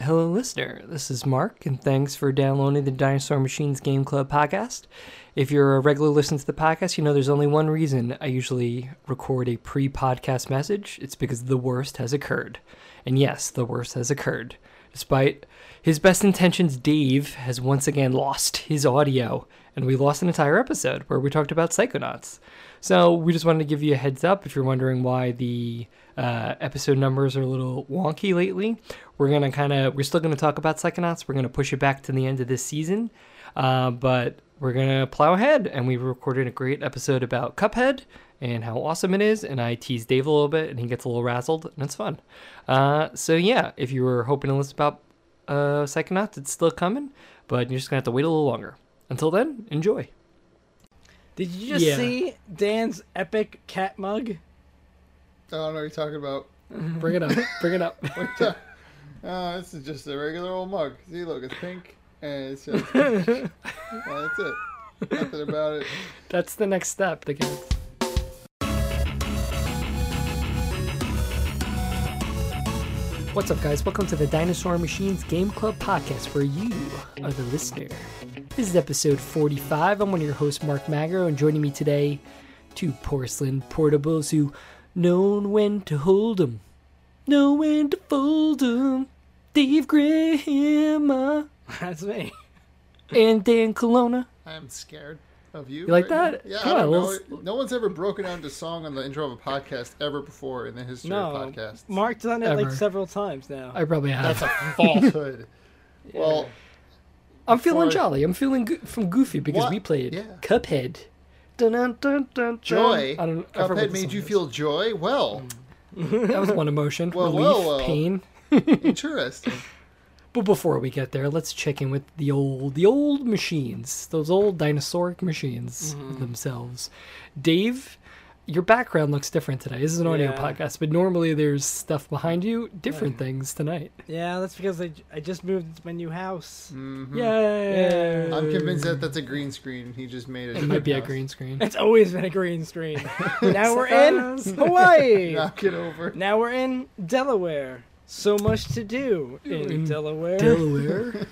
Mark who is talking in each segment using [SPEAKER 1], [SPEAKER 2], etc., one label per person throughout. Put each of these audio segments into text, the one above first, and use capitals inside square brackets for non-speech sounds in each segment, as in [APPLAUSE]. [SPEAKER 1] Hello, listener. This is Mark, and thanks for downloading the Dinosaur Machines Game Club podcast. If you're a regular listener to the podcast, you know there's only one reason I usually record a pre podcast message it's because the worst has occurred. And yes, the worst has occurred. Despite his best intentions, Dave has once again lost his audio, and we lost an entire episode where we talked about psychonauts. So we just wanted to give you a heads up if you're wondering why the uh, episode numbers are a little wonky lately. We're gonna kind of we're still gonna talk about Psychonauts. We're gonna push it back to the end of this season, uh, but we're gonna plow ahead. And we recorded a great episode about Cuphead and how awesome it is. And I tease Dave a little bit, and he gets a little razzled, and it's fun. Uh, so yeah, if you were hoping to listen about uh, Psychonauts, it's still coming, but you're just gonna have to wait a little longer. Until then, enjoy.
[SPEAKER 2] Did you just
[SPEAKER 1] Yeah.
[SPEAKER 2] see Dan's epic cat mug? [LAUGHS]
[SPEAKER 3] I don't know what you're talking about.
[SPEAKER 1] Bring it up. Bring it up.
[SPEAKER 3] Uh, this is just a regular old mug. See, look, it's pink, and
[SPEAKER 1] [LAUGHS]
[SPEAKER 3] it's just, uh, that's it. Nothing about it.
[SPEAKER 1] That's the next step. They can. What's up, guys? Welcome to the Dinosaur Machines Game Club podcast, where you are the listener. This is episode 45. I'm one of your hosts, Mark Magro, and joining me today, two porcelain portables who know when to hold 'em, know when to fold 'em. Dave Graham uh,
[SPEAKER 2] That's me.
[SPEAKER 1] and Dan Colonna.
[SPEAKER 3] I'm scared of
[SPEAKER 1] You
[SPEAKER 3] you.
[SPEAKER 1] like
[SPEAKER 3] right
[SPEAKER 1] that?
[SPEAKER 3] now. Yeah,
[SPEAKER 1] Come
[SPEAKER 3] I
[SPEAKER 1] on,
[SPEAKER 3] don't
[SPEAKER 1] let's-
[SPEAKER 3] know. No one's ever broken out into song on the intro of a podcast ever before in the history
[SPEAKER 2] No,
[SPEAKER 3] of podcasts.
[SPEAKER 2] Mark done it
[SPEAKER 1] Ever.
[SPEAKER 2] like several times now.
[SPEAKER 1] I probably have. [LAUGHS]
[SPEAKER 3] That's a falsehood.
[SPEAKER 1] Um,
[SPEAKER 3] Well,
[SPEAKER 1] I'm feeling
[SPEAKER 3] Or-
[SPEAKER 1] jolly. I'm feeling go- from goofy because
[SPEAKER 3] What?
[SPEAKER 1] we played
[SPEAKER 3] Yeah.
[SPEAKER 1] Cuphead. Dun, dun, dun, dun,
[SPEAKER 3] joy.
[SPEAKER 1] I don't. I forgot what
[SPEAKER 3] Cuphead
[SPEAKER 1] the
[SPEAKER 3] made
[SPEAKER 1] song
[SPEAKER 3] you
[SPEAKER 1] is.
[SPEAKER 3] feel joy. Well,
[SPEAKER 1] That was one emotion.
[SPEAKER 3] [LAUGHS] Well,
[SPEAKER 1] relief,
[SPEAKER 3] well, well.
[SPEAKER 1] pain. [LAUGHS]
[SPEAKER 3] interesting.
[SPEAKER 1] But before we get there, let's check in with the old, the old machines. Those old dinosauric machines
[SPEAKER 3] Mm-hmm.
[SPEAKER 1] themselves. Dave, your background looks different today. This is an audio
[SPEAKER 2] Yeah.
[SPEAKER 1] podcast, but normally there's stuff behind you. Different things tonight.
[SPEAKER 2] yeah, that's because I, I just moved into my new house.
[SPEAKER 1] Yay!
[SPEAKER 3] Mm-hmm. Mm. I'm convinced that that's a green screen. He just made it.
[SPEAKER 1] It might be a green screen.
[SPEAKER 2] It's always been a green screen. now we're in Hawaii.
[SPEAKER 3] [LAUGHS] Knock it over.
[SPEAKER 2] Now we're in Delaware. So much to do in,
[SPEAKER 1] In
[SPEAKER 2] Delaware. [LAUGHS]
[SPEAKER 1] Delaware.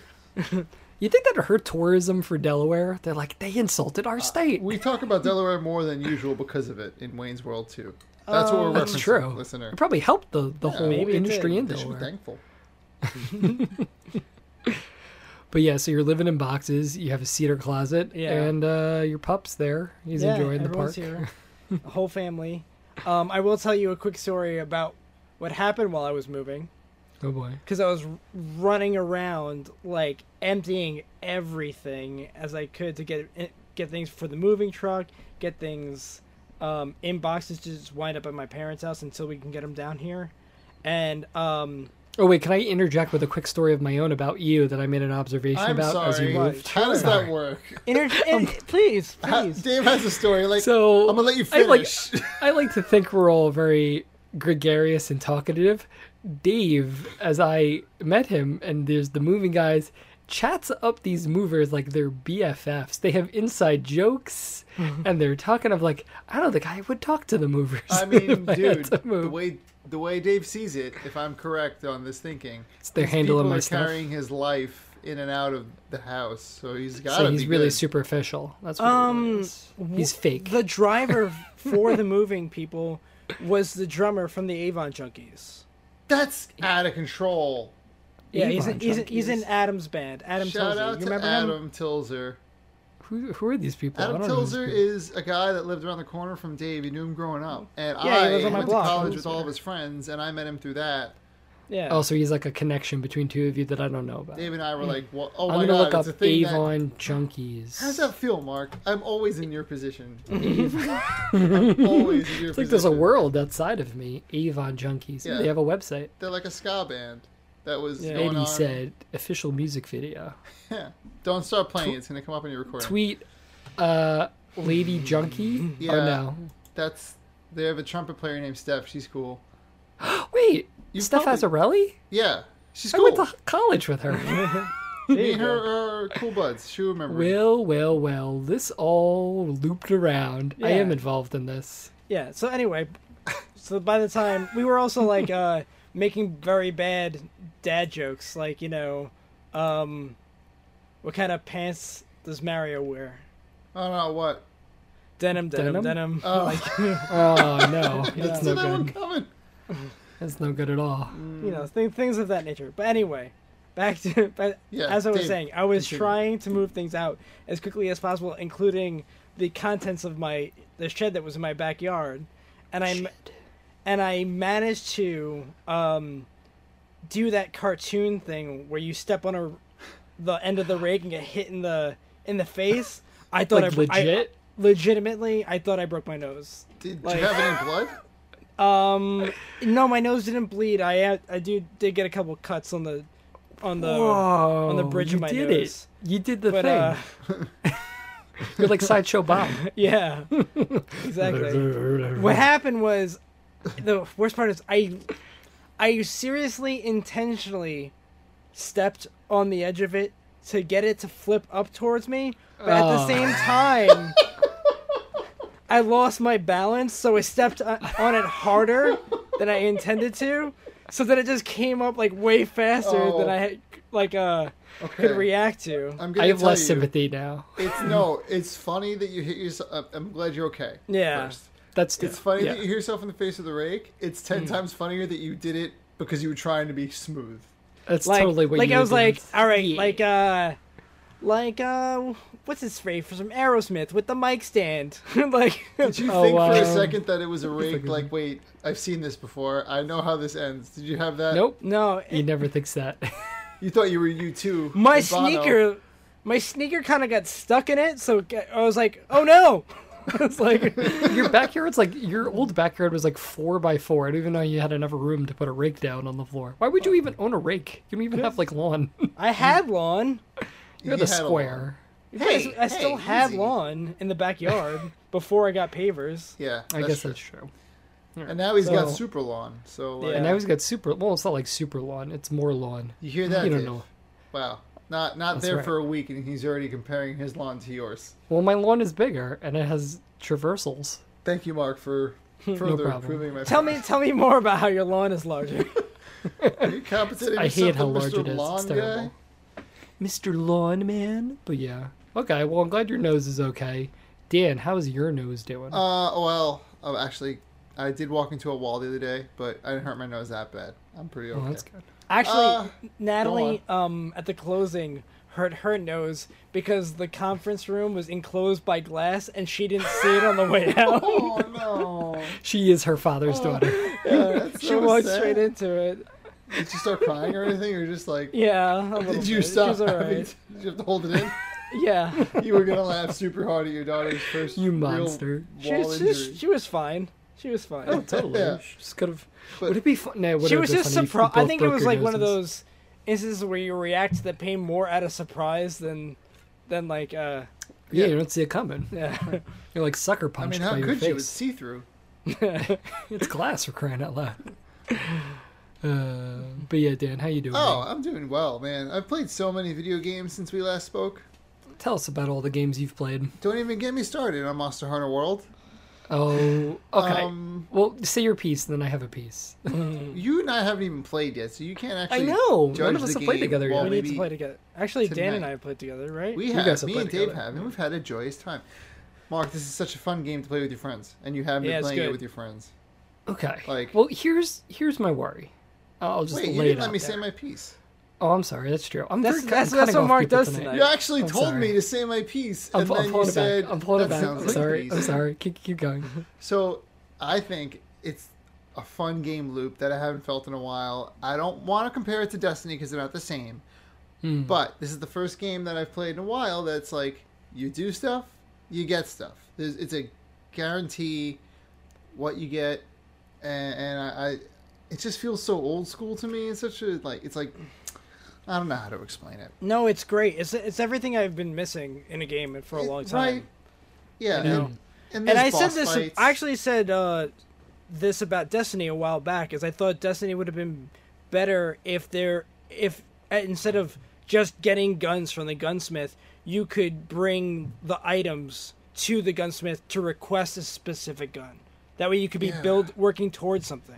[SPEAKER 1] you think that hurt tourism for Delaware? They're like they insulted
[SPEAKER 2] Uh,
[SPEAKER 1] our state.
[SPEAKER 3] We talk about Delaware more than usual because of it in Wayne's World too. That's what we're
[SPEAKER 1] Oh, That's
[SPEAKER 3] referencing,
[SPEAKER 1] true.
[SPEAKER 3] listener.
[SPEAKER 1] It probably helped the the whole
[SPEAKER 2] maybe it
[SPEAKER 1] industry
[SPEAKER 2] did.
[SPEAKER 1] in
[SPEAKER 3] They should be
[SPEAKER 1] Delaware.
[SPEAKER 3] thankful.
[SPEAKER 1] But yeah, so you're living in boxes. You have a cedar closet,
[SPEAKER 2] Yeah.
[SPEAKER 1] and uh, your pup's there. He's
[SPEAKER 2] yeah,
[SPEAKER 1] enjoying the park.
[SPEAKER 2] everyone's
[SPEAKER 1] [LAUGHS]
[SPEAKER 2] Here. The whole family. Um, I will tell you a quick story about what happened while I was moving.
[SPEAKER 1] Oh boy,
[SPEAKER 2] because I was r- running around like emptying everything as I could to get eh, get things for the moving truck, get things um, in boxes to just wind up at my parents' house until we can get them down here. And um,
[SPEAKER 1] Oh wait, can I interject with a quick story of my own about you that I made an observation
[SPEAKER 3] I'm
[SPEAKER 1] about as you
[SPEAKER 3] sorry.
[SPEAKER 1] moved?
[SPEAKER 3] How does that work?
[SPEAKER 1] [LAUGHS]
[SPEAKER 2] inter- in- please,
[SPEAKER 3] Ha-
[SPEAKER 2] please.
[SPEAKER 3] Dave has a story. Like
[SPEAKER 1] So
[SPEAKER 3] I'm gonna let you
[SPEAKER 1] I like-
[SPEAKER 3] finish. [LAUGHS]
[SPEAKER 1] [LAUGHS] I like to think we're all very gregarious and talkative. Dave, as I met him, and there's the moving guys, chats up these movers like they're BFFs. They have inside jokes,
[SPEAKER 3] Mm-hmm.
[SPEAKER 1] and they're talking of like, I know the guy would talk to the movers.
[SPEAKER 3] I mean,
[SPEAKER 1] if [LAUGHS] I had
[SPEAKER 3] dude,
[SPEAKER 1] to move.
[SPEAKER 3] the way the way Dave sees it, if I'm correct on this thinking,
[SPEAKER 1] It's their
[SPEAKER 3] these
[SPEAKER 1] handle of
[SPEAKER 3] people
[SPEAKER 1] my
[SPEAKER 3] are
[SPEAKER 1] stuff.
[SPEAKER 3] carrying his life in and out of the house, so he's got.
[SPEAKER 1] so he's
[SPEAKER 3] be
[SPEAKER 1] really
[SPEAKER 3] good.
[SPEAKER 1] superficial. That's what it
[SPEAKER 2] Um,
[SPEAKER 1] really is. He's fake. [LAUGHS]
[SPEAKER 2] The driver for the moving people was the drummer from the Avon Junkies.
[SPEAKER 3] That's out of control.
[SPEAKER 2] Yeah, he's in,
[SPEAKER 1] Avon
[SPEAKER 2] he's, in, he's in
[SPEAKER 1] Junkies.
[SPEAKER 2] Adam's band. Adam
[SPEAKER 3] Shout
[SPEAKER 2] Tulsa.
[SPEAKER 3] out
[SPEAKER 2] you
[SPEAKER 3] to
[SPEAKER 2] remember him?
[SPEAKER 3] Adam Tilzer.
[SPEAKER 1] Who, who are these people?
[SPEAKER 3] Adam
[SPEAKER 1] I don't know who these
[SPEAKER 3] Tilzer
[SPEAKER 1] people-
[SPEAKER 3] is a guy that lived around the corner from Dave. You knew him growing up, and
[SPEAKER 2] he
[SPEAKER 3] I
[SPEAKER 2] lives on my
[SPEAKER 3] went
[SPEAKER 2] block.
[SPEAKER 3] to college with all of his friends, and I met him through that.
[SPEAKER 2] Yeah.
[SPEAKER 1] Oh, so he's like a connection between two of you that I don't know about.
[SPEAKER 3] Dave and I were like, well, "Oh
[SPEAKER 1] I'm
[SPEAKER 3] my
[SPEAKER 1] gonna
[SPEAKER 3] god,
[SPEAKER 1] look
[SPEAKER 3] it's a
[SPEAKER 1] up
[SPEAKER 3] thing that
[SPEAKER 1] Avon Junkies.
[SPEAKER 3] How does that feel, Mark? I'm always in your
[SPEAKER 1] [LAUGHS]
[SPEAKER 3] position. I'm always in your
[SPEAKER 1] It's like
[SPEAKER 3] position.
[SPEAKER 1] there's a world outside of me. Avon Junkies.
[SPEAKER 3] Yeah.
[SPEAKER 1] They have a website.
[SPEAKER 3] They're like a ska band that was
[SPEAKER 2] Yeah.
[SPEAKER 3] going
[SPEAKER 1] Eddie
[SPEAKER 3] on.
[SPEAKER 1] said official music video.
[SPEAKER 3] Yeah. Don't start playing. It's gonna come up on your recording.
[SPEAKER 1] Tweet uh Lady Junkie. Oh
[SPEAKER 3] Yeah.
[SPEAKER 1] no.
[SPEAKER 3] That's they have a trumpet player named Steph. She's cool.
[SPEAKER 1] Wait,
[SPEAKER 3] You
[SPEAKER 1] Steph Azarelli?
[SPEAKER 3] Yeah, she's
[SPEAKER 1] I
[SPEAKER 3] cool.
[SPEAKER 1] went to college with
[SPEAKER 3] [LAUGHS]
[SPEAKER 1] her.
[SPEAKER 3] Me and her are cool buds. She remembers.
[SPEAKER 1] well, well, well. This all looped around. I am
[SPEAKER 2] Yeah.
[SPEAKER 1] involved in this.
[SPEAKER 2] Yeah. So anyway, so by the time we were also like uh, making very bad dad jokes like you know, um, what kind of pants does Mario wear?
[SPEAKER 3] Oh no, what?
[SPEAKER 2] Denim,
[SPEAKER 1] Denim?
[SPEAKER 2] denim, denim.
[SPEAKER 3] Oh.
[SPEAKER 2] Like
[SPEAKER 1] Oh
[SPEAKER 3] [LAUGHS]
[SPEAKER 1] no, that's
[SPEAKER 3] So
[SPEAKER 1] no
[SPEAKER 3] that one
[SPEAKER 1] good.
[SPEAKER 3] coming.
[SPEAKER 1] That's no good at all.
[SPEAKER 2] you
[SPEAKER 3] Mm.
[SPEAKER 2] know th- things of that nature. But anyway, back to [LAUGHS] but
[SPEAKER 3] Yeah,
[SPEAKER 2] as I was
[SPEAKER 3] Dave,
[SPEAKER 2] saying, I was
[SPEAKER 3] continue.
[SPEAKER 2] trying to move things out as quickly as possible, including the contents of my the shed that was in my backyard, and I ma- and I managed to um, do that cartoon thing where you step on a the end of the rake and get hit in the in the face. I thought
[SPEAKER 1] Like
[SPEAKER 2] I, bro- I-
[SPEAKER 1] legit?
[SPEAKER 2] legitimately, I thought I broke my nose.
[SPEAKER 3] Did
[SPEAKER 2] Like-
[SPEAKER 3] you have it
[SPEAKER 2] [LAUGHS]
[SPEAKER 3] in blood?
[SPEAKER 2] Um, no, my nose didn't bleed. I had- I do did get a couple cuts on the on the
[SPEAKER 1] Whoa,
[SPEAKER 2] on the bridge
[SPEAKER 1] you
[SPEAKER 2] of my
[SPEAKER 1] did
[SPEAKER 2] nose.
[SPEAKER 1] it. You did the
[SPEAKER 2] But
[SPEAKER 1] thing.
[SPEAKER 2] uh, [LAUGHS]
[SPEAKER 1] You're like sideshow Bob. [LAUGHS]
[SPEAKER 2] yeah, exactly. what happened was the worst part is I I seriously intentionally stepped on the edge of it to get it to flip up towards me, but at the
[SPEAKER 1] Oh.
[SPEAKER 2] same time. I lost my balance, so I stepped on on it harder than I intended to, so that it just came up like way faster than
[SPEAKER 3] Oh.
[SPEAKER 2] I had, like uh
[SPEAKER 3] Okay.
[SPEAKER 2] could react to.
[SPEAKER 3] I'm gonna
[SPEAKER 1] I have
[SPEAKER 3] tell
[SPEAKER 1] less
[SPEAKER 3] you,
[SPEAKER 1] sympathy now.
[SPEAKER 3] It's no. It's funny that you hit yourself. I'm glad you're okay.
[SPEAKER 2] Yeah.
[SPEAKER 3] First.
[SPEAKER 1] That's
[SPEAKER 3] It's funny
[SPEAKER 1] yeah. Mm.
[SPEAKER 3] that you hit yourself in the face with a rake. It's ten times funnier that you did it because you were trying to
[SPEAKER 2] [LAUGHS]
[SPEAKER 3] be smooth.
[SPEAKER 1] That's
[SPEAKER 2] Like,
[SPEAKER 1] totally what
[SPEAKER 2] like
[SPEAKER 1] you
[SPEAKER 2] I
[SPEAKER 1] were
[SPEAKER 2] was like,
[SPEAKER 1] doing.
[SPEAKER 2] all right,
[SPEAKER 1] Yeah.
[SPEAKER 2] like uh, like uh, what's his phrase from Aerosmith with the mic stand? [LAUGHS] like,
[SPEAKER 3] Did you
[SPEAKER 1] Oh,
[SPEAKER 3] think for
[SPEAKER 1] wow.
[SPEAKER 3] a second that it was a rake?
[SPEAKER 1] good
[SPEAKER 3] Like, wait, I've seen this before. I know how this ends. Did you have
[SPEAKER 1] [LAUGHS]
[SPEAKER 3] that?
[SPEAKER 1] nope.
[SPEAKER 2] no,
[SPEAKER 1] He never thinks
[SPEAKER 3] [LAUGHS]
[SPEAKER 1] that.
[SPEAKER 3] You thought you were you too.
[SPEAKER 2] my sneaker, my sneaker kind of got stuck in it, so it got- I was like, oh no. [LAUGHS] it's like
[SPEAKER 1] your backyard's like your old backyard was like four by four. I don't even know you had enough room to put a rake down on the floor. Why would you even own a rake? You don't even have like lawn. [LAUGHS]
[SPEAKER 2] I had lawn.
[SPEAKER 1] You're the square.
[SPEAKER 3] Hey,
[SPEAKER 2] I still
[SPEAKER 3] hey,
[SPEAKER 2] had
[SPEAKER 3] easy.
[SPEAKER 2] lawn in the backyard before I got pavers.
[SPEAKER 3] Yeah,
[SPEAKER 1] I guess
[SPEAKER 3] true.
[SPEAKER 1] that's true.
[SPEAKER 3] And now he's got
[SPEAKER 1] So-
[SPEAKER 3] super lawn. So like,
[SPEAKER 2] Yeah.
[SPEAKER 1] And now he's got super. Well, it's not like super lawn. It's more lawn.
[SPEAKER 3] you hear that?
[SPEAKER 1] you don't
[SPEAKER 3] Dave?
[SPEAKER 1] know.
[SPEAKER 3] Wow. Not not
[SPEAKER 1] That's
[SPEAKER 3] there
[SPEAKER 1] right.
[SPEAKER 3] for a week, and he's already comparing his lawn to yours.
[SPEAKER 1] Well, my lawn is bigger and it has traversals.
[SPEAKER 3] Thank you, Mark,
[SPEAKER 1] [LAUGHS]
[SPEAKER 3] for further
[SPEAKER 1] problem.
[SPEAKER 3] improving my.
[SPEAKER 2] Tell me, tell me more about how your lawn is larger.
[SPEAKER 3] Are you compensating
[SPEAKER 1] [LAUGHS] I
[SPEAKER 3] yourself
[SPEAKER 1] hate how
[SPEAKER 3] with
[SPEAKER 1] large
[SPEAKER 3] Mr.
[SPEAKER 1] it is.
[SPEAKER 3] Lawn
[SPEAKER 1] It's
[SPEAKER 3] guy?
[SPEAKER 1] terrible. Mr. Lawn Man. But yeah. Okay. Well, I'm glad your nose is okay. Dan, how's your nose doing?
[SPEAKER 3] Uh, well, oh, actually, I did walk into a wall the other day, but I didn't hurt my nose that bad. I'm pretty okay.
[SPEAKER 1] well, Oh, that's good.
[SPEAKER 2] Actually,
[SPEAKER 3] Uh,
[SPEAKER 2] Natalie, um, at the closing, hurt her nose because the conference room was enclosed by glass, and she didn't see it on the
[SPEAKER 3] [LAUGHS]
[SPEAKER 2] way out.
[SPEAKER 3] [LAUGHS] Oh no!
[SPEAKER 1] She is her
[SPEAKER 3] Oh.
[SPEAKER 1] father's
[SPEAKER 3] [LAUGHS]
[SPEAKER 1] daughter.
[SPEAKER 3] Yeah,
[SPEAKER 1] [LAUGHS]
[SPEAKER 2] [LAUGHS]
[SPEAKER 3] that's
[SPEAKER 2] she
[SPEAKER 3] so
[SPEAKER 2] walked
[SPEAKER 3] sad.
[SPEAKER 2] straight into it.
[SPEAKER 3] Did you start crying or anything? Or just like,
[SPEAKER 2] Yeah, a little
[SPEAKER 3] did you
[SPEAKER 2] bit. She
[SPEAKER 3] stop? [LAUGHS]
[SPEAKER 2] was all
[SPEAKER 3] having-
[SPEAKER 2] right.
[SPEAKER 3] Did you have to hold it in?
[SPEAKER 2] Yeah,
[SPEAKER 3] You were gonna laugh super hard at your daughter's first.
[SPEAKER 1] [LAUGHS] You
[SPEAKER 3] real
[SPEAKER 1] monster.
[SPEAKER 2] she
[SPEAKER 3] wall
[SPEAKER 2] was, she, was-
[SPEAKER 3] injury.
[SPEAKER 2] she was fine. She was fine.
[SPEAKER 1] Oh, totally.
[SPEAKER 3] Yeah.
[SPEAKER 1] She just could have.
[SPEAKER 3] But-
[SPEAKER 1] Would it be fun? No, it would
[SPEAKER 2] she
[SPEAKER 1] have
[SPEAKER 2] was
[SPEAKER 1] been
[SPEAKER 2] just
[SPEAKER 1] funny if you
[SPEAKER 2] surprised. I
[SPEAKER 1] both
[SPEAKER 2] think it
[SPEAKER 1] broke
[SPEAKER 2] was
[SPEAKER 1] your
[SPEAKER 2] like one of
[SPEAKER 1] noses.
[SPEAKER 2] those instances where you react to the pain more out of surprise than than like uh [LAUGHS]
[SPEAKER 1] Yeah, you don't see it coming.
[SPEAKER 2] yeah.
[SPEAKER 1] You're like sucker
[SPEAKER 3] I
[SPEAKER 1] punched
[SPEAKER 3] mean, how
[SPEAKER 1] by your
[SPEAKER 3] could
[SPEAKER 1] face. [LAUGHS]
[SPEAKER 3] you? It's see through.
[SPEAKER 1] It's glass for crying out loud. [LAUGHS] Uh, but yeah, Dan, how you doing?
[SPEAKER 3] Oh,
[SPEAKER 1] man?
[SPEAKER 3] I'm doing well, man. I've played so many video games since we last spoke.
[SPEAKER 1] tell us about all the games you've played.
[SPEAKER 3] Don't even get me started on Monster Hunter World.
[SPEAKER 1] Oh, okay.
[SPEAKER 3] Um,
[SPEAKER 1] well, say your piece, and then I have a piece. [LAUGHS]
[SPEAKER 3] you and I haven't even played yet, so you can't
[SPEAKER 1] I
[SPEAKER 3] actually.
[SPEAKER 1] know
[SPEAKER 3] judge
[SPEAKER 1] none of us
[SPEAKER 3] the
[SPEAKER 1] have played
[SPEAKER 3] game
[SPEAKER 1] together
[SPEAKER 3] while
[SPEAKER 1] yet.
[SPEAKER 2] we need to
[SPEAKER 3] maybe
[SPEAKER 2] play together. Actually, Dan and
[SPEAKER 3] tonight.
[SPEAKER 2] I played together, right?
[SPEAKER 3] We
[SPEAKER 1] You
[SPEAKER 3] have.
[SPEAKER 1] guys have
[SPEAKER 3] me
[SPEAKER 1] played
[SPEAKER 3] and Dave
[SPEAKER 1] together.
[SPEAKER 3] have, and we've had a joyous time. Mark, this is such a fun game to play with your friends, and you have been
[SPEAKER 2] Yeah, it's
[SPEAKER 3] playing it
[SPEAKER 2] good.
[SPEAKER 3] with your friends.
[SPEAKER 1] Okay.
[SPEAKER 3] Like-
[SPEAKER 1] well, here's here's my worry. I'll just
[SPEAKER 3] Wait, you
[SPEAKER 1] lay it
[SPEAKER 3] didn't let
[SPEAKER 1] out
[SPEAKER 3] me
[SPEAKER 1] there.
[SPEAKER 3] say my piece.
[SPEAKER 1] Oh, I'm sorry. That's true. I'm
[SPEAKER 2] That's-
[SPEAKER 1] very
[SPEAKER 2] that's-
[SPEAKER 1] cutting
[SPEAKER 2] that's what
[SPEAKER 1] off
[SPEAKER 2] Mark
[SPEAKER 1] people
[SPEAKER 2] does
[SPEAKER 1] tonight.
[SPEAKER 2] tonight.
[SPEAKER 3] You actually
[SPEAKER 1] I'm
[SPEAKER 3] told
[SPEAKER 1] sorry.
[SPEAKER 3] me to say my piece,
[SPEAKER 1] I'm,
[SPEAKER 3] and
[SPEAKER 1] I'm
[SPEAKER 3] then you
[SPEAKER 1] pulling it
[SPEAKER 3] said,
[SPEAKER 1] back. I'm pulling it
[SPEAKER 3] "That
[SPEAKER 1] back.
[SPEAKER 3] sounds
[SPEAKER 1] I'm
[SPEAKER 3] like a
[SPEAKER 1] sorry. I'm
[SPEAKER 3] piece."
[SPEAKER 1] sorry. Keep, keep going.
[SPEAKER 3] So I think it's a fun game loop that I haven't felt in a while. I don't want to compare it to Destiny because they're not the same.
[SPEAKER 2] Hmm.
[SPEAKER 3] But this is the first game that I've played in a while that's like you do stuff, you get stuff. There's, it's a guarantee what you get, and, and I, I it just feels so old school to me. It's such a like it's like I don't know how to explain it.
[SPEAKER 2] No, it's great. It's it's everything I've been missing in a game for a long time.
[SPEAKER 3] Right? Yeah.
[SPEAKER 2] know?
[SPEAKER 3] And, and,
[SPEAKER 2] And
[SPEAKER 3] there's
[SPEAKER 2] I said
[SPEAKER 3] boss
[SPEAKER 2] this.
[SPEAKER 3] fights.
[SPEAKER 2] I actually said uh, this about Destiny a while back, as I thought Destiny would have been better if there, if uh, instead of just getting guns from the gunsmith, you could bring the items to the gunsmith to request a specific gun. That way, you could be
[SPEAKER 3] Yeah.
[SPEAKER 2] build working towards something.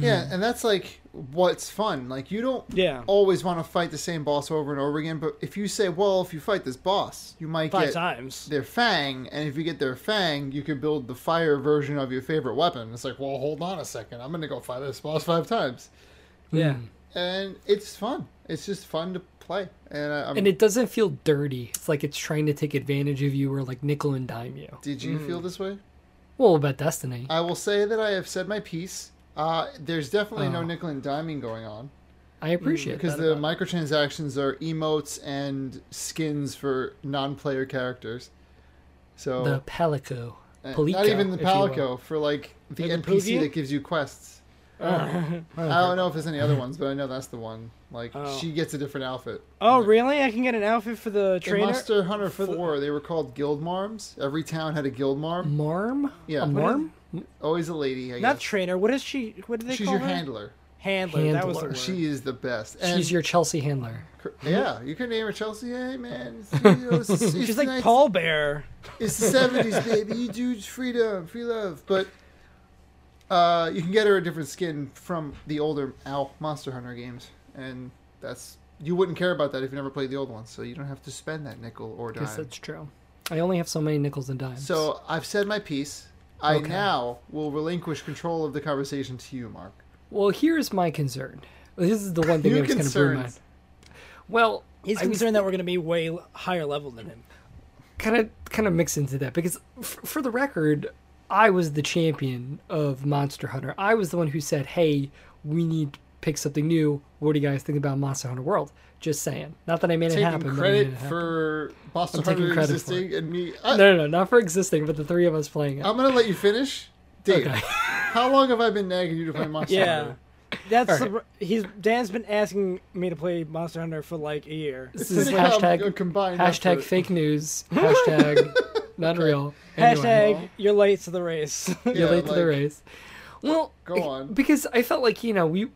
[SPEAKER 3] Yeah, and that's like what's fun. Like you don't
[SPEAKER 2] Yeah.
[SPEAKER 3] always want to fight the same boss over and over again, but if you say, well, if you fight this boss, you might
[SPEAKER 2] Five
[SPEAKER 3] get
[SPEAKER 2] times.
[SPEAKER 3] their fang, and if you get their fang, you can build the fire version of your favorite weapon. It's like, well, hold on a second, I'm gonna go fight this boss five times,
[SPEAKER 2] Yeah.
[SPEAKER 3] Hmm. and it's fun. It's just fun to play, and I, I'm,
[SPEAKER 1] And it doesn't feel dirty. It's like it's trying to take advantage of you or like nickel and dime you.
[SPEAKER 3] did you
[SPEAKER 1] Mm.
[SPEAKER 3] feel this way?
[SPEAKER 1] Well, about Destiny.
[SPEAKER 3] I will say that I have said my piece. Uh, there's definitely no
[SPEAKER 1] Oh.
[SPEAKER 3] nickel and diming going on
[SPEAKER 1] I appreciate
[SPEAKER 3] Hmm, because
[SPEAKER 1] that
[SPEAKER 3] the
[SPEAKER 1] about it.
[SPEAKER 3] microtransactions are emotes and skins for non-player characters. So
[SPEAKER 1] the Palico.
[SPEAKER 3] Uh,
[SPEAKER 1] Palico
[SPEAKER 3] not even the
[SPEAKER 1] if you will.
[SPEAKER 3] Palico for like the
[SPEAKER 2] Like the
[SPEAKER 3] NPC
[SPEAKER 2] Poogie?
[SPEAKER 3] that gives you quests.
[SPEAKER 2] [LAUGHS]
[SPEAKER 3] I don't know if there's any other ones, but I know that's the one. Like
[SPEAKER 2] Oh.
[SPEAKER 3] she gets a different outfit.
[SPEAKER 2] Oh, really? I can get an outfit for the
[SPEAKER 3] In
[SPEAKER 2] trainer?
[SPEAKER 3] Monster Hunter
[SPEAKER 2] for the-
[SPEAKER 3] Four, they were called guild marms. Every town had a guild marm.
[SPEAKER 1] Marm?
[SPEAKER 3] Yeah.
[SPEAKER 1] A
[SPEAKER 3] What is-
[SPEAKER 1] marm?
[SPEAKER 3] Always a lady. I
[SPEAKER 2] Mm-hmm. Not
[SPEAKER 3] guess.
[SPEAKER 2] trainer. What is she? What do they
[SPEAKER 3] She's
[SPEAKER 2] call
[SPEAKER 3] your
[SPEAKER 2] her?
[SPEAKER 3] handler.
[SPEAKER 2] Handler. That was the
[SPEAKER 1] Handler.
[SPEAKER 2] word.
[SPEAKER 3] She is the best. And
[SPEAKER 1] She's your Chelsea handler.
[SPEAKER 3] cr- yeah, you can name her Chelsea.
[SPEAKER 2] [LAUGHS]
[SPEAKER 3] Hey man, it's, you know, it's, it's
[SPEAKER 2] She's
[SPEAKER 3] the
[SPEAKER 2] like
[SPEAKER 3] 19
[SPEAKER 2] Paul Bear.
[SPEAKER 3] It's the seventies, baby. You do freedom, free love. But uh, you can get her a different skin from the older ow, Monster Hunter games, and that's you wouldn't care about that if you never played the old ones. So you don't have to spend that nickel or
[SPEAKER 1] Yes,
[SPEAKER 3] dime.
[SPEAKER 1] that's true. I only have so many nickels and dimes.
[SPEAKER 3] So I've said my piece. I
[SPEAKER 1] Okay.
[SPEAKER 3] now will relinquish control of the conversation to you, Mark.
[SPEAKER 1] well, here's my concern. This is the one thing
[SPEAKER 3] Your
[SPEAKER 1] I was going to bring
[SPEAKER 3] concerns.
[SPEAKER 1] up. Well,
[SPEAKER 2] He's
[SPEAKER 1] I was
[SPEAKER 2] concerned that we're going to be way l- higher level than him.
[SPEAKER 1] kind of kind of mix into that because f- for the record i was the champion of monster hunter i was the one who said hey we need to pick something new what do you guys think about monster hunter world just saying not that i made it
[SPEAKER 3] Taking
[SPEAKER 1] happen but I made
[SPEAKER 3] credit
[SPEAKER 1] it happen.
[SPEAKER 3] for Monster
[SPEAKER 1] I'm taking
[SPEAKER 3] Hunter
[SPEAKER 1] credit for
[SPEAKER 3] existing and me. I,
[SPEAKER 1] no no no not for existing but the three of us playing it
[SPEAKER 3] I'm gonna let you finish, Dave.
[SPEAKER 1] Okay.
[SPEAKER 3] How long have I been nagging you to
[SPEAKER 1] [LAUGHS]
[SPEAKER 3] play Monster
[SPEAKER 2] Yeah.
[SPEAKER 3] Hunter?
[SPEAKER 2] That's
[SPEAKER 1] All
[SPEAKER 2] the, r- he's Dan's been asking me to play Monster Hunter for like a year.
[SPEAKER 1] this
[SPEAKER 3] It's
[SPEAKER 1] is
[SPEAKER 3] like how
[SPEAKER 1] hashtag
[SPEAKER 3] a combined
[SPEAKER 1] hashtag
[SPEAKER 3] effort.
[SPEAKER 1] fake
[SPEAKER 3] [LAUGHS]
[SPEAKER 1] news hashtag not real Anyway.
[SPEAKER 2] Hashtag you're late to the race. [LAUGHS]
[SPEAKER 1] You're
[SPEAKER 3] [LAUGHS] Yeah,
[SPEAKER 1] late to the
[SPEAKER 3] like-
[SPEAKER 1] race. Well,
[SPEAKER 3] Go
[SPEAKER 1] I-
[SPEAKER 3] on.
[SPEAKER 1] Because I felt like you know we,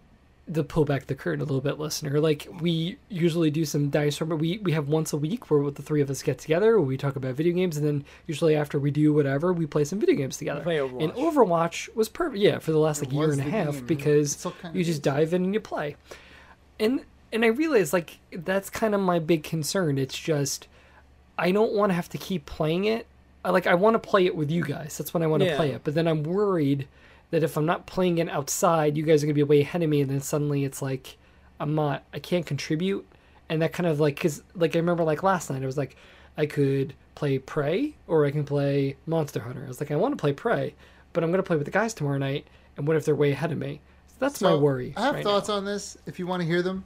[SPEAKER 1] to pull back the curtain a little bit, listener. Like we usually do some dinosaur, but we we have once a week where the three of us get together, we talk about video games, and then usually after we do whatever, we play some video games together.
[SPEAKER 2] play Overwatch.
[SPEAKER 1] And Overwatch was perfect. Yeah, for the last like year
[SPEAKER 3] was
[SPEAKER 1] and a
[SPEAKER 3] the
[SPEAKER 1] half
[SPEAKER 3] game, yeah. It's
[SPEAKER 1] because
[SPEAKER 3] all kind
[SPEAKER 1] you
[SPEAKER 3] of
[SPEAKER 1] just dive in and you play and and I realize like that's kind of my big concern. It's just I don't want to have to keep playing it. I like I want to play it with you guys. That's when I want to
[SPEAKER 2] Yeah.
[SPEAKER 1] play it. But then I'm worried that if I'm not playing it outside, you guys are gonna be way ahead of me, and then suddenly it's like I'm not. I can't contribute, and that kind of like because like I remember like last night I was like I could play Prey or I can play Monster Hunter. I was like I want to play Prey, but I'm gonna play with the guys tomorrow night, and what if they're way ahead of me? So that's my
[SPEAKER 3] So,
[SPEAKER 1] worry.
[SPEAKER 3] I have
[SPEAKER 1] right now.
[SPEAKER 3] thoughts on this. If you want to hear them,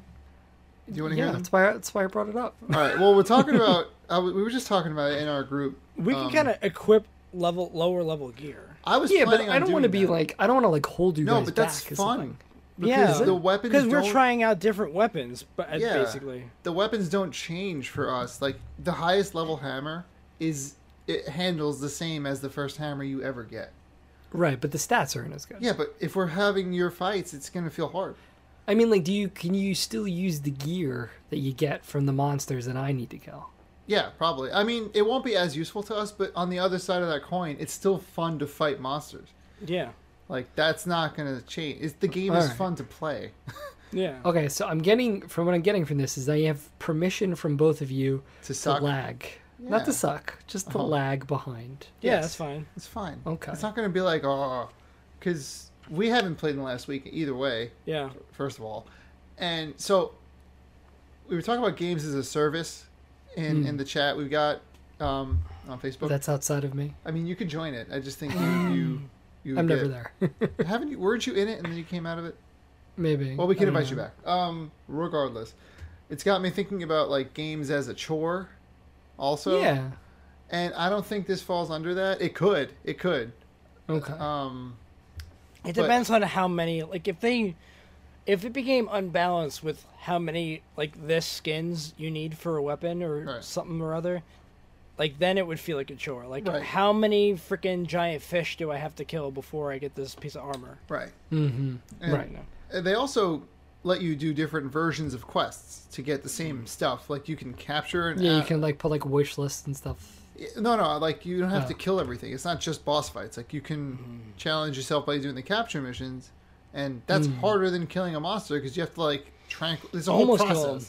[SPEAKER 3] do you want to
[SPEAKER 1] Yeah,
[SPEAKER 3] hear them?
[SPEAKER 1] that's why that's why I brought it up.
[SPEAKER 3] All right. Well,
[SPEAKER 1] [LAUGHS]
[SPEAKER 3] we're talking about. Uh, we were just talking about it in our group.
[SPEAKER 2] We can
[SPEAKER 3] Um,
[SPEAKER 2] kind of equip level lower level gear.
[SPEAKER 3] I was.
[SPEAKER 1] Yeah, but
[SPEAKER 3] planning on
[SPEAKER 1] I don't want to
[SPEAKER 3] doing
[SPEAKER 1] be
[SPEAKER 3] that.
[SPEAKER 1] like I don't want to like hold you
[SPEAKER 3] No,
[SPEAKER 1] guys
[SPEAKER 3] but that's
[SPEAKER 1] back is the
[SPEAKER 3] fun.
[SPEAKER 1] thing.
[SPEAKER 3] Because
[SPEAKER 2] Yeah.
[SPEAKER 3] the weapons.
[SPEAKER 2] Because we're
[SPEAKER 3] don't-
[SPEAKER 2] trying out different weapons, but uh,
[SPEAKER 3] Yeah.
[SPEAKER 2] basically.
[SPEAKER 3] The weapons don't change for us. Like the highest level hammer is it handles the same as the first hammer you ever get.
[SPEAKER 1] Right, but the stats aren't as good.
[SPEAKER 3] Yeah, but if we're having your fights, it's gonna feel hard.
[SPEAKER 1] I mean, like, do you can you still use the gear that you get from the monsters that I need to kill?
[SPEAKER 3] Yeah, probably. I mean, it won't be as useful to us, but on the other side of that coin, it's still fun to fight monsters.
[SPEAKER 2] Yeah.
[SPEAKER 3] Like that's not gonna change. It's, the game is
[SPEAKER 1] Alright.
[SPEAKER 3] fun
[SPEAKER 1] [LAUGHS]
[SPEAKER 3] to play.
[SPEAKER 2] Yeah.
[SPEAKER 3] Um,
[SPEAKER 1] Okay, so I'm getting from what I'm getting from this is I have permission from both of you
[SPEAKER 3] To
[SPEAKER 1] to
[SPEAKER 3] suck.
[SPEAKER 1] lag, not
[SPEAKER 3] Yeah.
[SPEAKER 1] to suck, just to
[SPEAKER 3] Uh-huh.
[SPEAKER 1] lag behind.
[SPEAKER 2] Yeah,
[SPEAKER 3] Yes.
[SPEAKER 2] that's fine.
[SPEAKER 3] It's fine.
[SPEAKER 1] Okay.
[SPEAKER 3] It's not going to be like, oh, because we haven't played in the last week either way,
[SPEAKER 2] Yeah.
[SPEAKER 3] first of all. And so we were talking about games as a service in,
[SPEAKER 1] Hmm.
[SPEAKER 3] in the chat we've got um, on Facebook.
[SPEAKER 1] That's outside of me.
[SPEAKER 3] I mean, you can join it. I just think you. you, you
[SPEAKER 1] Mm. I'm
[SPEAKER 3] get-
[SPEAKER 1] never there. [LAUGHS]
[SPEAKER 3] [LAUGHS] Haven't you? Weren't you in it and then you came out of it?
[SPEAKER 1] Maybe. Uh,
[SPEAKER 3] Well, we can
[SPEAKER 1] I don't
[SPEAKER 3] invite you
[SPEAKER 1] know.
[SPEAKER 3] back. Um, regardless, it's got me thinking about like games as a chore, also.
[SPEAKER 1] yeah.
[SPEAKER 3] And I don't think this falls under that. It could. It could.
[SPEAKER 1] Okay.
[SPEAKER 3] Um,
[SPEAKER 2] It depends on how many. Like if they, if it became unbalanced with how many like this skins you need for a weapon or
[SPEAKER 3] Right.
[SPEAKER 2] something or other, like then it would feel like a chore. Like
[SPEAKER 3] Right.
[SPEAKER 2] how many freaking giant fish do I have to kill before I get this piece of armor?
[SPEAKER 3] Right.
[SPEAKER 1] mm-hmm.
[SPEAKER 3] And
[SPEAKER 1] Right.
[SPEAKER 3] They also let you do different versions of quests to get the same stuff. Like you can capture and
[SPEAKER 1] Yeah, you
[SPEAKER 3] add-
[SPEAKER 1] can like put like wish lists and stuff.
[SPEAKER 3] No, no. Like you don't have to
[SPEAKER 1] Oh. Mm-hmm.
[SPEAKER 3] kill everything. It's not just boss fights. Like you can challenge yourself by doing the capture missions, and that's
[SPEAKER 1] Mm-hmm.
[SPEAKER 3] harder than killing a monster because you have to like tranquil. It's a whole
[SPEAKER 2] almost
[SPEAKER 3] process.
[SPEAKER 2] kill him.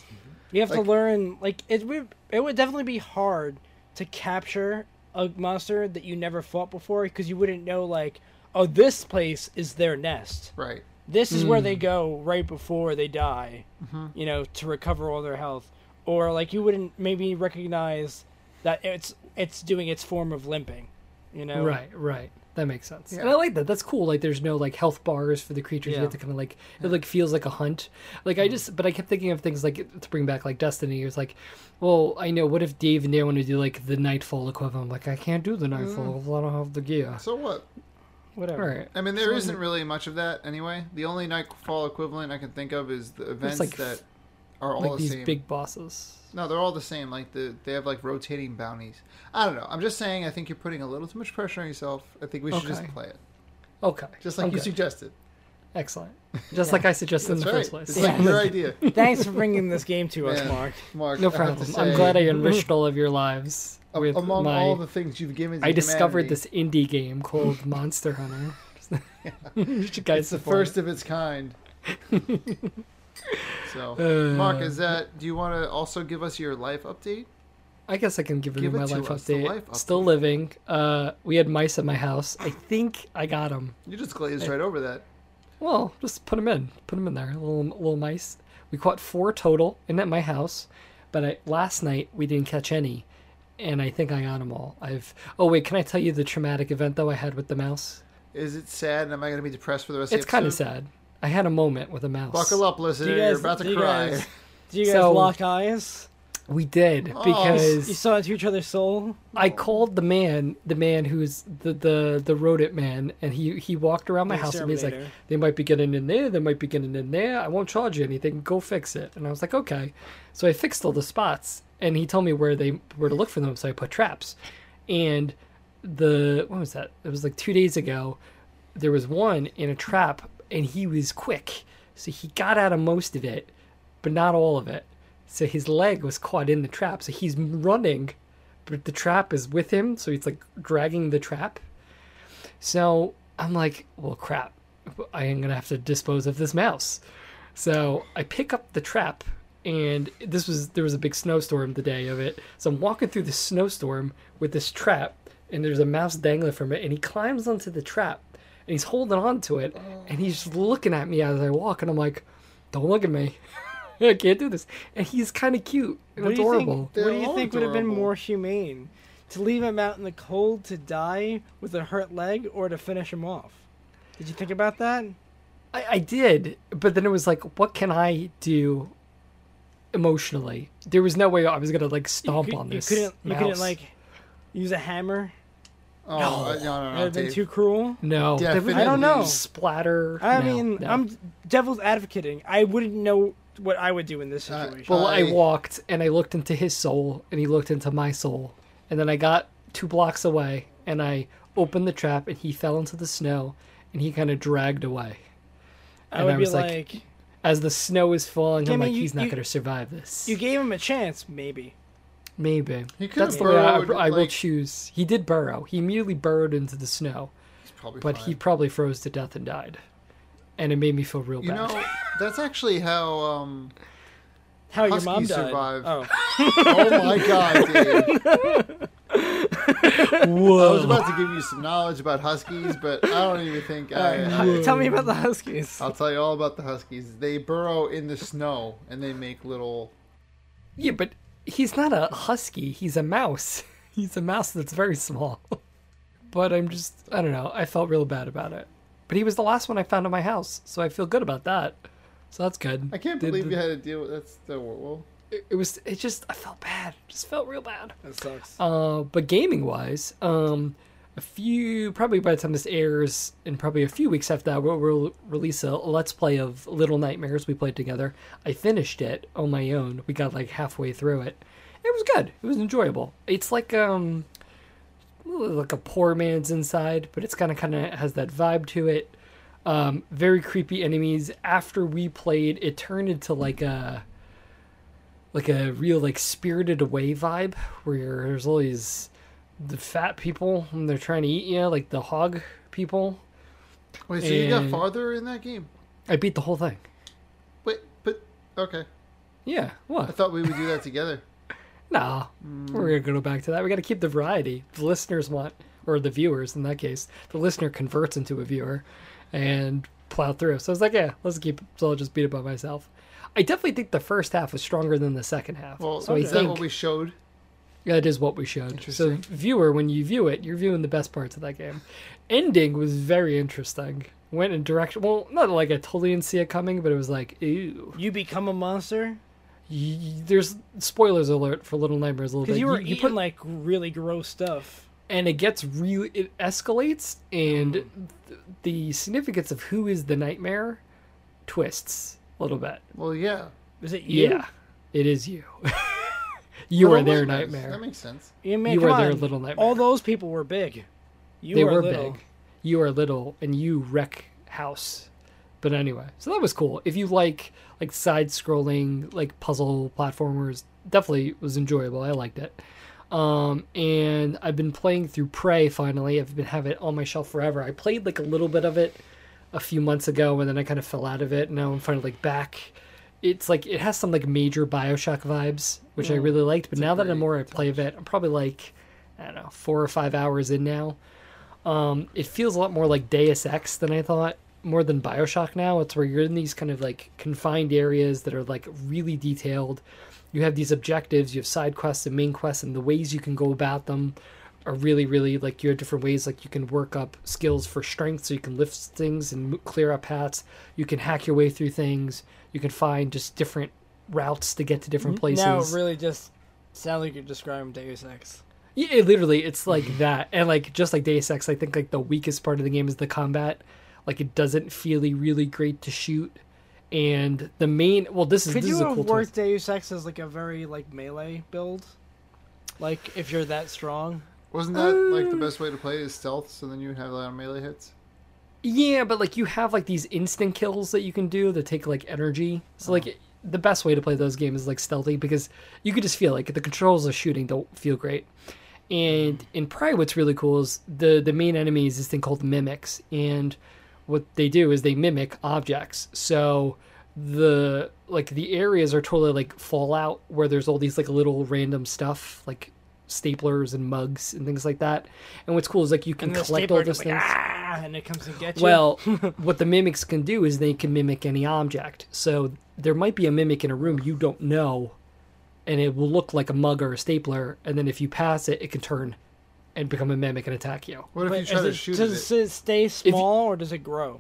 [SPEAKER 2] You have
[SPEAKER 3] Like-
[SPEAKER 2] to learn. Like it would, it would definitely be hard to capture a monster that you never fought before because you wouldn't know. Like, oh, this place is their nest.
[SPEAKER 3] Right.
[SPEAKER 2] This is where they
[SPEAKER 1] Hmm.
[SPEAKER 2] go right before they die.
[SPEAKER 1] Mm-hmm.
[SPEAKER 2] You know, to recover all their health, or like you wouldn't maybe recognize that it's it's doing its form of limping. You know,
[SPEAKER 1] Right, right. That makes sense. And
[SPEAKER 3] Yeah.
[SPEAKER 1] I like that. That's cool. Like there's no like health bars for the creatures. You
[SPEAKER 2] Yeah.
[SPEAKER 1] have to kind of like it like feels like a hunt. Like
[SPEAKER 3] Mm-hmm.
[SPEAKER 1] I just but I kept thinking of things like to bring back like Destiny. It was like, well, I know what if Dave and Dan want to do like the Nightfall equivalent. I'm like I can't do
[SPEAKER 3] Mm.
[SPEAKER 1] the Nightfall. if I don't have the gear.
[SPEAKER 3] So what?
[SPEAKER 2] Whatever.
[SPEAKER 1] All right. [LAUGHS]
[SPEAKER 3] I mean, there isn't really much of that anyway. The only Nightfall equivalent I can think of is the events
[SPEAKER 1] like f-
[SPEAKER 3] that are all
[SPEAKER 1] Like
[SPEAKER 3] the
[SPEAKER 1] these
[SPEAKER 3] same.
[SPEAKER 1] big bosses.
[SPEAKER 3] No, they're all the same. Like the they have like rotating bounties. I don't know. I'm just saying. I think you're putting a little too much pressure on yourself. I think we should
[SPEAKER 1] Okay.
[SPEAKER 3] just play it,
[SPEAKER 1] Okay.
[SPEAKER 3] just like
[SPEAKER 1] I'm
[SPEAKER 3] you
[SPEAKER 1] good.
[SPEAKER 3] suggested. [LAUGHS]
[SPEAKER 1] Excellent. Just like I suggested in
[SPEAKER 3] That's
[SPEAKER 1] the
[SPEAKER 3] right.
[SPEAKER 1] first place.
[SPEAKER 3] It's like your idea,
[SPEAKER 2] Thanks for bringing this game to us,
[SPEAKER 3] Man,
[SPEAKER 2] Mark.
[SPEAKER 1] [LAUGHS]
[SPEAKER 3] Mark.
[SPEAKER 1] no
[SPEAKER 3] I have
[SPEAKER 1] problem.
[SPEAKER 3] to
[SPEAKER 1] I'm
[SPEAKER 3] say, [LAUGHS]
[SPEAKER 1] glad I enriched all of your lives
[SPEAKER 3] a-
[SPEAKER 1] with
[SPEAKER 3] among
[SPEAKER 1] my.
[SPEAKER 3] all the things you've given. To
[SPEAKER 1] I discovered
[SPEAKER 3] humanity,
[SPEAKER 1] this indie game called [LAUGHS] Monster Hunter. [LAUGHS] you should guys
[SPEAKER 3] It's the
[SPEAKER 1] support it.
[SPEAKER 3] first of
[SPEAKER 1] [LAUGHS]
[SPEAKER 3] its kind. so,
[SPEAKER 1] Uh,
[SPEAKER 3] Mark, is that? Do you want to also give us your life update?
[SPEAKER 1] I guess I can give,
[SPEAKER 3] Give
[SPEAKER 1] you
[SPEAKER 3] it
[SPEAKER 1] my
[SPEAKER 3] to
[SPEAKER 1] life
[SPEAKER 3] us, the
[SPEAKER 1] update.
[SPEAKER 3] life
[SPEAKER 1] Still
[SPEAKER 3] update.
[SPEAKER 1] living. Uh, we had mice at my house. I think I got them.
[SPEAKER 3] You just glazed right over that.
[SPEAKER 1] Well, just put them in. Put them in there. Little little mice. We caught four total, and at my house. But I, last night we didn't catch any, and I think I got them all. I've. Oh wait, can I tell you the traumatic event though I had with the mouse?
[SPEAKER 3] Is it sad? And am I going to be depressed for the rest
[SPEAKER 1] It's
[SPEAKER 3] of the
[SPEAKER 1] kind of
[SPEAKER 3] episode?
[SPEAKER 1] sad. I had a moment with a mouse.
[SPEAKER 3] Buckle up, listener. You are about
[SPEAKER 2] do
[SPEAKER 3] to
[SPEAKER 2] you
[SPEAKER 3] cry.
[SPEAKER 2] guys- do you guys
[SPEAKER 1] So-
[SPEAKER 2] lock eyes?
[SPEAKER 1] We did
[SPEAKER 2] You
[SPEAKER 3] Oh,
[SPEAKER 1] because
[SPEAKER 2] saw into each other's soul.
[SPEAKER 1] I called the man, the man who's the the the rodent man, and he he walked around my
[SPEAKER 2] The
[SPEAKER 1] house and he's like,
[SPEAKER 2] exterminator.
[SPEAKER 1] they might be getting in there, they might be getting in there. I won't charge you anything. Go fix it. And I was like, okay. So I fixed all the spots, and he told me where they where to look for them. So I put traps, and the when was that? It was like two days ago. There was one in a trap, and he was quick, so he got out of most of it, but not all of it. So his leg was caught in the trap. So he's running, but the trap is with him. So he's like dragging the trap. So I'm like, well, crap. I am going to have to dispose of this mouse. So I pick up the trap, and this was there was a big snowstorm the day of it. So I'm walking through the snowstorm with this trap, and there's a mouse dangling from it, and he climbs onto the trap, and he's holding on to it, and he's just looking at me as I walk, and I'm like, don't look at me. [LAUGHS] I can't do this. And he's kind of cute and
[SPEAKER 2] What do you think?
[SPEAKER 1] adorable.
[SPEAKER 2] What
[SPEAKER 3] They're
[SPEAKER 2] do you
[SPEAKER 3] all
[SPEAKER 2] think would have been
[SPEAKER 3] adorable.
[SPEAKER 2] more humane, to leave him out in the cold to die with a hurt leg, or to finish him off? Did you think about that?
[SPEAKER 1] I, I did, but then it was like, what can I do emotionally? There was no way I was gonna like stomp
[SPEAKER 2] you, cou-
[SPEAKER 1] on
[SPEAKER 2] you
[SPEAKER 1] this.
[SPEAKER 2] couldn't. You couldn't
[SPEAKER 1] mouse.
[SPEAKER 2] like use a hammer.
[SPEAKER 3] Oh, no, no, no.
[SPEAKER 2] That would have been
[SPEAKER 3] Dave.
[SPEAKER 2] too cruel.
[SPEAKER 1] no. there was
[SPEAKER 3] Definitely. I
[SPEAKER 2] don't know.
[SPEAKER 1] Splatter.
[SPEAKER 2] I
[SPEAKER 1] no,
[SPEAKER 2] mean,
[SPEAKER 1] no.
[SPEAKER 2] I'm devil's advocating. I wouldn't know what I would do in this
[SPEAKER 3] Uh,
[SPEAKER 2] situation.
[SPEAKER 1] Well, I
[SPEAKER 3] I-
[SPEAKER 1] walked and I looked into his soul, and he looked into my soul, and then I got two blocks away, and I opened the trap, and he fell into the snow, and he kind of dragged away.
[SPEAKER 2] I
[SPEAKER 1] and
[SPEAKER 2] would
[SPEAKER 1] I
[SPEAKER 2] be
[SPEAKER 1] was like,
[SPEAKER 2] like,
[SPEAKER 1] As the snow is falling,
[SPEAKER 2] Yeah, I
[SPEAKER 1] I'm
[SPEAKER 2] mean,
[SPEAKER 1] like,
[SPEAKER 2] you-
[SPEAKER 1] he's not
[SPEAKER 2] you-
[SPEAKER 1] gonna survive this.
[SPEAKER 2] you gave him a chance, maybe.
[SPEAKER 1] Maybe.
[SPEAKER 3] He could
[SPEAKER 1] That's
[SPEAKER 3] have
[SPEAKER 1] the way I,
[SPEAKER 3] burrowed,
[SPEAKER 1] I will
[SPEAKER 3] like-
[SPEAKER 1] choose. He did burrow. He merely burrowed into the snow,
[SPEAKER 3] It's probably
[SPEAKER 1] but he
[SPEAKER 3] fine.
[SPEAKER 1] probably froze to death and died. And it made me feel real
[SPEAKER 3] [LAUGHS] You
[SPEAKER 1] bad.
[SPEAKER 3] know, that's actually how.
[SPEAKER 1] [LAUGHS]
[SPEAKER 3] Um...
[SPEAKER 2] How your
[SPEAKER 3] Husky
[SPEAKER 2] mom died.
[SPEAKER 3] survived.
[SPEAKER 2] Oh,
[SPEAKER 3] Oh my god, Dave! I
[SPEAKER 1] [LAUGHS]
[SPEAKER 3] was
[SPEAKER 1] Whoa.
[SPEAKER 3] about to give you some knowledge about huskies, but I don't even think I. I
[SPEAKER 2] Hu- tell me about the
[SPEAKER 3] [LAUGHS]
[SPEAKER 2] Huskies.
[SPEAKER 3] I'll tell you all about the huskies. They burrow in the snow and they make little.
[SPEAKER 1] yeah, but he's not a husky. He's a mouse. [LAUGHS] He's a mouse that's very small. [LAUGHS] but I'm just, I don't know. I felt real bad about it. But he was the last one I found in my house, so I feel good about that. So that's good.
[SPEAKER 3] I can't
[SPEAKER 1] Did-
[SPEAKER 3] believe you had to deal with that's the well.
[SPEAKER 1] It, it was. It just. I felt bad. Just felt real bad.
[SPEAKER 2] That sucks.
[SPEAKER 1] Uh, but gaming wise, um, a few probably by the time this airs, and probably a few weeks after that, we'll, we'll release a let's play of Little Nightmares we played together. I finished it on my own. We got like halfway through it. It was good. It was enjoyable. It's like um, like a poor man's inside, but it's kind of kind of has that vibe to it. Um, very creepy enemies. After we played, it turned into like a like a real like spirited away vibe where you're, there's all these the fat people and they're trying to eat you like the hog people
[SPEAKER 3] Wait, so you got
[SPEAKER 1] And-
[SPEAKER 3] farther in that game?
[SPEAKER 1] I beat the whole thing.
[SPEAKER 3] Wait, but okay.
[SPEAKER 1] Yeah.
[SPEAKER 3] I
[SPEAKER 1] What?
[SPEAKER 3] thought we would do that together.
[SPEAKER 1] Nah. We're gonna go back to that. We got to keep the variety. The listeners want, or the viewers in that case, the listener converts into a viewer, and plow through. So I was like, yeah, let's keep. So I'll just beat it by myself. I definitely think the first half was stronger than the second half.
[SPEAKER 3] Well,
[SPEAKER 1] so I
[SPEAKER 3] is that
[SPEAKER 1] think
[SPEAKER 3] what we showed?
[SPEAKER 1] That is what we showed. So,
[SPEAKER 3] Interesting.
[SPEAKER 1] viewer, when you view it, you're viewing the best parts of that game. Ending was very interesting. Went in direction. Well, not like I totally didn't see it coming, but it was like, ew.
[SPEAKER 2] You become a monster
[SPEAKER 1] Y- y- there's spoilers alert for Little Nightmares a little
[SPEAKER 2] because
[SPEAKER 1] bit.
[SPEAKER 2] you were
[SPEAKER 1] you
[SPEAKER 2] eating like really gross stuff.
[SPEAKER 1] and it gets really it escalates, and
[SPEAKER 2] Mm.
[SPEAKER 1] th- the significance of who is the nightmare twists a little bit.
[SPEAKER 3] Well, yeah.
[SPEAKER 2] Is it you?
[SPEAKER 1] Yeah, it is you. [LAUGHS] you are
[SPEAKER 3] Little
[SPEAKER 1] their
[SPEAKER 3] Nightmares.
[SPEAKER 1] nightmare.
[SPEAKER 3] That makes sense.
[SPEAKER 2] Yeah, man,
[SPEAKER 1] You
[SPEAKER 2] come
[SPEAKER 1] were their
[SPEAKER 2] on.
[SPEAKER 1] little nightmare.
[SPEAKER 2] All those people were big. You
[SPEAKER 1] they
[SPEAKER 2] are
[SPEAKER 1] were
[SPEAKER 2] little.
[SPEAKER 1] big. You are little, and you wreck house. But anyway, so that was cool. If you like like side scrolling, like puzzle platformers, definitely was enjoyable. I liked it. Um, and I've been playing through Prey finally. I've been having it on my shelf forever. I played like a little bit of it a few months ago, and then I kind of fell out of it. and Now I'm finally like back. It's like it has some like major Bioshock vibes, which I
[SPEAKER 2] Mm.
[SPEAKER 1] really liked. But now that I'm
[SPEAKER 3] great
[SPEAKER 1] more I play of it, I'm probably like I don't know four or five hours in now. Um, it feels a lot more like Deus Ex than I thought, more than Bioshock now. It's where you're in these kind of like confined areas that are like really detailed. You have these objectives, you have side quests and main quests, and the ways you can go about them are really, really like you have different ways. Like you can work up skills for strength, so you can lift things and mo- clear up paths. You can hack your way through things. You can find just different routes to get to different places.
[SPEAKER 2] Now it really just sounds like you're describing Deus Ex.
[SPEAKER 1] Yeah, it literally, it's like that, and like just like Deus Ex, I think like the weakest part of the game is the combat. Like it doesn't feel really great to shoot, and the main well, this is
[SPEAKER 2] Could
[SPEAKER 1] this
[SPEAKER 2] you
[SPEAKER 1] is a
[SPEAKER 2] have
[SPEAKER 1] cool twist.
[SPEAKER 2] worked Deus Ex as like a very like melee build? Like if you're that strong,
[SPEAKER 3] Wasn't that like the
[SPEAKER 1] Uh.
[SPEAKER 3] best way to play is stealth? So then you would have a lot of melee hits.
[SPEAKER 1] Yeah, but like you have like these instant kills that you can do that take like energy. So
[SPEAKER 2] Uh-huh.
[SPEAKER 1] like the best way to play those games is like stealthy because you could just feel like the controls of shooting don't feel great.
[SPEAKER 2] Mm.
[SPEAKER 1] And in Prey, what's really cool is the the main enemy is this thing called mimics, and what they do is they mimic objects. So the like the areas are totally like Fallout, where there's all these like little random stuff like staplers and mugs and things like that. And what's cool is like you can
[SPEAKER 2] and the
[SPEAKER 1] collect all
[SPEAKER 2] stapler
[SPEAKER 1] those
[SPEAKER 2] just like,
[SPEAKER 1] things.
[SPEAKER 2] ah, and it comes and gets you. [LAUGHS]
[SPEAKER 1] Well, what the mimics can do is they can mimic any object. So there might be a mimic in a room you don't know, and it will look like a mug or a stapler. And then if you pass it, it can turn and become a mimic and attack you.
[SPEAKER 3] What if
[SPEAKER 2] Wait,
[SPEAKER 3] you try
[SPEAKER 2] is
[SPEAKER 3] to
[SPEAKER 2] it-
[SPEAKER 3] shoot at
[SPEAKER 2] does
[SPEAKER 3] it?
[SPEAKER 2] it stay small or does it grow?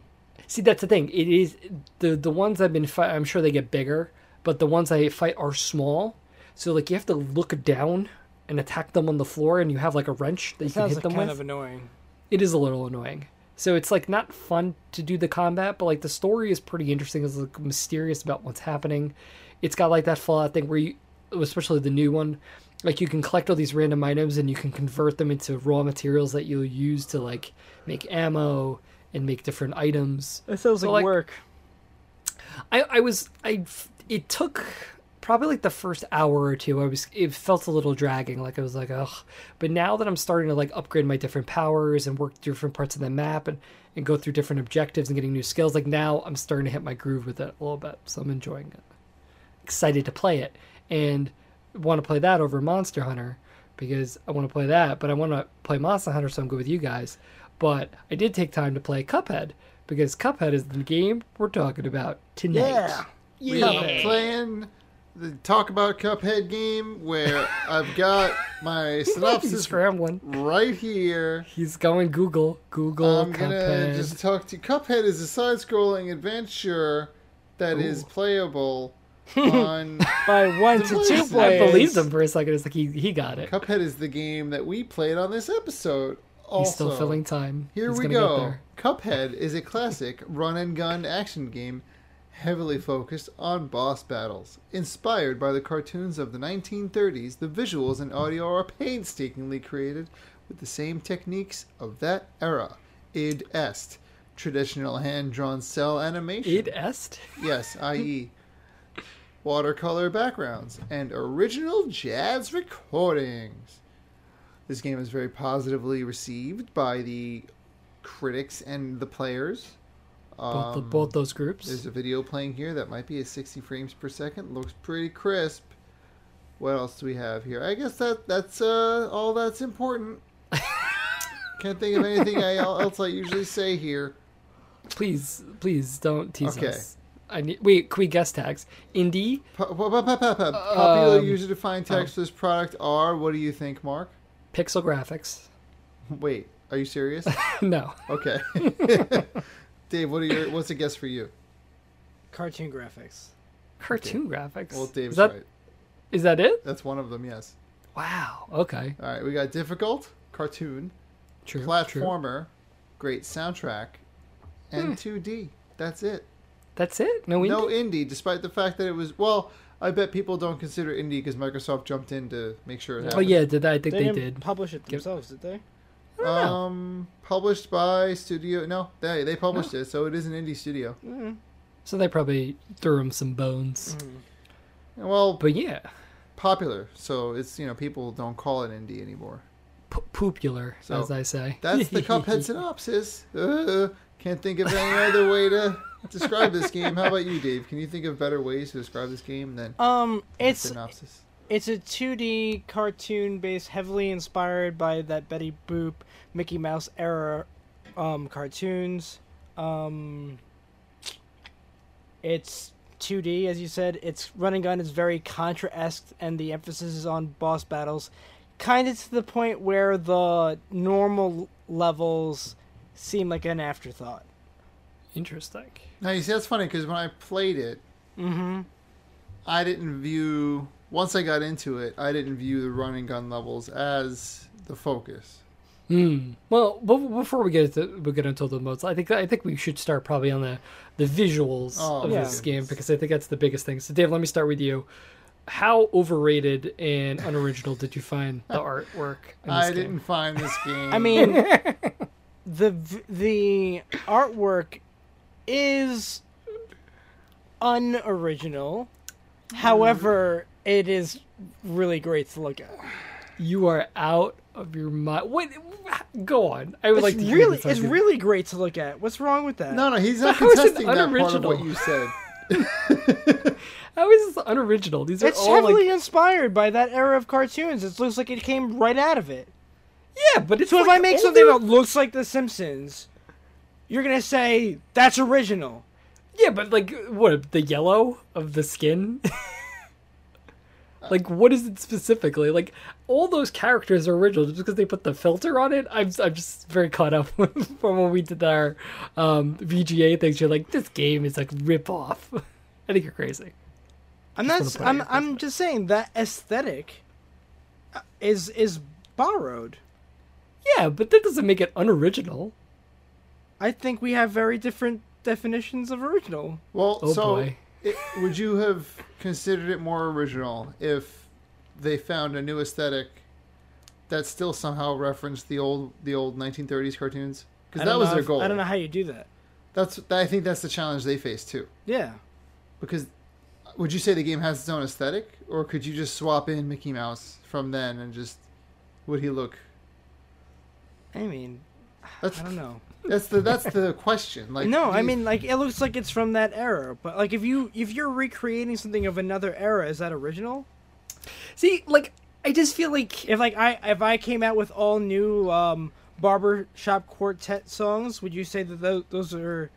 [SPEAKER 1] See, that's the thing. It is the the ones I've been fight. I'm sure they get bigger, but the ones I fight are small. So like you have to look down and attack them on the floor, and you have like a wrench that you can
[SPEAKER 2] Sounds
[SPEAKER 1] hit
[SPEAKER 2] like
[SPEAKER 1] them
[SPEAKER 2] kind
[SPEAKER 1] with.
[SPEAKER 2] of annoying.
[SPEAKER 1] it is a little annoying. So it's like not fun to do the combat, but like the story is pretty interesting. It's like mysterious about what's happening. It's got like that Fallout thing where you, especially the new one, like you can collect all these random items and you can convert them into raw materials that you'll use to like make ammo and make different items.
[SPEAKER 2] It sounds
[SPEAKER 1] So, like-
[SPEAKER 2] like, work.
[SPEAKER 1] I, I was I it took probably like the first hour or two I was it felt a little dragging like I was like ugh but now that I'm starting to like upgrade my different powers and work different parts of the map and and go through different objectives and getting new skills like now I'm starting to hit my groove with it a little bit so I'm enjoying it excited to play it and want to play that over Monster Hunter because I want to play that, but I want to play Monster Hunter, so I'm good with you guys. But I did take time to play Cuphead because Cuphead is the game we're talking about tonight.
[SPEAKER 2] Yeah.
[SPEAKER 3] We are playing the talk about Cuphead
[SPEAKER 1] [LAUGHS]
[SPEAKER 3] game where I've got my
[SPEAKER 1] He's
[SPEAKER 3] synopsis
[SPEAKER 1] scrambling.
[SPEAKER 3] right here.
[SPEAKER 1] He's going Google. Google
[SPEAKER 3] I'm
[SPEAKER 1] Cuphead.
[SPEAKER 3] gonna just talk to Cuphead is a side-scrolling adventure that
[SPEAKER 1] [LAUGHS]
[SPEAKER 3] is playable on.
[SPEAKER 2] By one to two
[SPEAKER 3] Devices.
[SPEAKER 2] players.
[SPEAKER 1] I believed him for a second. It's like he, he got it.
[SPEAKER 3] Cuphead is the game that we played on this episode. Also,
[SPEAKER 1] He's still filling time.
[SPEAKER 3] Here
[SPEAKER 1] He's
[SPEAKER 3] we
[SPEAKER 1] gonna Get
[SPEAKER 3] go.
[SPEAKER 1] there.
[SPEAKER 3] Cuphead is a classic run and gun action game heavily focused on boss battles. Inspired by the cartoons of the 1930s, the visuals and audio are painstakingly created with the same techniques of that era. Id est. Traditional hand drawn cell animation.
[SPEAKER 1] Id est.
[SPEAKER 3] Yes, i.e., watercolor backgrounds and original jazz recordings. This game is very positively received by the critics and the players. Um,
[SPEAKER 1] Both, the, both those groups.
[SPEAKER 3] There's a video playing here that might be at 60 frames per second. Looks pretty crisp. What else do we have here? I guess that that's uh, all
[SPEAKER 1] [LAUGHS]
[SPEAKER 3] that's important. Can't think of anything I, else I usually say here.
[SPEAKER 1] Please, please don't tease
[SPEAKER 3] Okay.
[SPEAKER 1] us. I need, wait, can we guess tags? Indie?
[SPEAKER 3] Po- po- po- po- po- po- Popular
[SPEAKER 1] Um,
[SPEAKER 3] user-defined tags for this product are. What do you think, Mark?
[SPEAKER 1] Pixel graphics? [LAUGHS]
[SPEAKER 3] Wait, are you serious?
[SPEAKER 1] no. [LAUGHS]
[SPEAKER 3] Okay. Dave, what are your what's a guess for you?
[SPEAKER 2] Cartoon graphics.
[SPEAKER 1] Cartoon graphics?
[SPEAKER 3] Well, Dave's
[SPEAKER 1] is that,
[SPEAKER 3] right.
[SPEAKER 1] is that it?
[SPEAKER 3] That's one of them. Yes.
[SPEAKER 1] Wow. Okay.
[SPEAKER 3] All right, we got difficult cartoon
[SPEAKER 1] True. True.
[SPEAKER 3] platformer, great soundtrack,
[SPEAKER 1] Hmm.
[SPEAKER 3] and 2D. That's it.
[SPEAKER 1] That's it? No indie?
[SPEAKER 3] No indie, despite the fact that it was well. I bet people don't consider indie because Microsoft jumped in to make sure it
[SPEAKER 1] oh,
[SPEAKER 3] happened.
[SPEAKER 1] yeah, did I think
[SPEAKER 2] They,
[SPEAKER 1] they
[SPEAKER 2] didn't
[SPEAKER 1] did.
[SPEAKER 2] publish it themselves, did they?
[SPEAKER 1] I don't know.
[SPEAKER 3] Um, published by studio. No, they they published it, so it is an indie studio.
[SPEAKER 1] Mm-hmm. So they probably threw him some bones.
[SPEAKER 3] Mm. Well,
[SPEAKER 1] But yeah,
[SPEAKER 3] popular, so it's you know people don't call it indie anymore.
[SPEAKER 1] p- popular,
[SPEAKER 3] So,
[SPEAKER 1] as I say.
[SPEAKER 3] That's
[SPEAKER 1] [LAUGHS]
[SPEAKER 3] the Cuphead synopsis. Uh, can't think of any other way to describe this game. How about you, Dave? Can you think of better ways to describe this game than
[SPEAKER 2] Um, it's
[SPEAKER 3] synopsis?
[SPEAKER 2] it's a 2D cartoon based, heavily inspired by that Betty Boop, Mickey Mouse era um, cartoons. Um, it's 2D, as you said. Its run and gun is very Contra esque, and the emphasis is on boss battles. Kind of to the point where the normal levels seem like an afterthought.
[SPEAKER 1] Interesting.
[SPEAKER 3] Now you see, that's funny because when I played it,
[SPEAKER 1] Mm-hmm.
[SPEAKER 2] Mm
[SPEAKER 3] I didn't view. Once I got into it, I didn't view the run and gun levels as the focus.
[SPEAKER 1] Hmm. Well, b- before we get to, we get into the modes, I think I think we should start probably on the the visuals
[SPEAKER 3] Oh,
[SPEAKER 1] of
[SPEAKER 2] yeah.
[SPEAKER 1] this game because I think that's the biggest thing. So, Dave, let me start with you. How overrated and unoriginal did you find
[SPEAKER 2] [LAUGHS]
[SPEAKER 1] the artwork? In this
[SPEAKER 3] I
[SPEAKER 1] game?
[SPEAKER 3] didn't
[SPEAKER 1] [LAUGHS]
[SPEAKER 3] find this game.
[SPEAKER 2] I mean, the v- the artwork is unoriginal. However, it is really great to look at.
[SPEAKER 1] You are out of your mind. What? Go on. I would
[SPEAKER 2] It's
[SPEAKER 1] like to hear
[SPEAKER 2] really
[SPEAKER 1] this
[SPEAKER 2] it's
[SPEAKER 1] argument.
[SPEAKER 2] really great to look at. What's wrong with that?
[SPEAKER 3] no, no, he's not
[SPEAKER 1] How is it
[SPEAKER 3] contesting that part of what
[SPEAKER 1] unoriginal?
[SPEAKER 3] you said.
[SPEAKER 1] How is this unoriginal? These are
[SPEAKER 2] it's
[SPEAKER 1] all like
[SPEAKER 2] heavily inspired by that era of cartoons. It looks like it came right out of it.
[SPEAKER 1] yeah, but it's
[SPEAKER 2] So if
[SPEAKER 1] like
[SPEAKER 2] I make something
[SPEAKER 1] older-
[SPEAKER 2] that looks like The Simpsons, you're gonna say that's original.
[SPEAKER 1] Yeah, but like what the yellow of the
[SPEAKER 3] [LAUGHS]
[SPEAKER 1] skin? like what is it specifically? Like all those characters are original just because they put the filter on it. I'm I'm just very caught up [LAUGHS] from when we did our um, VGA things. You're like this game is like rip off. [LAUGHS] I think you're crazy.
[SPEAKER 2] I'm not.
[SPEAKER 1] wanna
[SPEAKER 2] s-
[SPEAKER 1] put it
[SPEAKER 2] I'm.
[SPEAKER 1] out there.
[SPEAKER 2] I'm just saying that aesthetic uh, is is borrowed.
[SPEAKER 1] Yeah, but that doesn't make it unoriginal.
[SPEAKER 2] I think we have very different definitions of original.
[SPEAKER 3] [LAUGHS] Well,
[SPEAKER 1] Oh,
[SPEAKER 3] so
[SPEAKER 1] boy.
[SPEAKER 3] it, would you have considered it more original if they found a new aesthetic that still somehow referenced the old the old 1930s cartoons?
[SPEAKER 2] I
[SPEAKER 3] Because that
[SPEAKER 2] don't
[SPEAKER 3] was
[SPEAKER 2] know
[SPEAKER 3] their
[SPEAKER 2] if-
[SPEAKER 3] goal.
[SPEAKER 2] I don't know how you do that.
[SPEAKER 3] That's I think that's the challenge they face too.
[SPEAKER 2] Yeah.
[SPEAKER 3] Because would you say the game has its own aesthetic, or could you just swap in Mickey Mouse from then and just would he look?
[SPEAKER 2] I mean,
[SPEAKER 3] That's
[SPEAKER 2] I don't know.
[SPEAKER 3] that's the that's
[SPEAKER 2] [LAUGHS]
[SPEAKER 3] the question. Like
[SPEAKER 2] No,
[SPEAKER 3] do
[SPEAKER 2] I
[SPEAKER 3] you-
[SPEAKER 2] mean, like it looks like it's from that era. But like, if you if you're recreating something of another era, is that original?
[SPEAKER 1] See, like I just feel like
[SPEAKER 2] If like I if I came out with all new um barbershop quartet songs, would you say that those, those are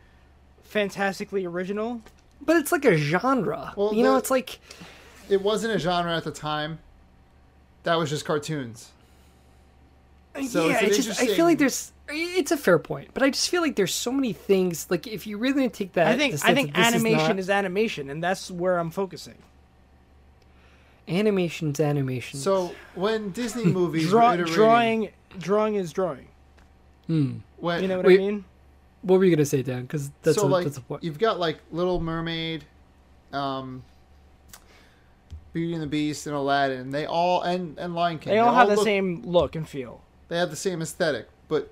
[SPEAKER 2] fantastically original?
[SPEAKER 1] but it's like a genre.
[SPEAKER 3] Well,
[SPEAKER 1] you know,
[SPEAKER 3] the-
[SPEAKER 1] it's like
[SPEAKER 3] it wasn't a genre at the time. That was just cartoons. So
[SPEAKER 1] yeah,
[SPEAKER 3] it's an
[SPEAKER 1] it's just I feel
[SPEAKER 3] interesting-
[SPEAKER 1] like there's it's a fair point, but I just feel like there's so many things like if you really take that
[SPEAKER 2] I think
[SPEAKER 1] the
[SPEAKER 2] I
[SPEAKER 1] sense
[SPEAKER 2] think
[SPEAKER 1] that this
[SPEAKER 2] animation is,
[SPEAKER 1] not-
[SPEAKER 2] animation, and that's where I'm focusing.
[SPEAKER 1] animation's animation.
[SPEAKER 3] So when Disney movies
[SPEAKER 2] [LAUGHS]
[SPEAKER 3] were
[SPEAKER 2] Draw,
[SPEAKER 3] iterating-
[SPEAKER 2] drawing, drawing is drawing.
[SPEAKER 3] when,
[SPEAKER 2] You know what
[SPEAKER 1] Wait,
[SPEAKER 2] I mean?
[SPEAKER 1] Hmm. what were you gonna say, Dan? Because that's,
[SPEAKER 3] so
[SPEAKER 1] a-
[SPEAKER 3] like
[SPEAKER 1] that's a point.
[SPEAKER 3] you've got like Little Mermaid, um, Beauty and the Beast, and Aladdin. They all and and Lion King.
[SPEAKER 2] They all have the
[SPEAKER 3] look-
[SPEAKER 2] same look and feel.
[SPEAKER 3] They have the same aesthetic, but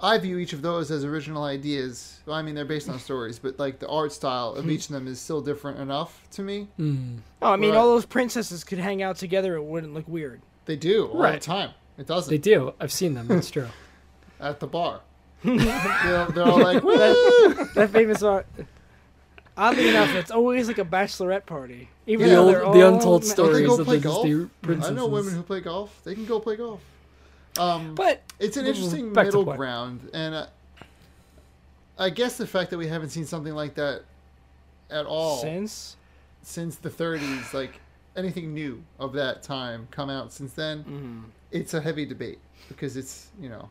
[SPEAKER 3] I view each of those as original ideas. Well, I mean, they're based on stories, but like the art style of each of them is still different enough to me.
[SPEAKER 2] Mm. No, Oh, I mean
[SPEAKER 3] Right.
[SPEAKER 2] all those princesses could hang out together; it wouldn't look weird.
[SPEAKER 3] They do all
[SPEAKER 1] Right.
[SPEAKER 3] the time. It
[SPEAKER 1] They
[SPEAKER 3] doesn't [LAUGHS]
[SPEAKER 1] do. I've seen them. That's true.
[SPEAKER 2] [LAUGHS]
[SPEAKER 3] at the bar. they're, they're all like, "Woo!"
[SPEAKER 2] That famous song. Oddly enough, it's always like a bachelorette party. Even
[SPEAKER 1] the,
[SPEAKER 2] though
[SPEAKER 1] old,
[SPEAKER 2] they're
[SPEAKER 1] the
[SPEAKER 2] all
[SPEAKER 1] untold
[SPEAKER 2] ma-
[SPEAKER 3] Don't they
[SPEAKER 1] stories
[SPEAKER 3] go
[SPEAKER 1] of
[SPEAKER 3] play
[SPEAKER 1] the
[SPEAKER 3] golf?
[SPEAKER 1] Disney
[SPEAKER 3] I
[SPEAKER 1] princesses.
[SPEAKER 3] know women who play golf. They can go play golf. Um,
[SPEAKER 2] But mm,
[SPEAKER 3] it's an interesting
[SPEAKER 2] back to
[SPEAKER 3] middle
[SPEAKER 2] play.
[SPEAKER 3] ground, and uh, I guess the fact that we haven't seen something like that at all
[SPEAKER 2] since
[SPEAKER 3] since the 30s, like anything new of that time come out since then,
[SPEAKER 2] Mm-hmm.
[SPEAKER 3] it's a heavy debate because it's you know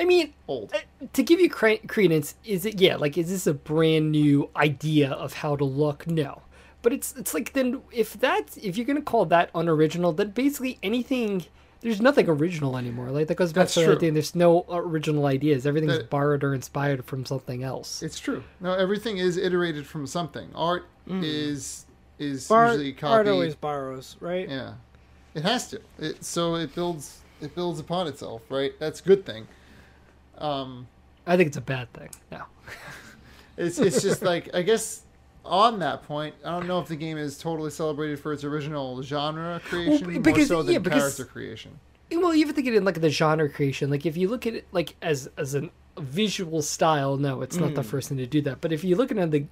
[SPEAKER 1] I mean,
[SPEAKER 3] old.
[SPEAKER 1] uh, to give you cre- credence, is it yeah? Like, is this a brand new idea of how to look? No, but it's it's like then if that's if you're gonna call that unoriginal, then basically anything. There's nothing original anymore. Like that goes back
[SPEAKER 3] That's
[SPEAKER 1] to the
[SPEAKER 3] true.
[SPEAKER 1] idea. There's no original ideas. Everything's
[SPEAKER 3] That-
[SPEAKER 1] borrowed or inspired from something else.
[SPEAKER 3] It's true. No, everything is iterated from something. Art is is
[SPEAKER 2] Bar-
[SPEAKER 3] usually
[SPEAKER 2] Mm. Art
[SPEAKER 3] copied.
[SPEAKER 2] always borrows, right?
[SPEAKER 3] Yeah, it has to. It, so it builds it builds upon itself, right? That's a good thing. Um,
[SPEAKER 1] I think it's a bad thing. No.
[SPEAKER 3] it's
[SPEAKER 2] [LAUGHS]
[SPEAKER 3] it's just like I guess on that point, I don't know if the game is totally celebrated for its original genre creation
[SPEAKER 1] because-
[SPEAKER 3] more so than
[SPEAKER 1] yeah, because-
[SPEAKER 3] character creation.
[SPEAKER 1] Eh, Well, even thinking in like the genre creation, like if you look at it like as as an a visual style, no, it's not the
[SPEAKER 2] Mm.
[SPEAKER 1] first thing to do that. But if you look at it in the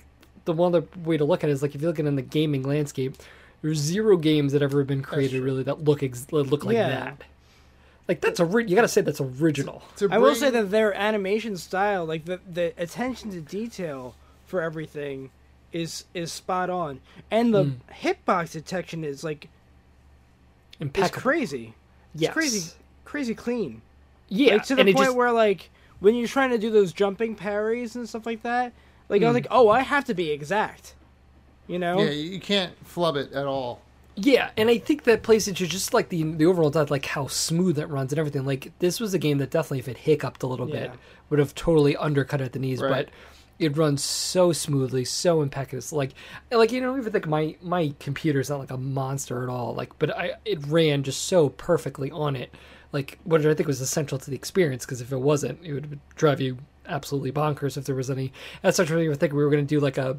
[SPEAKER 1] the one other way to look at it is like if you look at it in the gaming landscape, there's zero games that ever have been created
[SPEAKER 3] true.
[SPEAKER 1] really that look ex- that look like
[SPEAKER 2] Yeah.
[SPEAKER 1] that. Like that's a you gotta say that's original.
[SPEAKER 3] To
[SPEAKER 2] I will
[SPEAKER 3] bring-
[SPEAKER 2] say that their animation style, like the the attention to detail for everything, is is spot on, and the
[SPEAKER 1] Mm.
[SPEAKER 2] hitbox detection is like is
[SPEAKER 1] Impeccable.
[SPEAKER 2] crazy.
[SPEAKER 1] Yes.
[SPEAKER 2] It's crazy, crazy clean.
[SPEAKER 1] Yeah,
[SPEAKER 2] Like to the
[SPEAKER 1] and it
[SPEAKER 2] point
[SPEAKER 1] just-
[SPEAKER 2] where like when you're trying to do those jumping parries and stuff like that, like I was
[SPEAKER 1] Hmm.
[SPEAKER 2] like, oh, I have to be exact. You know?
[SPEAKER 3] yeah, you you can't flub it at all.
[SPEAKER 1] Yeah, and I think that plays into just like the the overall depth, like how smooth it runs and everything. Like this was a game that definitely, if it hiccuped a little bit,
[SPEAKER 2] Yeah.
[SPEAKER 1] would have totally undercut at the knees.
[SPEAKER 3] Right.
[SPEAKER 1] But it runs so smoothly, so impeccable. It's Like, and, like you know, even like my my computer's not like a monster at all. Like, but I it ran just so perfectly on it. Like, what I think was essential to the experience, because if it wasn't, it would drive you absolutely bonkers if there was any. That's such a thing. I think we were going to do like a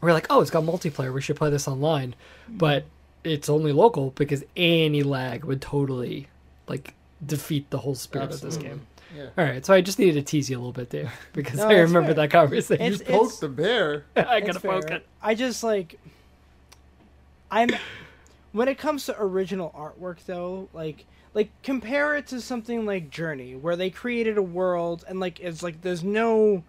[SPEAKER 1] we're like, oh, it's got multiplayer. We should play this online, but it's only local because any lag would totally like defeat the whole spirit of
[SPEAKER 3] Absolutely.
[SPEAKER 1] this game.
[SPEAKER 3] Yeah.
[SPEAKER 1] All right, so I just needed to tease you a little bit there [LAUGHS] because
[SPEAKER 2] No,
[SPEAKER 1] I
[SPEAKER 2] that's
[SPEAKER 1] remember
[SPEAKER 2] fair.
[SPEAKER 1] that conversation.
[SPEAKER 2] It's-
[SPEAKER 3] Poke the bear.
[SPEAKER 1] [LAUGHS] I
[SPEAKER 2] It's
[SPEAKER 1] gotta poke
[SPEAKER 2] fair.
[SPEAKER 1] it.
[SPEAKER 2] I just like I'm when it comes to original artwork though, like like compare it to something like Journey where they created a world and like it's like there's no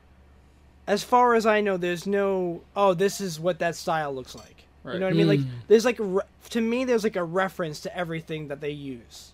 [SPEAKER 2] as far as I know there's no oh this is what that style looks like. You
[SPEAKER 3] Right.
[SPEAKER 2] know what I mean? Like there's like re- to me there's like a reference to everything that they use.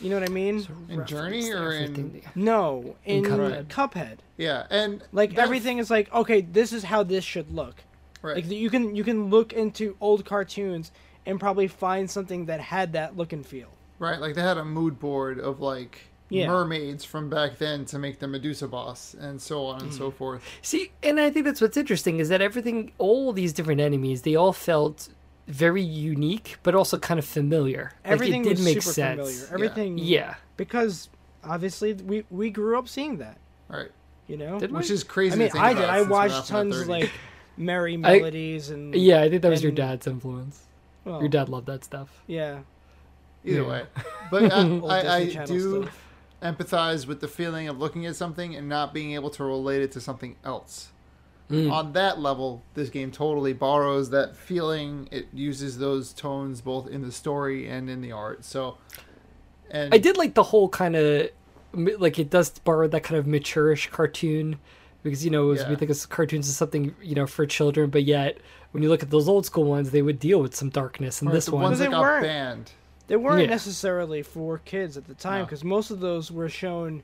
[SPEAKER 2] You know what I mean?
[SPEAKER 3] In Journey or in
[SPEAKER 1] Everything-
[SPEAKER 2] No, in,
[SPEAKER 1] Cuphead.
[SPEAKER 2] Cuphead.
[SPEAKER 3] yeah, and
[SPEAKER 2] Like
[SPEAKER 3] that-
[SPEAKER 2] everything is like okay, this is how this should look.
[SPEAKER 3] Right.
[SPEAKER 2] Like you can you can look into old cartoons and probably find something that had that look and feel.
[SPEAKER 3] Right, like they had a mood board of like
[SPEAKER 2] Yeah.
[SPEAKER 3] mermaids from back then to make the Medusa boss and so on and
[SPEAKER 2] Mm.
[SPEAKER 3] so forth.
[SPEAKER 1] See, and I think that's what's interesting is that everything, all these different enemies, they all felt very unique, but also kind of familiar.
[SPEAKER 2] Everything
[SPEAKER 1] like, it did
[SPEAKER 2] was
[SPEAKER 1] make
[SPEAKER 2] super
[SPEAKER 1] sense.
[SPEAKER 2] familiar. Everything
[SPEAKER 1] Yeah.
[SPEAKER 2] because obviously we we grew up seeing that,
[SPEAKER 3] Right.
[SPEAKER 2] you know?
[SPEAKER 1] Did we?
[SPEAKER 3] Which is crazy.
[SPEAKER 2] I
[SPEAKER 3] to
[SPEAKER 2] mean,
[SPEAKER 3] think
[SPEAKER 2] I did.
[SPEAKER 3] about
[SPEAKER 2] I
[SPEAKER 3] since we're
[SPEAKER 2] watched
[SPEAKER 3] not from the
[SPEAKER 2] tons of
[SPEAKER 3] 30s.
[SPEAKER 2] like merry
[SPEAKER 1] I-
[SPEAKER 2] melodies and
[SPEAKER 1] Yeah, I think that was your
[SPEAKER 2] and- Oh.
[SPEAKER 1] dad's influence.
[SPEAKER 2] well,
[SPEAKER 1] Your dad loved that stuff.
[SPEAKER 2] Yeah.
[SPEAKER 3] [LAUGHS] either
[SPEAKER 1] yeah.
[SPEAKER 2] [LAUGHS]
[SPEAKER 3] way. But I,
[SPEAKER 2] Old
[SPEAKER 3] I, I
[SPEAKER 2] Disney Channel
[SPEAKER 3] do
[SPEAKER 2] stuff.
[SPEAKER 3] empathize with the feeling of looking at something and not being able to relate it to something else.
[SPEAKER 2] Hmm.
[SPEAKER 3] On that level, this game totally borrows that feeling. It uses those tones both in the story and in the art. So, and
[SPEAKER 1] I did like the whole kind of like it does borrow that kind of maturish cartoon because you know as we
[SPEAKER 3] Yeah.
[SPEAKER 1] think of cartoons as something you know for children, but yet when you look at those old school ones, they would deal with some darkness. And
[SPEAKER 3] or
[SPEAKER 1] this
[SPEAKER 3] the
[SPEAKER 1] one,
[SPEAKER 3] ones that
[SPEAKER 2] They
[SPEAKER 3] got
[SPEAKER 2] weren't.
[SPEAKER 3] banned.
[SPEAKER 2] They weren't
[SPEAKER 1] Yeah.
[SPEAKER 2] necessarily for kids at the time
[SPEAKER 3] No.
[SPEAKER 2] because most of those were shown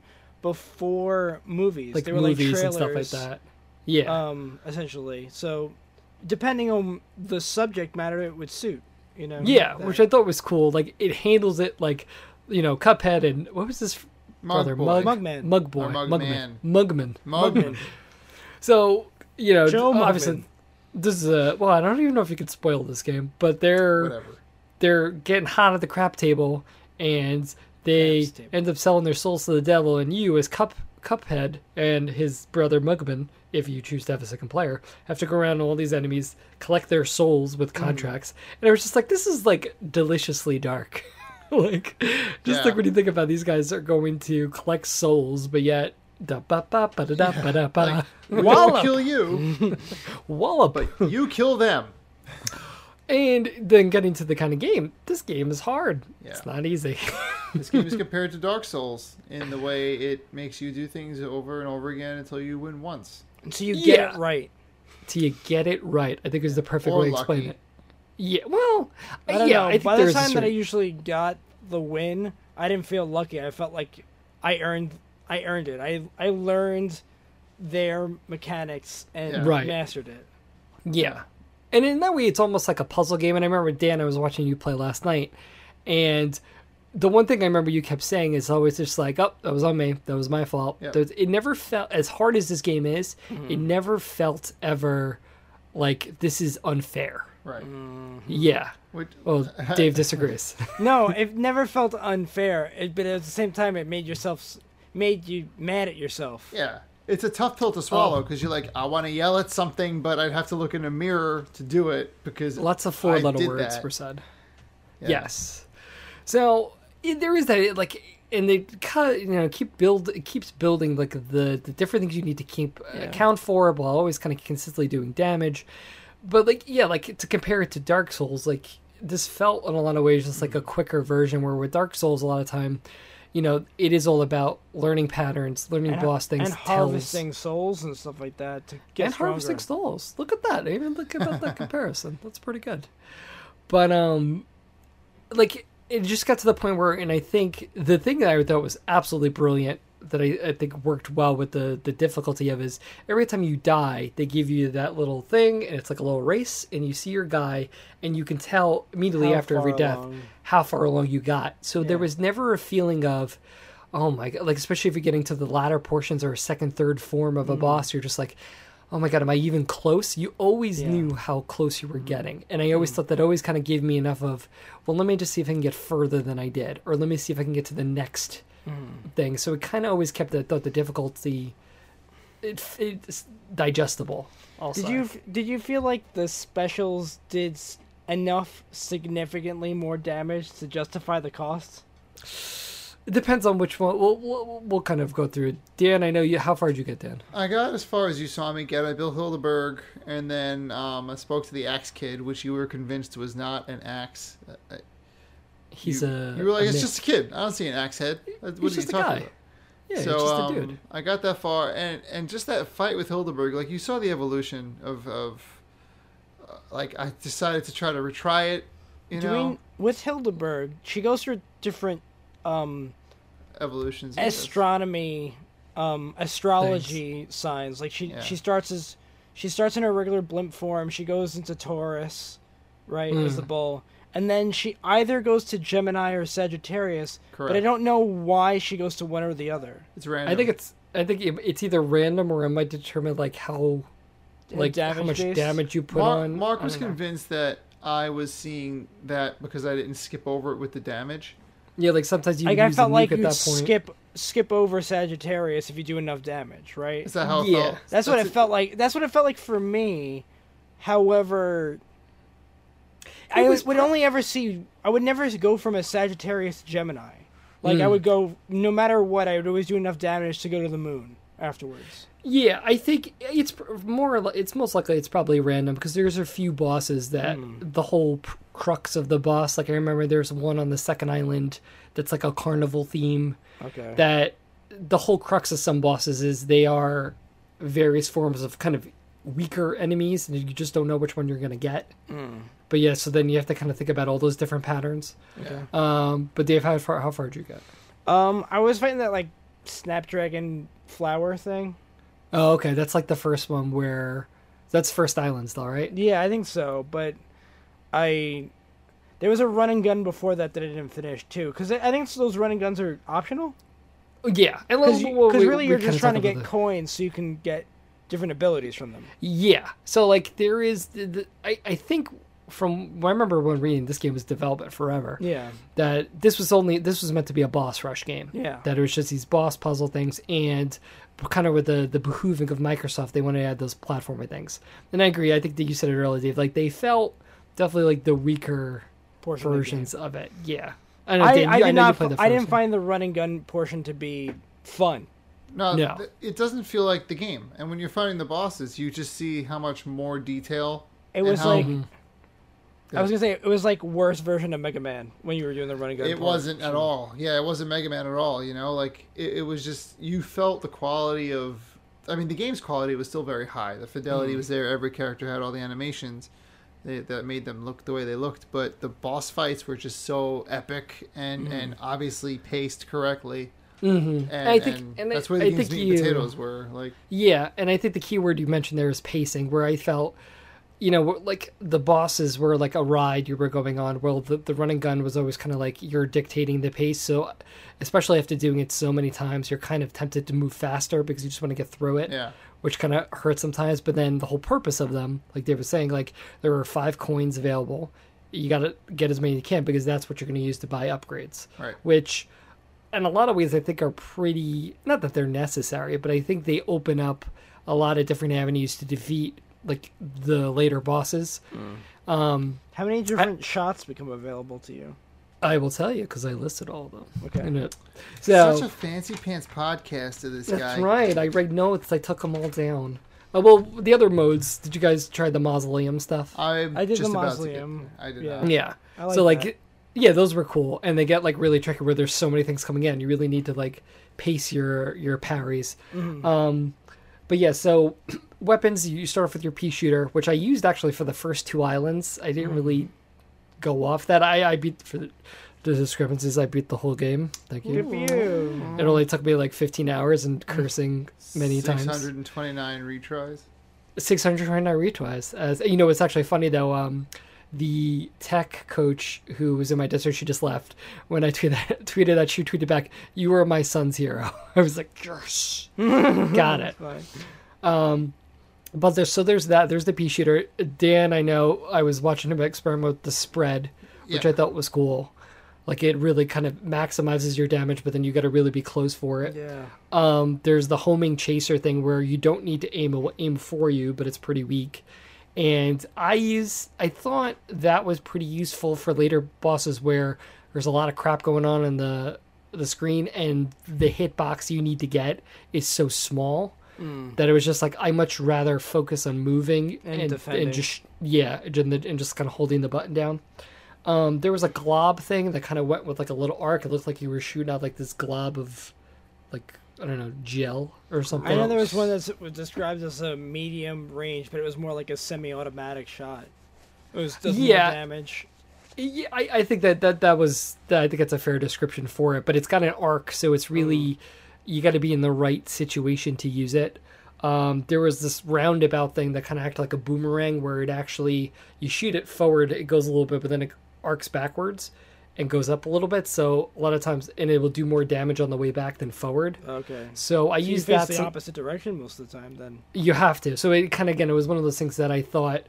[SPEAKER 2] before movies.
[SPEAKER 1] like
[SPEAKER 2] they were
[SPEAKER 1] movies
[SPEAKER 2] like
[SPEAKER 1] and stuff like
[SPEAKER 2] trailers,
[SPEAKER 1] that. Yeah,
[SPEAKER 2] Um, essentially, so depending on the subject matter, it would suit. You know.
[SPEAKER 1] yeah,
[SPEAKER 2] that-
[SPEAKER 1] which I thought was cool. Like it handles it like you know Cuphead and what was this
[SPEAKER 3] Mug
[SPEAKER 1] brother
[SPEAKER 3] Boy.
[SPEAKER 1] Mug
[SPEAKER 2] Mugman.
[SPEAKER 1] Mug Boy
[SPEAKER 3] Or
[SPEAKER 1] Mugman
[SPEAKER 3] Mugman.
[SPEAKER 1] Mugman.
[SPEAKER 3] Mugman.
[SPEAKER 1] So you know
[SPEAKER 2] Joe
[SPEAKER 1] obviously
[SPEAKER 2] Mugman.
[SPEAKER 1] this is a well I don't even know if you could spoil this game, but they're
[SPEAKER 3] Whatever.
[SPEAKER 1] they're getting hot at the crap table and they
[SPEAKER 2] Craps table.
[SPEAKER 1] end up selling their souls to the devil and you as cup cuphead and his brother mugman if you choose to have a second player have to go around all these enemies collect their souls
[SPEAKER 3] Hmm.
[SPEAKER 1] with contracts and i was just like this is like deliciously dark [LAUGHS] like just
[SPEAKER 3] Yeah.
[SPEAKER 1] like when you think about it, these guys are going to collect souls but yet Da ba ba ba da da ba da
[SPEAKER 3] Like,
[SPEAKER 1] ba. [LAUGHS]
[SPEAKER 3] we
[SPEAKER 1] Wallop.
[SPEAKER 3] don't kill you,
[SPEAKER 1] Wallop.
[SPEAKER 3] but you kill them.
[SPEAKER 1] And then getting to the kind of game, this game is hard. It's
[SPEAKER 3] Yeah.
[SPEAKER 1] not easy. [LAUGHS]
[SPEAKER 3] This game is compared to Dark Souls in the way it makes you do things over and over again until you win once.
[SPEAKER 2] So you get
[SPEAKER 1] Yeah.
[SPEAKER 2] it right.
[SPEAKER 1] Till you get it right, I think is the perfect
[SPEAKER 3] Or
[SPEAKER 1] way to explain
[SPEAKER 3] lucky.
[SPEAKER 1] it. Yeah, well,
[SPEAKER 2] I don't
[SPEAKER 1] yeah,
[SPEAKER 2] know.
[SPEAKER 1] I think
[SPEAKER 2] By the
[SPEAKER 1] there's a
[SPEAKER 2] time that I
[SPEAKER 1] certain-
[SPEAKER 2] usually got the win, I didn't feel lucky. I felt like I earned I earned it. I I learned their mechanics and
[SPEAKER 3] Yeah.
[SPEAKER 1] Right.
[SPEAKER 2] mastered it.
[SPEAKER 1] Yeah. And in that way, it's almost like a puzzle game. And I remember, Dan, I was watching you play last night. And the one thing I remember you kept saying is always just like, oh, that was on me. That was my fault.
[SPEAKER 3] Yeah.
[SPEAKER 1] There's- It never felt, as hard as this game is,
[SPEAKER 2] Mm-hmm.
[SPEAKER 1] it never felt ever like this is unfair.
[SPEAKER 3] Right.
[SPEAKER 2] Mm-hmm.
[SPEAKER 1] Yeah.
[SPEAKER 3] Which,
[SPEAKER 2] [LAUGHS]
[SPEAKER 3] [LAUGHS]
[SPEAKER 1] Well, Dave disagrees.
[SPEAKER 2] No, it never felt unfair. It, but at the same time, it made yourself s- made you mad at yourself.
[SPEAKER 3] yeah. It's a tough pill to
[SPEAKER 1] Oh.
[SPEAKER 3] swallow because you're like, I want to yell at something, but I'd have to look in a mirror to do it because
[SPEAKER 1] Lots of four
[SPEAKER 3] I
[SPEAKER 1] letter
[SPEAKER 3] did
[SPEAKER 1] words
[SPEAKER 3] that.
[SPEAKER 1] were said.
[SPEAKER 3] Yeah.
[SPEAKER 1] Yes. So i there is that it, like, and they cut you know keep build it keeps building like the the different things you need to keep uh, account for while always kind of consistently doing damage, but like yeah like to compare it to Dark Souls like this felt in a lot of ways just
[SPEAKER 3] Mm.
[SPEAKER 1] like a quicker version where with Dark Souls a lot of time. You know, it is all about learning patterns, learning
[SPEAKER 2] And,
[SPEAKER 1] boss things,
[SPEAKER 2] and
[SPEAKER 1] tells-
[SPEAKER 2] harvesting souls and stuff like that to get
[SPEAKER 1] and
[SPEAKER 2] stronger.
[SPEAKER 1] harvesting souls. Look at that. Even look at that, [LAUGHS] that comparison. That's pretty good. But um, like it just got to the point where, and I think the thing that I thought was absolutely brilliant that I, I think worked well with the the difficulty of is every time you die, they give you that little thing, and it's like a little race, and you see your guy, and you can tell immediately
[SPEAKER 2] How
[SPEAKER 1] after every
[SPEAKER 2] far
[SPEAKER 1] death
[SPEAKER 2] along.
[SPEAKER 1] how far along you got. So
[SPEAKER 2] Yeah.
[SPEAKER 1] there was never a feeling of, oh my god, like especially if you're getting to the latter portions or a second, third form
[SPEAKER 2] Mm-hmm.
[SPEAKER 1] of a boss, you're just like, oh my god, am I even close? You always
[SPEAKER 2] Yeah. Mm-hmm.
[SPEAKER 1] knew how close you were getting, and I always thought that always kind of gave me enough of, well, let me just see if I can get further than I did, or let me see if I can get to the next
[SPEAKER 2] Mm-hmm.
[SPEAKER 1] thing. So it kind of always kept the thought the difficulty, it, it's digestible. Also,
[SPEAKER 2] Did you f- did you feel like the specials did s- enough significantly more damage to justify the cost?
[SPEAKER 1] It depends on which one. We'll, we'll, we'll kind of go through. it. Dan, I know you. How far did you get, Dan?
[SPEAKER 3] I got as far as you saw me get. I built Hildeberg, and then um, I spoke to the axe kid, which you were convinced was not an axe. Uh, uh,
[SPEAKER 1] He's
[SPEAKER 3] you,
[SPEAKER 1] a.
[SPEAKER 3] You were like,
[SPEAKER 1] a
[SPEAKER 3] it's
[SPEAKER 1] myth."
[SPEAKER 3] just a kid. I don't see an axe head. What
[SPEAKER 1] He's
[SPEAKER 3] are
[SPEAKER 1] just
[SPEAKER 3] you
[SPEAKER 1] a
[SPEAKER 3] talking
[SPEAKER 1] guy.
[SPEAKER 3] about?
[SPEAKER 1] Yeah,
[SPEAKER 3] so
[SPEAKER 1] he's just a
[SPEAKER 3] um,
[SPEAKER 1] dude.
[SPEAKER 3] I got that far, and and just that fight with Hildeberg, like you saw the evolution of of, uh, like I decided to try to retry it, you
[SPEAKER 2] Doing
[SPEAKER 3] know,
[SPEAKER 2] with Hildeberg, she goes through different um,
[SPEAKER 3] evolutions. and stuff.
[SPEAKER 2] astronomy, um, astrology signs. Like she
[SPEAKER 3] Yeah.
[SPEAKER 2] she starts as she starts in her regular blimp form. She goes into Taurus, right, as the bull, and then she either goes to Gemini or Sagittarius. But I
[SPEAKER 3] Correct.
[SPEAKER 2] don't know why she goes to one or the other.
[SPEAKER 3] It's random.
[SPEAKER 1] I think it's. I think it- it's either random or it might determine like how, like how
[SPEAKER 2] damage
[SPEAKER 1] much
[SPEAKER 2] based?
[SPEAKER 1] damage you put
[SPEAKER 3] Mark,
[SPEAKER 1] on.
[SPEAKER 3] Mark
[SPEAKER 1] I
[SPEAKER 3] was
[SPEAKER 1] don't know.
[SPEAKER 3] convinced that I was seeing that because I didn't skip over it with the damage.
[SPEAKER 1] Yeah, like sometimes you
[SPEAKER 2] Like I
[SPEAKER 1] use
[SPEAKER 2] felt
[SPEAKER 1] a nuke
[SPEAKER 2] like
[SPEAKER 1] at
[SPEAKER 2] you
[SPEAKER 1] that point.
[SPEAKER 2] skip skip over Sagittarius if you do enough damage, right?
[SPEAKER 3] Is that how? It
[SPEAKER 1] Yeah.
[SPEAKER 3] felt?
[SPEAKER 2] That's what it
[SPEAKER 3] That's
[SPEAKER 2] felt like. That's what it felt like for me. However, I
[SPEAKER 1] It was
[SPEAKER 2] would only ever see. I would never go from a Sagittarius to Gemini. Like
[SPEAKER 1] Hmm.
[SPEAKER 2] I would go no matter what. I would always do enough damage to go to the moon afterwards.
[SPEAKER 1] Yeah, I think it's pr- more. li- It's most likely it's probably random because there's a few bosses that
[SPEAKER 3] Hmm.
[SPEAKER 1] the whole pr- crux of the boss. Like I remember there's one on the second island that's like a carnival theme.
[SPEAKER 2] Okay.
[SPEAKER 1] that the whole crux of some bosses is they are various forms of kind of weaker enemies and you just don't know which one you're going to get
[SPEAKER 2] Hmm.
[SPEAKER 1] but yeah so then you have to kind of think about all those different patterns um, but dave how far how far did you get
[SPEAKER 2] um, I was fighting that like snapdragon flower thing.
[SPEAKER 1] oh okay that's like the first one where that's first islands though right
[SPEAKER 2] Yeah, I think so. But I there was a run and gun before that that I didn't finish too. Because I I think those run and guns are optional.
[SPEAKER 1] yeah and
[SPEAKER 2] Because
[SPEAKER 1] well, well, we-
[SPEAKER 2] really,
[SPEAKER 1] we
[SPEAKER 2] you're
[SPEAKER 1] kinda
[SPEAKER 2] just trying to
[SPEAKER 1] talked
[SPEAKER 2] get
[SPEAKER 1] about that.
[SPEAKER 2] coins so you can get different abilities from them.
[SPEAKER 1] Yeah. So like there is the, the, I I think from I remember when reading this game was development forever.
[SPEAKER 2] Yeah.
[SPEAKER 1] That this was only this was meant to be a boss rush game.
[SPEAKER 2] Yeah.
[SPEAKER 1] That it was just these boss puzzle things and kind of with the the behooving of Microsoft they wanted to add those platformer things. And I agree. I think that you said it earlier, Dave. Like they felt definitely like the weaker
[SPEAKER 2] Portion of the
[SPEAKER 1] versions of it. Yeah. I, know,
[SPEAKER 2] I,
[SPEAKER 1] Dan,
[SPEAKER 2] I
[SPEAKER 1] you-
[SPEAKER 2] did
[SPEAKER 1] know you
[SPEAKER 2] not.
[SPEAKER 1] played
[SPEAKER 2] fi-
[SPEAKER 1] the
[SPEAKER 2] I
[SPEAKER 1] first
[SPEAKER 2] didn't
[SPEAKER 1] one.
[SPEAKER 2] find the run and gun portion to be fun.
[SPEAKER 3] No,
[SPEAKER 1] No.
[SPEAKER 3] th- it doesn't feel like the game. And when you're fighting the bosses, you just see how much more detail.
[SPEAKER 2] It
[SPEAKER 3] and
[SPEAKER 2] was
[SPEAKER 1] Oh,
[SPEAKER 3] how-
[SPEAKER 2] like
[SPEAKER 1] mm-hmm.
[SPEAKER 2] I was gonna say it was like worse version of Mega Man when you were doing the running gun.
[SPEAKER 3] it
[SPEAKER 2] part.
[SPEAKER 3] wasn't at all. Yeah, it wasn't Mega Man at all. You know, like it, it was just you felt the quality of. I mean, the game's quality was still very high. The fidelity was there. Every character had all the animations that, that made them look the way they looked. But the boss fights were just so epic and and obviously paced correctly.
[SPEAKER 1] Mm-hmm.
[SPEAKER 3] And,
[SPEAKER 1] I think-
[SPEAKER 3] and
[SPEAKER 1] and I-
[SPEAKER 3] that's where the
[SPEAKER 1] I
[SPEAKER 3] game's
[SPEAKER 1] think
[SPEAKER 3] meat
[SPEAKER 1] you-
[SPEAKER 3] and potatoes were. Like
[SPEAKER 1] Yeah, and I think the key word you mentioned there is pacing, where I felt, you know, like the bosses were like a ride you were going on, while the, the running gun was always kind of like you're dictating the pace. So, especially after doing it so many times, you're kind of tempted to move faster because you just want to get through it,
[SPEAKER 3] yeah,
[SPEAKER 1] which kind of hurts sometimes. But then the whole purpose of them, like Dave was saying, like there are five coins available. You got to get as many as you can because that's what you're going to use to buy upgrades
[SPEAKER 3] right.
[SPEAKER 1] which in a lot of ways I think are pretty not that they're necessary, but I think they open up a lot of different avenues to defeat like the later bosses. Um,
[SPEAKER 2] How many different shots become available to you?
[SPEAKER 1] I will tell you because I listed all of them.
[SPEAKER 2] Okay.
[SPEAKER 1] In it. So
[SPEAKER 3] Such a fancy pants podcast to this
[SPEAKER 1] that's
[SPEAKER 3] guy.
[SPEAKER 1] right. I read notes. I took them all down. Oh, well, the other modes. Did you guys try the mausoleum stuff?
[SPEAKER 3] I'm
[SPEAKER 2] I did the
[SPEAKER 3] just about to get
[SPEAKER 2] mausoleum.
[SPEAKER 3] there. I did
[SPEAKER 2] Yeah.
[SPEAKER 3] not.
[SPEAKER 1] yeah.
[SPEAKER 2] I like
[SPEAKER 1] so like,
[SPEAKER 2] that.
[SPEAKER 1] yeah, those were cool, and they get like really tricky where there's so many things coming in. You really need to like pace your your parries.
[SPEAKER 2] Mm-hmm.
[SPEAKER 1] Um, but yeah, so [CLEARS THROAT] weapons. You start off with your pea shooter, which I used actually for the first two islands. I
[SPEAKER 2] Mm-hmm.
[SPEAKER 1] didn't really go off that. I I beat for the, the discrepancies. I beat the whole game. Thank you.
[SPEAKER 2] Good for you.
[SPEAKER 1] It only took me like 15 hours and cursing many times.
[SPEAKER 3] 629 retries.
[SPEAKER 1] 629 retries. As you know, it's actually funny though. Um, the tech coach who was in my district, she just left. When I [LAUGHS] tweeted that, tweeted that, she tweeted back, "You are my son's hero." [LAUGHS] I was like, "Yes, got it."
[SPEAKER 2] Fine.
[SPEAKER 1] But there's so there's that. There's the pea shooter. Dan, I know I was watching him experiment with the spread, which
[SPEAKER 3] Yeah.
[SPEAKER 1] I thought was cool. Like it really kind of maximizes your damage, but then you got to really be close for it.
[SPEAKER 2] Yeah.
[SPEAKER 1] Um, there's the homing chaser thing where you don't need to aim it will aim for you, but it's pretty weak. And I use I thought that was pretty useful for later bosses where there's a lot of crap going on in the the screen and the hitbox you need to get is so small that it was just like I much rather focus on moving
[SPEAKER 2] Hmm. And
[SPEAKER 1] and,
[SPEAKER 2] defending.
[SPEAKER 1] and just yeah and, and just kind of holding the button down. Um, there was a glob thing that kind of went with like a little arc. It looked like you were shooting out like this glob of, like I don't know, gel or something.
[SPEAKER 2] I know there was one that was described as a medium range, but it was more like a semi-automatic shot. It was does more
[SPEAKER 1] Yeah.
[SPEAKER 2] damage.
[SPEAKER 1] Yeah, I, I think that that that was that, I think that's a fair description for it. But it's got an arc, so it's really
[SPEAKER 2] Mm.
[SPEAKER 1] you got to be in the right situation to use it. Um, there was this roundabout thing that kind of acted like a boomerang, where it actually you shoot it forward, it goes a little bit, but then it arcs backwards and goes up a little bit. So a lot of times, and it will do more damage on the way back than forward.
[SPEAKER 2] Okay.
[SPEAKER 1] So I
[SPEAKER 2] So you
[SPEAKER 1] use
[SPEAKER 2] face
[SPEAKER 1] that.
[SPEAKER 2] the
[SPEAKER 1] some-
[SPEAKER 2] opposite direction most of the time. Then
[SPEAKER 1] you have to. So it kind of again, it was one of those things that I thought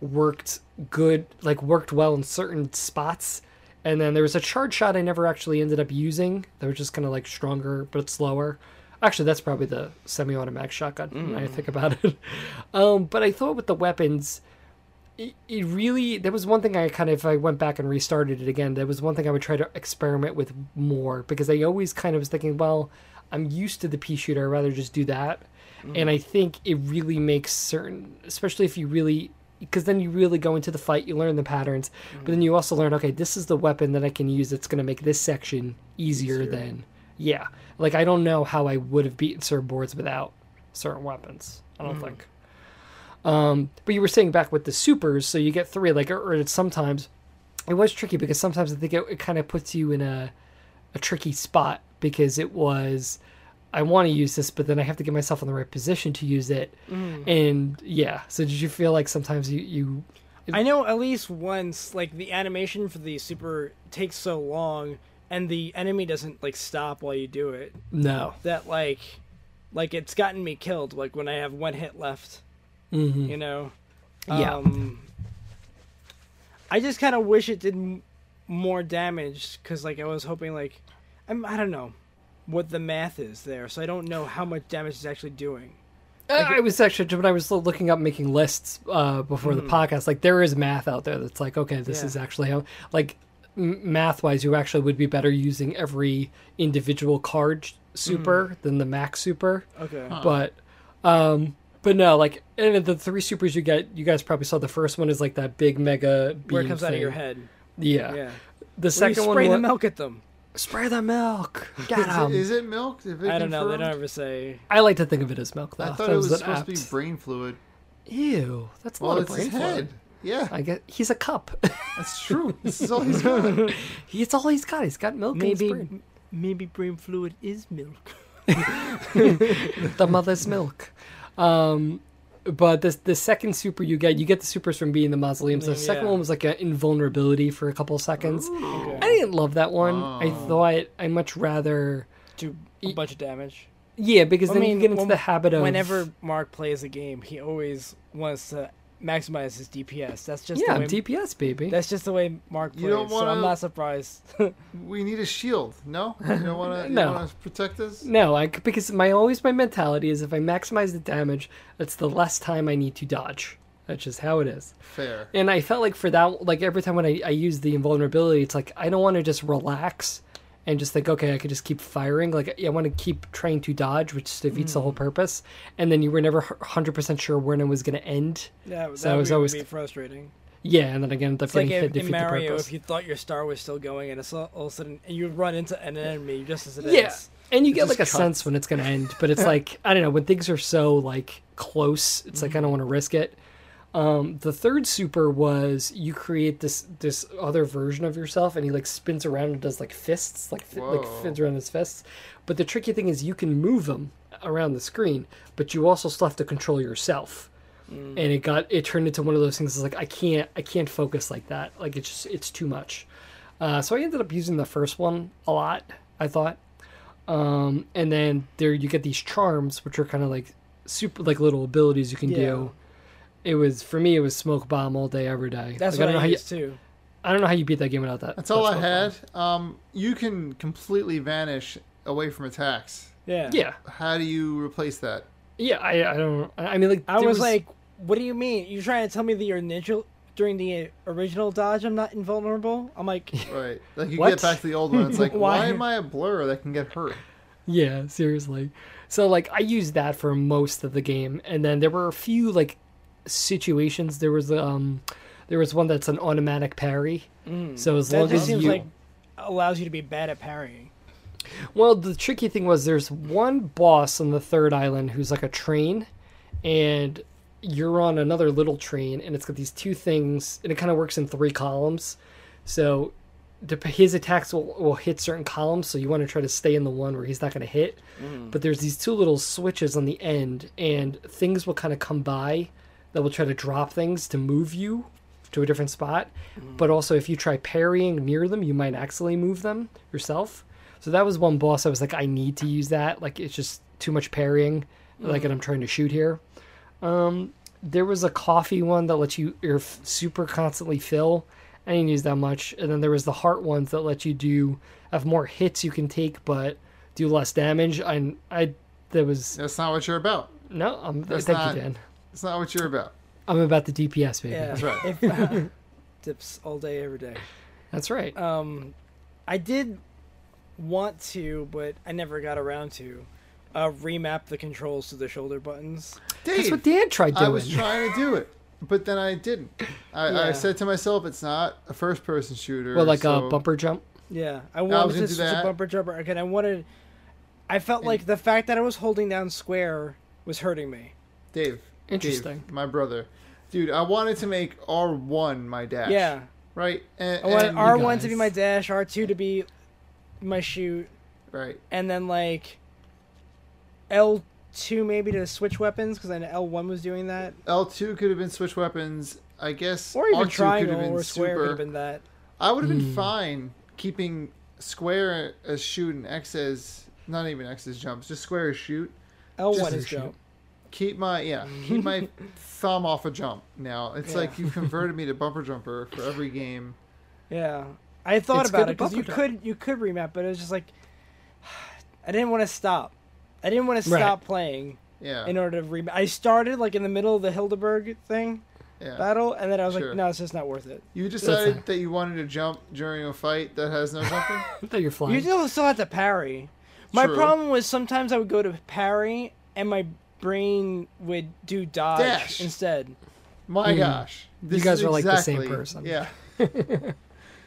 [SPEAKER 1] worked good, like worked well in certain spots. And then there was a charge shot I never actually ended up using. That was just kind of like stronger but slower. Actually, that's probably the semi-automatic shotgun when I think about it. [LAUGHS] Um, but I thought with the weapons, it, it really that was one thing I kind of if I went back and restarted it again. That was one thing I would try to experiment with more because I always kind of was thinking, well, I'm used to the pea shooter. I'd rather just do that. And I think it really makes certain, especially if you really, because then you really go into the fight. You learn the patterns, but then you also learn, okay, this is the weapon that I can use that's going to make this section easier, than yeah. Like I don't know how I would have beaten certain boards without certain weapons. I don't think. Um, but you were saying back with the supers, so you get three. Like, or, or it's sometimes it was tricky because sometimes I think it, it kind of puts you in a a tricky spot because it was I want to use this, but then I have to get myself in the right position to use it. And yeah, so did you feel like sometimes you you
[SPEAKER 2] I know at least once, like the animation for the super takes so long, and the enemy doesn't like stop while you do it.
[SPEAKER 1] no
[SPEAKER 2] That like, like it's gotten me killed. Like when I have one hit left,
[SPEAKER 1] mm-hmm.
[SPEAKER 2] you know.
[SPEAKER 1] Yeah.
[SPEAKER 2] Um, I just kind of wish it did m- more damage because, like, I was hoping, like, I'm, I don't know what the math is there, so I don't know how much damage it's actually doing.
[SPEAKER 1] Uh, I was actually when I was looking up making lists uh, before the podcast, like there is math out there that's like, okay, this
[SPEAKER 2] Yeah.
[SPEAKER 1] is actually how like m- math wise, you actually would be better using every individual card super than the Mac Super,
[SPEAKER 2] Okay.
[SPEAKER 1] but um, but no, like and the three supers you get, you guys probably saw the first one is like that big mega beam
[SPEAKER 2] Where it comes
[SPEAKER 1] thing.
[SPEAKER 2] out of your head.
[SPEAKER 1] Yeah, the
[SPEAKER 2] Yeah. Where you
[SPEAKER 1] Uh, second one
[SPEAKER 2] spray
[SPEAKER 1] wa-
[SPEAKER 2] the milk at them.
[SPEAKER 1] spray the milk. Got
[SPEAKER 3] Is it,
[SPEAKER 1] 'em.
[SPEAKER 3] is it milk? Is it
[SPEAKER 2] I don't know. They
[SPEAKER 3] confirmed?
[SPEAKER 2] don't ever say.
[SPEAKER 1] I like to think of it as milk. Though.
[SPEAKER 3] I
[SPEAKER 1] if
[SPEAKER 3] thought
[SPEAKER 1] that
[SPEAKER 3] it was
[SPEAKER 1] an
[SPEAKER 3] supposed to be
[SPEAKER 1] apt-
[SPEAKER 3] brain fluid.
[SPEAKER 1] Ew, that's a
[SPEAKER 3] Well,
[SPEAKER 1] lot of
[SPEAKER 3] it's
[SPEAKER 1] brain
[SPEAKER 3] his head.
[SPEAKER 1] fluid.
[SPEAKER 3] Yeah,
[SPEAKER 1] I guess he's a cup.
[SPEAKER 3] that's
[SPEAKER 1] [LAUGHS]
[SPEAKER 3] true. this is all he's got. [LAUGHS]
[SPEAKER 1] he, it's all he's got. He's got milk in his brain.
[SPEAKER 2] Maybe, maybe brain fluid is milk.
[SPEAKER 1] the mother's milk. Um, but this the second super you get, you get the supers from being the mausoleums. The
[SPEAKER 2] Yeah.
[SPEAKER 1] second one was like an invulnerability for a couple seconds.
[SPEAKER 2] Okay.
[SPEAKER 1] I didn't love that one. I
[SPEAKER 3] Oh.
[SPEAKER 1] thought I much rather
[SPEAKER 2] Do
[SPEAKER 1] Y-
[SPEAKER 2] a bunch of damage.
[SPEAKER 1] yeah, because
[SPEAKER 2] I
[SPEAKER 1] then
[SPEAKER 2] mean,
[SPEAKER 1] you get into
[SPEAKER 2] when-
[SPEAKER 1] the habit of
[SPEAKER 2] Whenever Mark plays a game, he always wants to maximize his DPS. That's just
[SPEAKER 1] yeah
[SPEAKER 2] the
[SPEAKER 1] I'm
[SPEAKER 2] way,
[SPEAKER 1] DPS baby.
[SPEAKER 2] That's just the way Mark
[SPEAKER 3] You
[SPEAKER 2] plays.
[SPEAKER 3] don't
[SPEAKER 2] So
[SPEAKER 3] wanna-
[SPEAKER 2] I'm not surprised. [LAUGHS]
[SPEAKER 3] We need a shield. No, you don't want to.
[SPEAKER 1] No.
[SPEAKER 3] want to protect us.
[SPEAKER 1] no, I c because my always my mentality is if I maximize the damage, that's the less time I need to dodge. That's just how it is.
[SPEAKER 3] Fair.
[SPEAKER 1] And I felt like for that, like every time when I, I use the invulnerability, it's like I don't want to just relax and just think, okay, I could just keep firing. Like I want to keep trying to dodge, which defeats the
[SPEAKER 2] Mm.
[SPEAKER 1] whole purpose. And then you were never hundred percent sure when it was going to end.
[SPEAKER 2] yeah,
[SPEAKER 1] So
[SPEAKER 2] that
[SPEAKER 1] it
[SPEAKER 2] would
[SPEAKER 1] was
[SPEAKER 2] be-
[SPEAKER 1] always-
[SPEAKER 2] be frustrating.
[SPEAKER 1] Yeah, and then again, the
[SPEAKER 2] It's like
[SPEAKER 1] thing
[SPEAKER 2] if,
[SPEAKER 1] hit
[SPEAKER 2] in
[SPEAKER 1] defeat the
[SPEAKER 2] Mario,
[SPEAKER 1] purpose.
[SPEAKER 2] if you thought your star was still going, and it's all, all of a sudden, and you run into an enemy just as it
[SPEAKER 1] Yeah.
[SPEAKER 2] ends.
[SPEAKER 1] and you
[SPEAKER 3] It
[SPEAKER 1] get like a
[SPEAKER 3] just
[SPEAKER 1] sense when it's going to end, but it's
[SPEAKER 3] [LAUGHS]
[SPEAKER 1] like I don't know when things are so like close, it's
[SPEAKER 3] Mm-hmm.
[SPEAKER 1] like I don't want to risk it. Um, the third super was you create this this other version of yourself, and he like spins around and does like fists, like fi- like
[SPEAKER 3] Whoa.
[SPEAKER 1] spins around his fists. But the tricky thing is you can move them around the screen, but you also still have to control yourself.
[SPEAKER 3] Mm.
[SPEAKER 1] And it got it turned into one of those things. It's like I can't I can't focus like that. Like it's just it's too much. Uh, so I ended up using the first one a lot. I thought um, and then there you get these charms, which are kind of like super, like little abilities you can do. It was for me, it was smoke bomb all day, every day.
[SPEAKER 2] That's
[SPEAKER 1] Like,
[SPEAKER 2] what
[SPEAKER 1] I don't know
[SPEAKER 2] I,
[SPEAKER 1] how you,
[SPEAKER 2] used too.
[SPEAKER 1] I don't know how you beat that game without that.
[SPEAKER 3] That's all
[SPEAKER 1] that
[SPEAKER 3] I
[SPEAKER 1] smoke
[SPEAKER 3] had. Um, you can completely vanish away from attacks.
[SPEAKER 2] Yeah.
[SPEAKER 1] bomb. Yeah,
[SPEAKER 3] How do you replace that?
[SPEAKER 1] yeah. I, I don't. I I mean, like
[SPEAKER 2] I
[SPEAKER 1] there
[SPEAKER 2] was, like, what do you mean? You're trying to tell me that your initial during the original dodge, I'm not invulnerable?
[SPEAKER 1] [LAUGHS]
[SPEAKER 2] I'm like,
[SPEAKER 3] Right. Like you
[SPEAKER 1] What?
[SPEAKER 3] get back to the old one. It's like,
[SPEAKER 2] Why?
[SPEAKER 3] why am I a blur that can get hurt?
[SPEAKER 1] Yeah, seriously. So like I used that for most of the game and then there were a few like situations there was um there was one that's an automatic parry. So as
[SPEAKER 2] Mm. that
[SPEAKER 1] long
[SPEAKER 2] just
[SPEAKER 1] as
[SPEAKER 2] seems
[SPEAKER 1] you
[SPEAKER 2] like allows you to be bad at parrying.
[SPEAKER 1] Well, the tricky thing was there's one boss on the third island who's like a train, and you're on another little train, and it's got these two things, and it kind of works in three columns. So dep- his attacks will, will hit certain columns, so you want to try to stay in the one where he's not going to hit. But there's these two little switches on the end, and things will kind of come by that will try to drop things to move you to a different spot. But also, if you try parrying near them, you might accidentally move them yourself. So that was one boss I was like, I need to use that. Like, it's just too much parrying.
[SPEAKER 3] Mm.
[SPEAKER 1] Like, and I'm trying to shoot here. Um, there was a coffee one that lets you your f- super constantly fill. I didn't use that much. And then there was the heart ones that let you do have more hits you can take, but do less damage. And I there was
[SPEAKER 3] That's not what you're about.
[SPEAKER 1] no. Um,
[SPEAKER 3] That's
[SPEAKER 1] thank you,
[SPEAKER 3] not-
[SPEAKER 1] Dan.
[SPEAKER 3] It's not what you're about.
[SPEAKER 1] I'm about the DPS, baby.
[SPEAKER 2] Yeah.
[SPEAKER 3] That's right.
[SPEAKER 2] If, uh, dips all day, every day.
[SPEAKER 1] That's right.
[SPEAKER 2] Um, I did want to, but I never got around to. Uh, remap the controls to the shoulder buttons.
[SPEAKER 1] That's what
[SPEAKER 3] Dave,
[SPEAKER 1] Dan tried doing.
[SPEAKER 3] I was trying to do it, but then I didn't. I, I
[SPEAKER 2] Yeah. uh,
[SPEAKER 3] said to myself, it's not a first-person shooter.
[SPEAKER 1] well, like
[SPEAKER 3] so
[SPEAKER 1] a bumper jump.
[SPEAKER 2] Yeah, I
[SPEAKER 3] was
[SPEAKER 2] wanted
[SPEAKER 3] into
[SPEAKER 2] to switch to
[SPEAKER 3] that.
[SPEAKER 2] bumper jumper again. I wanted. I felt like the fact that I was holding down square was hurting me.
[SPEAKER 3] Dave.
[SPEAKER 1] Interesting.
[SPEAKER 3] Dave, my brother. Dude, I wanted to make R1 my dash.
[SPEAKER 2] Yeah,
[SPEAKER 3] Right? And,
[SPEAKER 2] I wanted
[SPEAKER 3] and-
[SPEAKER 2] R one to
[SPEAKER 1] guys.
[SPEAKER 2] be my dash, R two to be my shoot,
[SPEAKER 3] Right.
[SPEAKER 2] and then like L two maybe to switch weapons because I know L one was doing that,
[SPEAKER 3] L2 could have been switch weapons. I guess
[SPEAKER 2] or even
[SPEAKER 3] R2 could
[SPEAKER 2] triangle
[SPEAKER 3] have been
[SPEAKER 2] or square Hmm.
[SPEAKER 3] super.
[SPEAKER 2] could have been that.
[SPEAKER 3] I would have been fine keeping square as shoot and X as not even X as jumps, just square as shoot.
[SPEAKER 2] L one
[SPEAKER 1] Just-
[SPEAKER 2] is jump.
[SPEAKER 3] Keep my yeah,
[SPEAKER 1] [LAUGHS]
[SPEAKER 3] keep my thumb off a jump. Now it's
[SPEAKER 2] Yeah.
[SPEAKER 3] like you've
[SPEAKER 1] [LAUGHS]
[SPEAKER 3] converted me to bumper jumper for every game.
[SPEAKER 2] Yeah, I thought
[SPEAKER 1] It's good
[SPEAKER 2] about
[SPEAKER 1] to
[SPEAKER 2] it because you
[SPEAKER 1] bumper
[SPEAKER 2] could you could remap, but it was just like [SIGHS] I didn't want to stop. I didn't want to
[SPEAKER 1] Right.
[SPEAKER 2] stop playing
[SPEAKER 3] Yeah,
[SPEAKER 2] in order to remap. I started like in the middle of the Hildeberg thing
[SPEAKER 3] yeah.
[SPEAKER 2] battle, and then I was
[SPEAKER 3] Sure.
[SPEAKER 2] like, no, it's just not worth it.
[SPEAKER 3] You
[SPEAKER 1] fine.
[SPEAKER 3] decided that you wanted to jump during a fight that has no jumping.
[SPEAKER 1] [LAUGHS] I thought you're flying.
[SPEAKER 2] You still still have to parry, My
[SPEAKER 3] True.
[SPEAKER 2] problem was sometimes I would go to parry and my brain would do dodge
[SPEAKER 3] Dash.
[SPEAKER 2] instead.
[SPEAKER 3] My gosh. This
[SPEAKER 1] Mm. guys
[SPEAKER 3] is
[SPEAKER 1] are like the same
[SPEAKER 3] exactly-
[SPEAKER 1] person. [LAUGHS] Uh.
[SPEAKER 3] Yeah.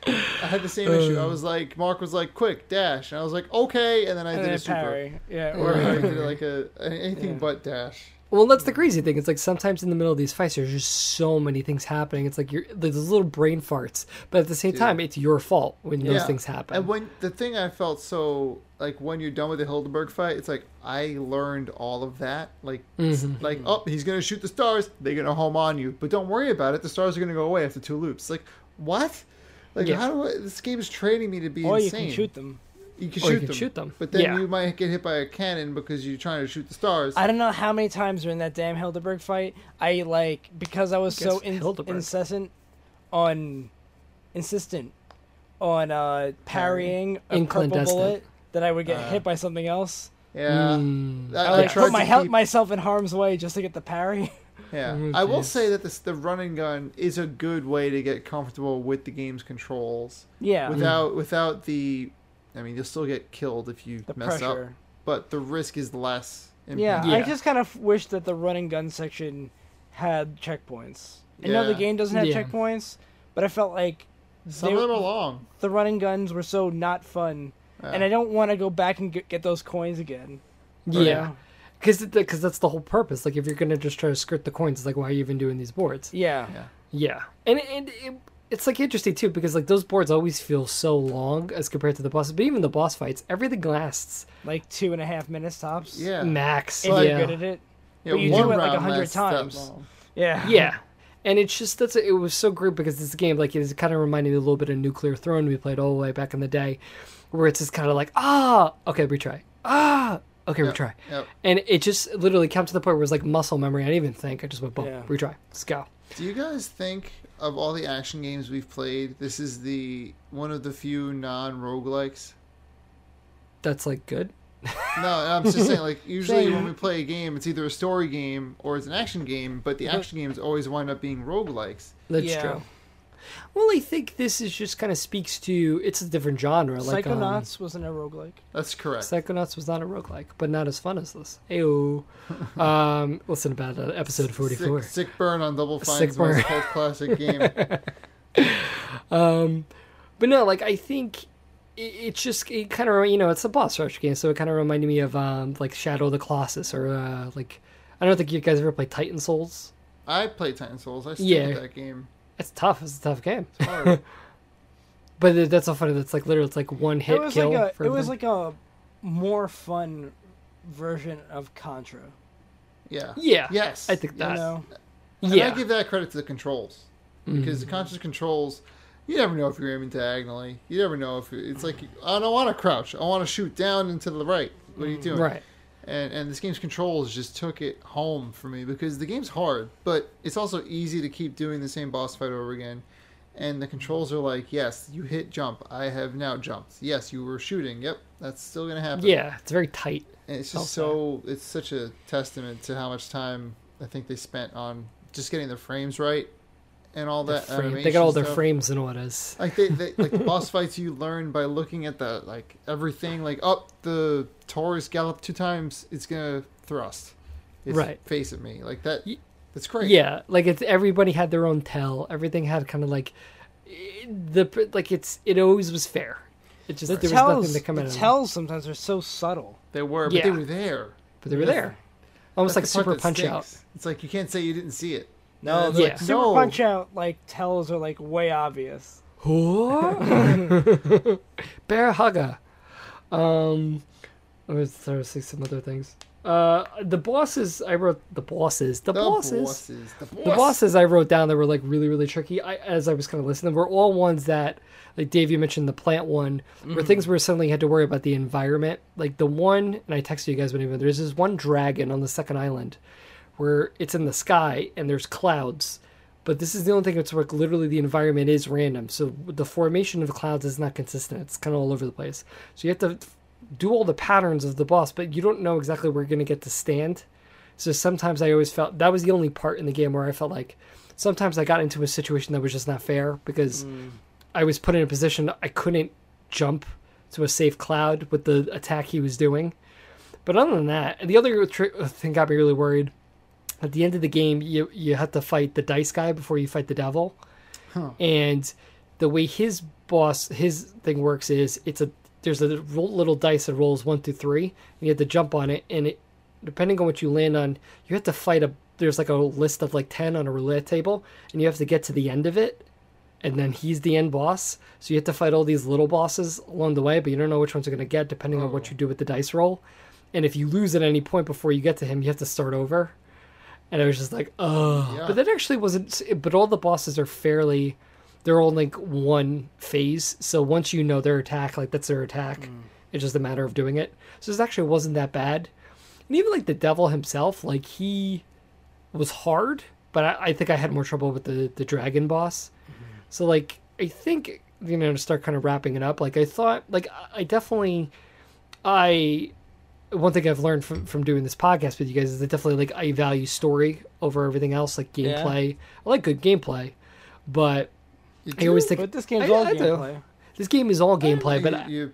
[SPEAKER 3] I had the same issue. I was like, Mark was like, quick, dash. And I was like, okay. And then I
[SPEAKER 2] And
[SPEAKER 3] did
[SPEAKER 2] then
[SPEAKER 3] a super.
[SPEAKER 2] parry. Yeah.
[SPEAKER 3] Or
[SPEAKER 2] Or,
[SPEAKER 3] I
[SPEAKER 1] [LAUGHS]
[SPEAKER 3] did like a, a- anything
[SPEAKER 2] Yeah.
[SPEAKER 3] but dash.
[SPEAKER 1] Well, that's the crazy thing. It's like sometimes in the middle of these fights, there's just so many things happening. It's like you're like those little brain farts, but at the same time, it's your fault when those
[SPEAKER 3] Yeah.
[SPEAKER 1] things happen.
[SPEAKER 3] And when the thing I felt so like when you're done with the Hildenberg fight, it's like I learned all of that. Like
[SPEAKER 2] Mm-hmm.
[SPEAKER 3] like oh he's gonna shoot the stars, they're gonna home on you, but don't worry about it. The stars are gonna go away after two loops. Like what? Like
[SPEAKER 1] Yeah.
[SPEAKER 3] how do I, this game is training me to be
[SPEAKER 2] or you
[SPEAKER 3] insane?
[SPEAKER 2] can shoot them.
[SPEAKER 3] You can
[SPEAKER 1] Or
[SPEAKER 3] shoot,
[SPEAKER 1] you can
[SPEAKER 3] them,
[SPEAKER 1] shoot them.
[SPEAKER 3] but then
[SPEAKER 1] Yeah.
[SPEAKER 3] you might get hit by a cannon because you're trying to shoot the stars.
[SPEAKER 2] I don't know how many times during that damn Hildeberg fight I like because I was so
[SPEAKER 1] Guess
[SPEAKER 2] in-
[SPEAKER 1] Hildeberg.
[SPEAKER 2] incessant on insistent on uh parrying a purple
[SPEAKER 1] Inclandestinate.
[SPEAKER 2] bullet that I would get hit by something else.
[SPEAKER 3] yeah, Uh,
[SPEAKER 1] Hmm.
[SPEAKER 3] I,
[SPEAKER 2] I,
[SPEAKER 3] I
[SPEAKER 2] Mm. like
[SPEAKER 3] tried
[SPEAKER 2] put my
[SPEAKER 3] to
[SPEAKER 2] hel-
[SPEAKER 3] keep-
[SPEAKER 2] myself in harm's way just to get the parry. [LAUGHS]
[SPEAKER 3] Yeah,
[SPEAKER 1] Oh,
[SPEAKER 3] I will
[SPEAKER 1] geez.
[SPEAKER 3] say that this the running gun is a good way to get comfortable with the game's controls.
[SPEAKER 2] yeah.
[SPEAKER 3] without without the i mean you'll still get killed if you
[SPEAKER 2] the
[SPEAKER 3] mess up
[SPEAKER 2] pressure.
[SPEAKER 3] but the risk is less in-
[SPEAKER 2] Yeah,
[SPEAKER 1] Yeah.
[SPEAKER 2] I just kind of wish that the run and gun section had checkpoints. I know the
[SPEAKER 3] Yeah.
[SPEAKER 2] game doesn't have
[SPEAKER 1] Yeah.
[SPEAKER 2] checkpoints, but I felt like
[SPEAKER 3] some
[SPEAKER 2] they-
[SPEAKER 3] of them are long
[SPEAKER 2] the run and guns were so not fun, and
[SPEAKER 3] Yeah.
[SPEAKER 2] I don't want to go back and get, get those coins again.
[SPEAKER 1] yeah, because because that's the whole purpose. Like if you're gonna just try to skirt the coins, it's like why are you even doing these boards?
[SPEAKER 2] Yeah.
[SPEAKER 3] yeah
[SPEAKER 1] Yeah, and and it, it's like interesting too because like those boards always feel so long as compared to the bosses. But even the boss fights, everything lasts
[SPEAKER 2] Like two and a half minutes tops.
[SPEAKER 3] yeah
[SPEAKER 1] max.
[SPEAKER 2] If
[SPEAKER 1] yeah.
[SPEAKER 2] you're good at it.
[SPEAKER 3] yeah
[SPEAKER 2] but you do
[SPEAKER 3] one
[SPEAKER 2] it like
[SPEAKER 3] round
[SPEAKER 2] 100
[SPEAKER 3] lasts that
[SPEAKER 2] times.
[SPEAKER 3] long.
[SPEAKER 2] Yeah.
[SPEAKER 1] Yeah. And it's just that's it was so great because this game like it kind of reminded me a little bit of Nuclear Throne we played all the way back in the day, where it's just kind of like ah okay we try ah okay we try,
[SPEAKER 3] yep.
[SPEAKER 1] and it just literally came to the point where it was like muscle memory. I didn't even think. I just went boom
[SPEAKER 2] Yeah.
[SPEAKER 1] retry let's go.
[SPEAKER 3] do you guys think of all the action games we've played this is the one of the few non-roguelikes
[SPEAKER 1] That's like good.
[SPEAKER 3] no i'm just saying
[SPEAKER 2] [LAUGHS]
[SPEAKER 3] like usually when
[SPEAKER 2] Same.
[SPEAKER 3] we play a game it's either a story game or it's an action game but the action games always wind up being roguelikes
[SPEAKER 1] That's
[SPEAKER 2] Yeah.
[SPEAKER 1] true. Well, I think this is just kind of speaks to it's a different genre. Like um,
[SPEAKER 2] Psychonauts wasn't a roguelike.
[SPEAKER 3] that's correct
[SPEAKER 1] Psychonauts was not a roguelike, but not as fun as this. Ayo. [LAUGHS] um, listen about uh, episode forty-four.
[SPEAKER 3] sick, sick burn on double fine's
[SPEAKER 1] Sick burn.
[SPEAKER 3] most cult
[SPEAKER 1] [LAUGHS]
[SPEAKER 3] classic game
[SPEAKER 1] But no, like I think it, it's just it kind of you know it's a boss rush game, so it kind of reminded me of um like Shadow of the Colossus or uh like I don't think you guys ever played Titan Souls.
[SPEAKER 3] I play Titan Souls. I still
[SPEAKER 1] Yeah.
[SPEAKER 3] that game.
[SPEAKER 1] It's tough. It's a tough game, [LAUGHS]
[SPEAKER 3] It's hard.
[SPEAKER 1] but th- that's so funny. That's like literally it's like one hit
[SPEAKER 2] it was
[SPEAKER 1] kill.
[SPEAKER 2] like a.
[SPEAKER 1] for
[SPEAKER 2] It was
[SPEAKER 1] everything.
[SPEAKER 2] like a more fun version of Contra.
[SPEAKER 3] Yeah.
[SPEAKER 1] yeah,
[SPEAKER 3] Yes.
[SPEAKER 1] I think
[SPEAKER 2] You
[SPEAKER 1] that.
[SPEAKER 2] know.
[SPEAKER 3] And
[SPEAKER 1] Yeah,
[SPEAKER 3] I give that credit to the controls because
[SPEAKER 1] Mm-hmm.
[SPEAKER 3] the conscious controls. You never know if you're aiming diagonally. You never know if it's like I don't want to crouch. I want to shoot down and to the right. What are you doing?
[SPEAKER 1] Mm, right.
[SPEAKER 3] And and this game's controls just took it home for me because the game's hard, but it's also easy to keep doing the same boss fight over again. And the controls are like, yes, you hit jump. I have now jumped. Yes, you were shooting. Yep, that's still gonna happen.
[SPEAKER 1] Yeah, it's very tight.
[SPEAKER 3] And it's
[SPEAKER 1] I'll
[SPEAKER 3] just
[SPEAKER 1] say.
[SPEAKER 3] so it's such a testament to how much time I think they spent on just getting their frames right and all that.
[SPEAKER 1] Frame. They
[SPEAKER 3] animation
[SPEAKER 1] got all their
[SPEAKER 3] stuff.
[SPEAKER 1] frames and what is.
[SPEAKER 3] Like they, they like the
[SPEAKER 1] [LAUGHS]
[SPEAKER 3] boss fights you learn by looking at the like everything like up the Taurus gallop two times it's gonna thrust. Its
[SPEAKER 1] Right.
[SPEAKER 3] Face at me like that.
[SPEAKER 1] Y-
[SPEAKER 3] That's great.
[SPEAKER 1] Yeah, like it's everybody had their own tell. Everything had kind of like i- the like it's it always was fair. It just
[SPEAKER 2] The
[SPEAKER 1] there was
[SPEAKER 2] tells,
[SPEAKER 1] nothing to come
[SPEAKER 2] the
[SPEAKER 1] out of it.
[SPEAKER 2] tells sometimes are so subtle.
[SPEAKER 3] They were, but
[SPEAKER 1] Yeah.
[SPEAKER 3] they were there.
[SPEAKER 1] but they were
[SPEAKER 3] That's-
[SPEAKER 1] there. Almost like
[SPEAKER 3] That's the part
[SPEAKER 1] Super
[SPEAKER 3] that
[SPEAKER 1] Punch Out.
[SPEAKER 3] stinks. It's like you can't say you didn't see it.
[SPEAKER 2] No,
[SPEAKER 1] Yeah.
[SPEAKER 2] like, Super
[SPEAKER 3] No.
[SPEAKER 2] Punch Out like tells are like way obvious.
[SPEAKER 1] Whoa. [LAUGHS] Bear Hugger. Um, I was trying to say some other things. Uh, the bosses I wrote the bosses the,
[SPEAKER 3] The
[SPEAKER 1] bosses.
[SPEAKER 3] bosses. The bosses.
[SPEAKER 1] The bosses I wrote down that were like really really tricky. I as I was kind of listening were all ones that like Dave you mentioned the plant one were things where suddenly you had to worry about the environment. Like the one and I texted you guys when even there's this one dragon on the second island where it's in the sky and there's clouds. But this is the only thing that's where literally the environment is random. So the formation of clouds is not consistent. It's kind of all over the place. So you have to do all the patterns of the boss, but you don't know exactly where you're going to get to stand. So sometimes I always felt that was the only part in the game where I felt like sometimes I got into a situation that was just not fair because I was put in a position I couldn't jump to a safe cloud with the attack he was doing. But other than that, the other tri- thing got me really worried. At the end of the game, you you have to fight the dice guy before you fight the devil,
[SPEAKER 3] Huh.
[SPEAKER 1] and the way his boss his thing works is it's a there's a roll- little dice that rolls one through three, and you have to jump on it, and it depending on what you land on, you have to fight a there's like a list of like ten on a roulette table, and you have to get to the end of it, and then he's the end boss. So you have to fight all these little bosses along the way, but you don't know which ones you're gonna get depending on what you do with the dice roll. And if you lose at any point before you get to him, you have to start over. And I was just like, oh.
[SPEAKER 3] Yeah.
[SPEAKER 1] But that actually wasn't. But all the bosses are fairly. They're all in like one phase. So once you know their attack, like that's their attack. It's just a matter of doing it. So this actually wasn't that bad. And even like the devil himself, like he was hard, but I, I think I had more trouble with the the dragon boss.
[SPEAKER 2] Mm-hmm.
[SPEAKER 1] So like I think you know to start kind of wrapping it up. Like I thought, like I- I definitely, I one thing I've learned from from doing this podcast with you guys is that definitely like I value story over everything else, like
[SPEAKER 2] Yeah.
[SPEAKER 1] gameplay. I like good gameplay, but
[SPEAKER 3] You
[SPEAKER 1] I always think
[SPEAKER 2] But this game's
[SPEAKER 1] I-
[SPEAKER 2] all
[SPEAKER 1] I do.
[SPEAKER 2] gameplay.
[SPEAKER 1] this game is all gameplay.
[SPEAKER 3] you-
[SPEAKER 1] But I-
[SPEAKER 3] you-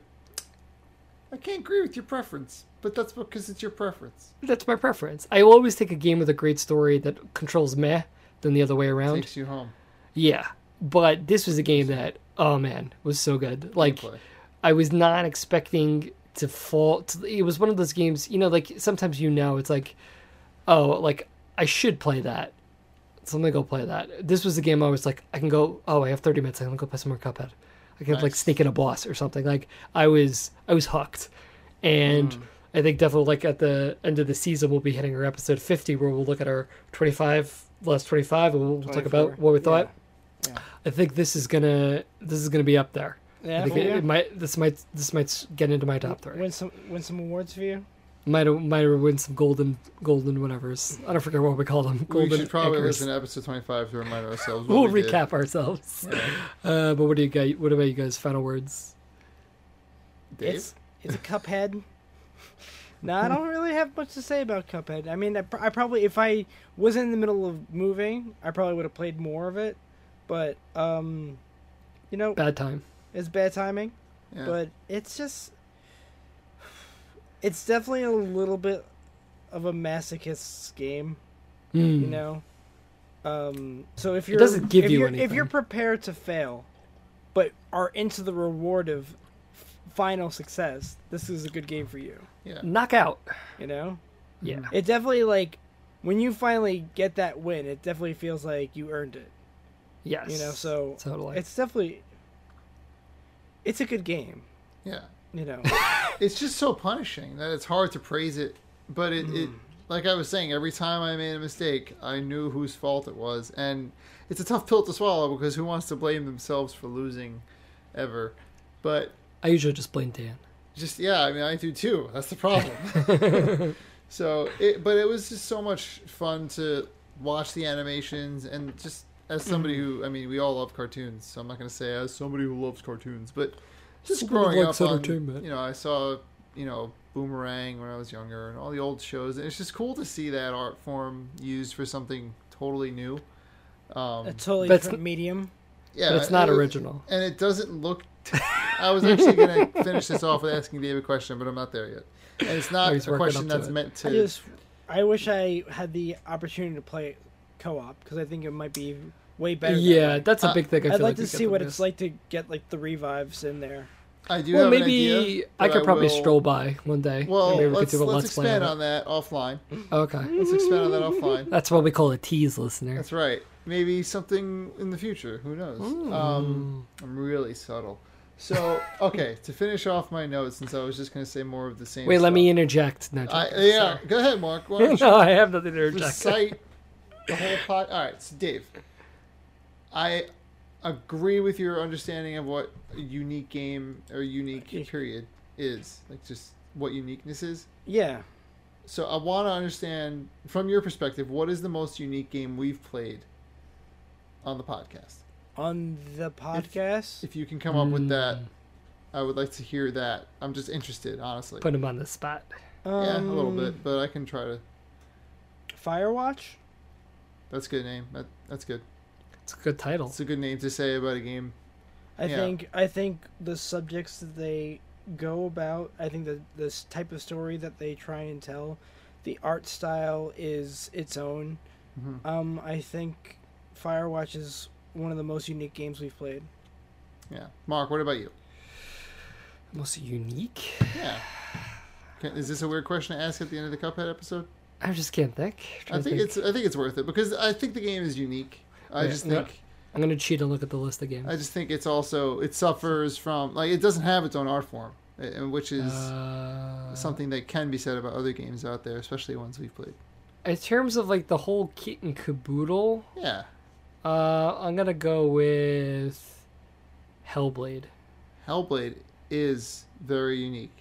[SPEAKER 3] I can't agree with your preference, but that's because it's your preference.
[SPEAKER 1] that's my preference. I will always take a game with a great story that controls meh than the other way around.
[SPEAKER 3] Takes you home.
[SPEAKER 1] Yeah, but this was a game that oh man was so good. Like
[SPEAKER 3] Gameplay.
[SPEAKER 1] I was not expecting to fall. To, it was one of those games, you know, like sometimes you know it's like, oh, like I should play that. So let me go play that. This was the game I was like, I can go. Oh, I have thirty minutes. I can go play some more Cuphead. I can like
[SPEAKER 3] Nice.
[SPEAKER 1] sneak in a boss or something. Like I was, I was hooked, and. I think definitely like at the end of the season we'll be hitting our episode 50 where we'll look at our 25 last 25 and we'll talk about
[SPEAKER 2] 24,
[SPEAKER 1] what we
[SPEAKER 2] yeah.
[SPEAKER 1] thought.
[SPEAKER 2] Yeah.
[SPEAKER 1] I think this is gonna this is gonna be up there. I
[SPEAKER 2] Yeah,
[SPEAKER 1] think
[SPEAKER 2] for
[SPEAKER 1] it,
[SPEAKER 2] you.
[SPEAKER 1] it might. This might. This might s- get into my top three.
[SPEAKER 2] win some win some awards for you.
[SPEAKER 1] Might might win some golden golden whatever's. I don't forget what we call them. Golden.
[SPEAKER 3] we should probably
[SPEAKER 1] anchors.
[SPEAKER 3] listen to episode 25 to remind ourselves. What
[SPEAKER 1] We'll
[SPEAKER 3] we did.
[SPEAKER 1] recap
[SPEAKER 3] [LAUGHS]
[SPEAKER 1] ourselves. Uh, but what do you guys? What about you guys? Final words.
[SPEAKER 3] Dave?
[SPEAKER 2] It's it's a Cuphead. no, I don't really have much to say about Cuphead. I mean, I, pr- I probably if I was in the middle of moving, I probably would have played more of it. But um, you know,
[SPEAKER 1] Bad time.
[SPEAKER 2] it's bad timing.
[SPEAKER 3] Yeah.
[SPEAKER 2] But it's just, it's definitely a little bit of a masochist's game.
[SPEAKER 1] Hmm.
[SPEAKER 2] you know um so if you're
[SPEAKER 1] doesn't give
[SPEAKER 2] if
[SPEAKER 1] you
[SPEAKER 2] you're, if you're
[SPEAKER 1] anything.
[SPEAKER 2] prepared to fail but are into the reward of f- final success this is a good game for you
[SPEAKER 3] yeah.
[SPEAKER 1] Knockout.
[SPEAKER 2] you know
[SPEAKER 1] Yeah.
[SPEAKER 2] it definitely like when you finally get that win it definitely feels like you earned it
[SPEAKER 1] Yes.
[SPEAKER 2] you know so
[SPEAKER 1] totally.
[SPEAKER 2] it's definitely it's a good game
[SPEAKER 3] Yeah.
[SPEAKER 1] [LAUGHS]
[SPEAKER 2] you know
[SPEAKER 3] It's just so punishing that it's hard to praise it, but it,
[SPEAKER 1] Mm.
[SPEAKER 3] it like I was saying, every time I made a mistake, I knew whose fault it was, and it's a tough pill to swallow because who wants to blame themselves for losing, ever? But
[SPEAKER 1] I usually just blame Dan.
[SPEAKER 3] just yeah i mean i do too that's the problem
[SPEAKER 1] [LAUGHS]
[SPEAKER 3] [LAUGHS] so it but it was just so much fun to watch the animations and just
[SPEAKER 1] Mm-hmm.
[SPEAKER 3] as somebody who i mean we all love cartoons so i'm not going to say as somebody who loves cartoons but just
[SPEAKER 1] Somebody
[SPEAKER 3] growing
[SPEAKER 1] likes
[SPEAKER 3] up on,
[SPEAKER 1] entertainment.
[SPEAKER 3] you know i saw you know boomerang when i was younger and all the old shows and it's just cool to see that art form used for something totally new um,
[SPEAKER 2] a totally
[SPEAKER 1] But it's-
[SPEAKER 2] different medium
[SPEAKER 3] yeah
[SPEAKER 1] But it's not
[SPEAKER 3] it-
[SPEAKER 1] original.
[SPEAKER 3] and it doesn't look. I was actually going to finish this off with asking Dave a question, but I'm not there yet. And it's not
[SPEAKER 1] Oh, He's
[SPEAKER 3] a
[SPEAKER 1] working
[SPEAKER 3] question
[SPEAKER 1] up to
[SPEAKER 3] that's
[SPEAKER 1] it.
[SPEAKER 3] meant
[SPEAKER 2] i
[SPEAKER 3] to.
[SPEAKER 2] just i wish i had the opportunity to play co-op because i think it might be way better that
[SPEAKER 1] Yeah,
[SPEAKER 2] way.
[SPEAKER 1] that's a
[SPEAKER 3] Uh,
[SPEAKER 1] big thing. I
[SPEAKER 2] I'd
[SPEAKER 1] feel
[SPEAKER 2] like,
[SPEAKER 1] we
[SPEAKER 2] to
[SPEAKER 1] get
[SPEAKER 2] see
[SPEAKER 1] from
[SPEAKER 2] what
[SPEAKER 1] this.
[SPEAKER 2] it's like to get like the revives in there.
[SPEAKER 3] I do
[SPEAKER 1] Well,
[SPEAKER 3] have an
[SPEAKER 1] maybe
[SPEAKER 3] idea,
[SPEAKER 1] I
[SPEAKER 3] but
[SPEAKER 1] could probably
[SPEAKER 3] will-
[SPEAKER 1] stroll by one day.
[SPEAKER 3] Well,
[SPEAKER 1] maybe we
[SPEAKER 3] let's,
[SPEAKER 1] could do a
[SPEAKER 3] let's
[SPEAKER 1] let's play.
[SPEAKER 3] expand on that offline.
[SPEAKER 1] Okay,
[SPEAKER 3] Let's expand on that offline.
[SPEAKER 1] that's what we call a tease, listener.
[SPEAKER 3] That's right. Maybe something in the future. Who knows?
[SPEAKER 1] Hmm.
[SPEAKER 3] Um, I'm really subtle. So, okay, to finish off my notes, since I was just going to say more of the same.
[SPEAKER 1] Wait, let
[SPEAKER 3] stuff.
[SPEAKER 1] me interject. No,
[SPEAKER 3] I,
[SPEAKER 1] joking.
[SPEAKER 3] yeah, go ahead, Mark.
[SPEAKER 1] [LAUGHS]
[SPEAKER 3] Why don't you
[SPEAKER 1] no, I have nothing to interject.
[SPEAKER 3] recite the whole pot. All right, so Dave, I agree with your understanding of what a unique game or unique period is, like just what uniqueness is.
[SPEAKER 2] Yeah.
[SPEAKER 3] So I want to understand from your perspective, what is the most unique game we've played on the podcast?
[SPEAKER 2] On the podcast.
[SPEAKER 3] If you can come up with that, I would like to hear that. I'm just interested, honestly.
[SPEAKER 1] Put him on the spot.
[SPEAKER 2] um,
[SPEAKER 3] yeah, a little bit, but I can try to.
[SPEAKER 2] Firewatch?
[SPEAKER 3] That's a good name. That, that's good.
[SPEAKER 1] It's a good title.
[SPEAKER 3] It's a good name to say about a game.
[SPEAKER 2] I
[SPEAKER 3] Yeah.
[SPEAKER 2] think I think the subjects that they go about. I think that this type of story that they try and tell, the art style is its own.
[SPEAKER 3] Mhm.
[SPEAKER 2] Um, I think Firewatch is one of the most unique games we've played.
[SPEAKER 3] Yeah. Mark, what about you?
[SPEAKER 1] Most unique?
[SPEAKER 3] Yeah. Okay, Is this a weird question to ask at the end of the Cuphead episode?
[SPEAKER 1] I just can't think. I'm trying
[SPEAKER 3] I
[SPEAKER 1] to
[SPEAKER 3] think it's I think it's worth it because I think the game is unique. I
[SPEAKER 1] Yeah.
[SPEAKER 3] just
[SPEAKER 1] Yeah.
[SPEAKER 3] think
[SPEAKER 1] I'm gonna cheat and look at the list again.
[SPEAKER 3] I just think it's also it suffers from like it doesn't have its own art form, eh, eh, which is
[SPEAKER 1] Uh,
[SPEAKER 3] something that can be said about other games out there, especially ones we've played.
[SPEAKER 1] in terms of like the whole kit and caboodle.
[SPEAKER 3] Yeah,
[SPEAKER 1] Uh, I'm gonna go with Hellblade.
[SPEAKER 3] Hellblade is very unique.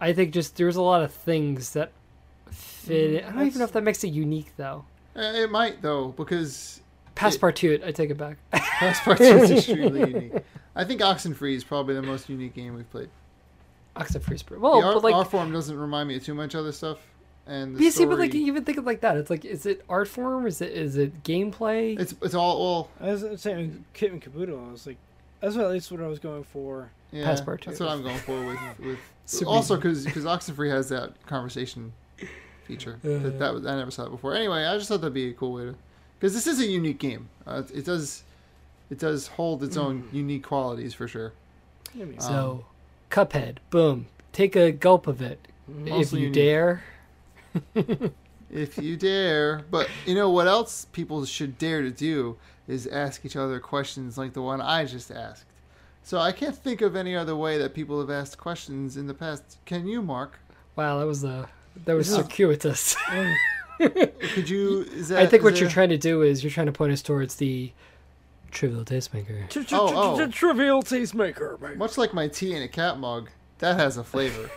[SPEAKER 1] I think just there's a lot of things that fit. in. I
[SPEAKER 2] Mm,
[SPEAKER 1] don't even know
[SPEAKER 2] that's-
[SPEAKER 1] if that makes it unique though.
[SPEAKER 3] Eh, It might though because [LAUGHS]
[SPEAKER 1] Passepartout, I take it back. [LAUGHS]
[SPEAKER 3] Passport is extremely unique. I think Oxenfree is probably the most unique game we've played.
[SPEAKER 1] Oxenfree Spirit. Well,
[SPEAKER 3] the
[SPEAKER 1] Oh,
[SPEAKER 3] art,
[SPEAKER 1] but like
[SPEAKER 3] art form doesn't remind me of too much other stuff, and the
[SPEAKER 1] you see,
[SPEAKER 3] story,
[SPEAKER 1] but like you even think of it like that. It's like, is it art form? Is it is it gameplay?
[SPEAKER 3] it's it's all well
[SPEAKER 2] I was saying Kit and Caboodle. I was like, that's what, at least what I was going for.
[SPEAKER 3] yeah,
[SPEAKER 1] Passport
[SPEAKER 3] That's
[SPEAKER 1] too.
[SPEAKER 3] what I'm going for
[SPEAKER 1] [LAUGHS]
[SPEAKER 3] with with
[SPEAKER 1] Submit.
[SPEAKER 3] also because because Oxenfree has that conversation feature that, that was, I never saw it before. Anyway, I just thought that'd be a cool way to because this is a unique game. Uh, it- it does it does hold its own unique qualities for sure.
[SPEAKER 2] I
[SPEAKER 3] Uh,
[SPEAKER 2] mean,
[SPEAKER 3] um,
[SPEAKER 1] so, Cuphead, boom, take a gulp of it if
[SPEAKER 3] Mostly
[SPEAKER 1] you
[SPEAKER 3] unique.
[SPEAKER 1] dare.
[SPEAKER 3] If you dare, but you know what else people should dare to do is ask each other questions like the one I just asked. So I can't think of any other way that people have asked questions in the past. Can you, Mark?
[SPEAKER 1] Wow, that was a that was
[SPEAKER 3] This is-
[SPEAKER 1] [LAUGHS] circuitous.
[SPEAKER 3] Could you? Is that,
[SPEAKER 1] I think
[SPEAKER 3] is
[SPEAKER 1] what
[SPEAKER 3] that-
[SPEAKER 1] you're trying to do is you're trying to point us towards the trivial tastemaker.
[SPEAKER 2] Tr- tr- tr-
[SPEAKER 3] Oh,
[SPEAKER 2] tr-
[SPEAKER 3] oh.
[SPEAKER 2] Trivial tastemaker, man.
[SPEAKER 3] Much like my tea in a cat mug, that has a flavor.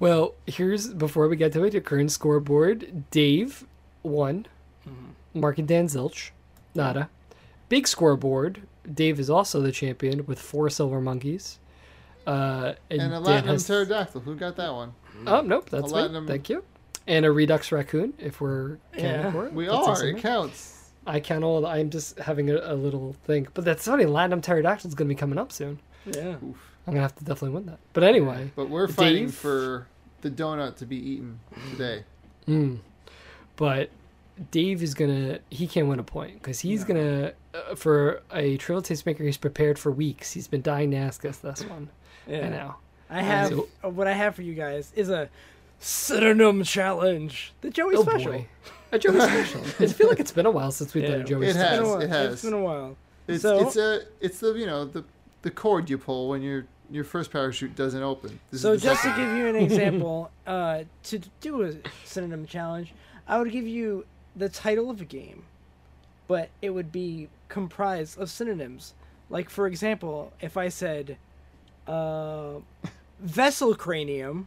[SPEAKER 1] Well, here's before we get to it, your current scoreboard: Dave one,
[SPEAKER 3] Mm-hmm.
[SPEAKER 1] Mark and Dan Zilch, nada. Big scoreboard: Dave is also the champion with four silver monkeys. Uh, and,
[SPEAKER 3] and a
[SPEAKER 1] Dan
[SPEAKER 3] Latinum
[SPEAKER 1] has-
[SPEAKER 3] pterodactyl. Who got that one?
[SPEAKER 1] Oh nope, that's me.
[SPEAKER 3] Latinum-
[SPEAKER 1] Thank you. And a Redux raccoon, if we're counting
[SPEAKER 2] Yeah.
[SPEAKER 1] for it.
[SPEAKER 3] We
[SPEAKER 1] That's
[SPEAKER 3] are.
[SPEAKER 1] awesome. eh?
[SPEAKER 3] It counts.
[SPEAKER 1] I count all. I'm just having a, a little thing, but that's funny. Latinum pterodactyl's going to be coming up soon.
[SPEAKER 2] Yeah.
[SPEAKER 3] Oof.
[SPEAKER 1] I'm gonna have to definitely win that. But anyway,
[SPEAKER 3] But we're fighting
[SPEAKER 1] Dave?
[SPEAKER 3] for the donut to be eaten today.
[SPEAKER 1] Mm. But Dave is gonna. He can't win a point because he's gonna. Uh, for a trivial tastemaker, he's prepared for weeks. He's been dying to ask us this one.
[SPEAKER 2] Yeah.
[SPEAKER 1] I know.
[SPEAKER 2] I have
[SPEAKER 1] So-
[SPEAKER 2] uh, what I have for you guys is a synonym challenge. The Joey
[SPEAKER 1] oh
[SPEAKER 2] special.
[SPEAKER 1] boy, a Joey special. I feel like it's been a while since we've done a
[SPEAKER 2] Yeah.
[SPEAKER 1] Joey
[SPEAKER 3] It
[SPEAKER 2] It's been a
[SPEAKER 1] special.
[SPEAKER 3] has.
[SPEAKER 2] while.
[SPEAKER 3] it has.
[SPEAKER 2] It's been a while.
[SPEAKER 3] It's
[SPEAKER 2] So-
[SPEAKER 3] it's a it's the you know the the cord you pull when your your first parachute doesn't open. This
[SPEAKER 2] So
[SPEAKER 3] is the
[SPEAKER 2] just to
[SPEAKER 3] second-
[SPEAKER 2] give you an example, uh, to do a synonym challenge, I would give you the title of a game, but it would be comprised of synonyms. Like for example, if I said uh, vessel cranium,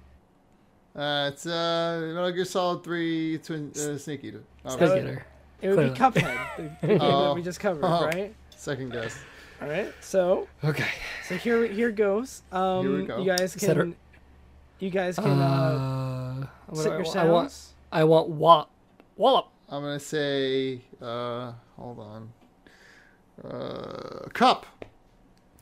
[SPEAKER 3] uh, it's uh Metal Gear Solid Three Twin uh, Snake Eater. All
[SPEAKER 1] Let's
[SPEAKER 3] right.
[SPEAKER 1] get her.
[SPEAKER 2] it would
[SPEAKER 1] Clearly.
[SPEAKER 2] be Cuphead, the, the game that we
[SPEAKER 3] Oh.
[SPEAKER 2] just covered,
[SPEAKER 3] Oh.
[SPEAKER 2] right?
[SPEAKER 3] Second guess.
[SPEAKER 2] All right. So
[SPEAKER 1] Okay.
[SPEAKER 2] So here, here goes. Um,
[SPEAKER 3] Here we go.
[SPEAKER 2] You guys
[SPEAKER 1] Set her-
[SPEAKER 2] can, you guys
[SPEAKER 1] Uh,
[SPEAKER 2] can uh,
[SPEAKER 1] what do
[SPEAKER 2] set
[SPEAKER 1] I
[SPEAKER 2] your
[SPEAKER 1] want?
[SPEAKER 2] sounds.
[SPEAKER 1] I want. I want wallop. Wallop.
[SPEAKER 3] I'm gonna say uh hold on. Uh, cup.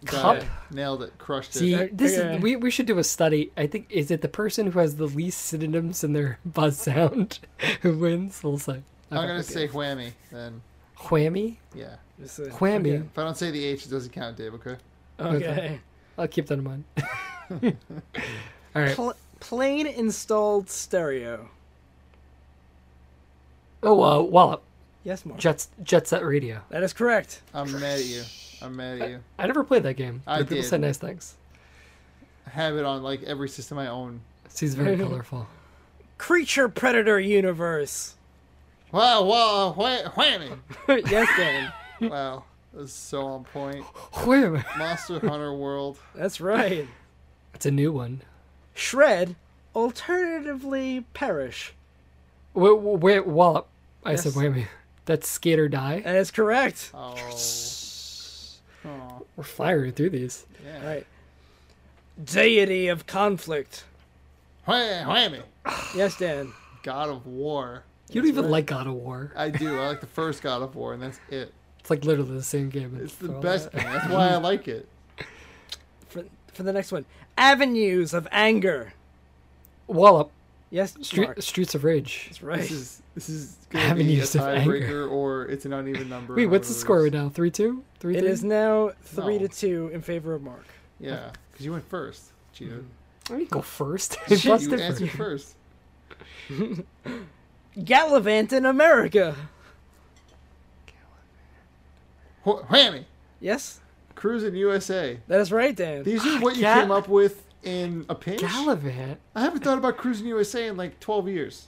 [SPEAKER 1] Cup?
[SPEAKER 3] It. Nailed it. Crushed
[SPEAKER 1] See,
[SPEAKER 3] it.
[SPEAKER 1] this
[SPEAKER 2] okay.
[SPEAKER 1] is, we we should do a study. I think is it the person who has the least synonyms in their [LAUGHS] buzz sound who wins? We'll say.
[SPEAKER 3] I'm gonna say whammy then.
[SPEAKER 1] whammy.
[SPEAKER 3] Yeah.
[SPEAKER 2] This is-
[SPEAKER 1] Whammy.
[SPEAKER 2] Okay.
[SPEAKER 3] If I don't say the H, it doesn't count, Dave. Okay.
[SPEAKER 2] Okay.
[SPEAKER 1] I'll keep that in mind. All right.
[SPEAKER 2] Pl- plain installed stereo.
[SPEAKER 1] Oh, uh, Wallop.
[SPEAKER 2] Yes, Mark.
[SPEAKER 1] Jet Jet Set Radio.
[SPEAKER 2] that is correct.
[SPEAKER 3] I'm mad at you. I'm mad at you.
[SPEAKER 1] I never played that game.
[SPEAKER 3] I
[SPEAKER 1] but people
[SPEAKER 3] did.
[SPEAKER 1] said nice things.
[SPEAKER 3] I have it on like every system I own.
[SPEAKER 1] She's
[SPEAKER 2] [LAUGHS]
[SPEAKER 1] very colorful.
[SPEAKER 2] Creature predator
[SPEAKER 3] [LAUGHS]
[SPEAKER 2] universe.
[SPEAKER 3] Wow, wow, wha- whammy.
[SPEAKER 2] yes, Dan.
[SPEAKER 3] Wow, that's so on point.
[SPEAKER 1] Wham!
[SPEAKER 3] Monster Hunter World.
[SPEAKER 2] That's right.
[SPEAKER 1] It's a new one.
[SPEAKER 2] Shred. Alternatively, perish.
[SPEAKER 1] Wait, wait Wallop. I said
[SPEAKER 2] Yes.
[SPEAKER 1] whammy. That's Skate or Die.
[SPEAKER 2] That is correct.
[SPEAKER 3] Oh. Aw,
[SPEAKER 1] We're firing through these.
[SPEAKER 2] All
[SPEAKER 3] yeah.
[SPEAKER 2] right. Deity of conflict.
[SPEAKER 3] Wha- Whammy.
[SPEAKER 2] Yes, Dan.
[SPEAKER 3] God of War.
[SPEAKER 1] You don't even like God of War.
[SPEAKER 3] I do. I like the first God of War, and that's it.
[SPEAKER 1] It's like literally the same game.
[SPEAKER 3] It's the
[SPEAKER 1] For all
[SPEAKER 3] best
[SPEAKER 1] that.
[SPEAKER 3] game. That's why I like it.
[SPEAKER 2] For, for the next one. Avenues of Anger.
[SPEAKER 1] Wallop.
[SPEAKER 2] Yes,
[SPEAKER 1] Stre-
[SPEAKER 2] Mark.
[SPEAKER 1] Streets of Rage.
[SPEAKER 2] That's right.
[SPEAKER 3] This is this is going to
[SPEAKER 1] Haven't
[SPEAKER 3] be a
[SPEAKER 1] used it for anger.
[SPEAKER 3] tiebreaker, or it's an uneven number.
[SPEAKER 1] Wait,
[SPEAKER 3] or
[SPEAKER 1] what's the
[SPEAKER 3] whatever
[SPEAKER 1] score right
[SPEAKER 3] it is.
[SPEAKER 1] now? 3 2? 3
[SPEAKER 2] It
[SPEAKER 1] 3?
[SPEAKER 2] is now three to
[SPEAKER 3] No.
[SPEAKER 2] two in favor of Mark.
[SPEAKER 3] Yeah, because you went first, Cheeto.
[SPEAKER 1] I didn't go first. [LAUGHS]
[SPEAKER 3] Shit,
[SPEAKER 1] Plus
[SPEAKER 3] you
[SPEAKER 1] different.
[SPEAKER 3] answered first.
[SPEAKER 2] Gallivant in America.
[SPEAKER 3] Wh- Whammy,
[SPEAKER 2] Yes,
[SPEAKER 3] cruising USA.
[SPEAKER 2] that is right, Dan.
[SPEAKER 3] These are what you
[SPEAKER 1] Gal-
[SPEAKER 3] came up with in a pinch.
[SPEAKER 1] Gallivant.
[SPEAKER 3] I haven't thought about cruising USA in like 12 years.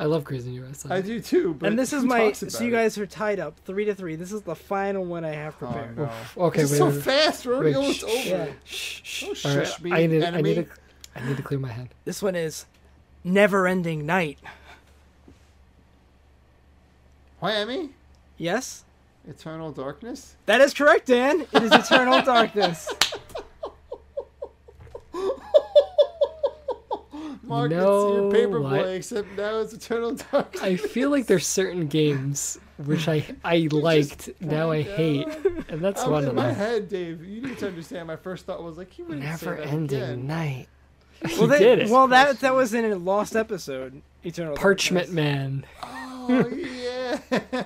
[SPEAKER 1] I love Cruising USA.
[SPEAKER 3] I do too. But
[SPEAKER 2] and this is
[SPEAKER 3] who
[SPEAKER 2] my.
[SPEAKER 3] talks
[SPEAKER 2] So
[SPEAKER 3] about
[SPEAKER 2] you
[SPEAKER 3] it?
[SPEAKER 2] guys are tied up three to three. This is the final one I have
[SPEAKER 3] Oh,
[SPEAKER 2] prepared.
[SPEAKER 3] no.
[SPEAKER 1] Okay,
[SPEAKER 3] It's
[SPEAKER 1] wait.
[SPEAKER 3] so
[SPEAKER 1] wait, wait.
[SPEAKER 3] fast. We're already
[SPEAKER 1] Wait,
[SPEAKER 3] almost
[SPEAKER 1] shh,
[SPEAKER 3] over. Oh,
[SPEAKER 2] Yeah.
[SPEAKER 1] Shh, shh.
[SPEAKER 3] Don't
[SPEAKER 1] All right,
[SPEAKER 3] shush me,
[SPEAKER 1] I need, I
[SPEAKER 3] enemy.
[SPEAKER 1] need to, I need to clear my head.
[SPEAKER 2] This one is Never Ending Night.
[SPEAKER 3] Whammy,
[SPEAKER 2] Yes?
[SPEAKER 1] [LAUGHS]
[SPEAKER 3] Eternal Darkness.
[SPEAKER 2] That is correct, Dan. It is
[SPEAKER 3] [LAUGHS]
[SPEAKER 2] Eternal Darkness.
[SPEAKER 3] Mark,
[SPEAKER 1] No,
[SPEAKER 3] it's your paper
[SPEAKER 1] what?
[SPEAKER 3] boy, except now it's Eternal Darkness.
[SPEAKER 1] I feel like there's certain games which
[SPEAKER 3] [LAUGHS]
[SPEAKER 1] I I liked, now I
[SPEAKER 3] pointed
[SPEAKER 1] hate, and that's
[SPEAKER 3] I was
[SPEAKER 1] one
[SPEAKER 3] in
[SPEAKER 1] of
[SPEAKER 3] my
[SPEAKER 1] them.
[SPEAKER 3] head, Dave. You need to understand. My first thought was like, he wouldn't
[SPEAKER 1] Never
[SPEAKER 3] say that
[SPEAKER 1] ending
[SPEAKER 3] again. [LAUGHS]
[SPEAKER 1] night.
[SPEAKER 2] well,
[SPEAKER 1] you did it.
[SPEAKER 2] Well, that that was in a lost episode. Eternal
[SPEAKER 1] Parchment
[SPEAKER 2] Darkness.
[SPEAKER 1] Man.
[SPEAKER 3] Oh yeah,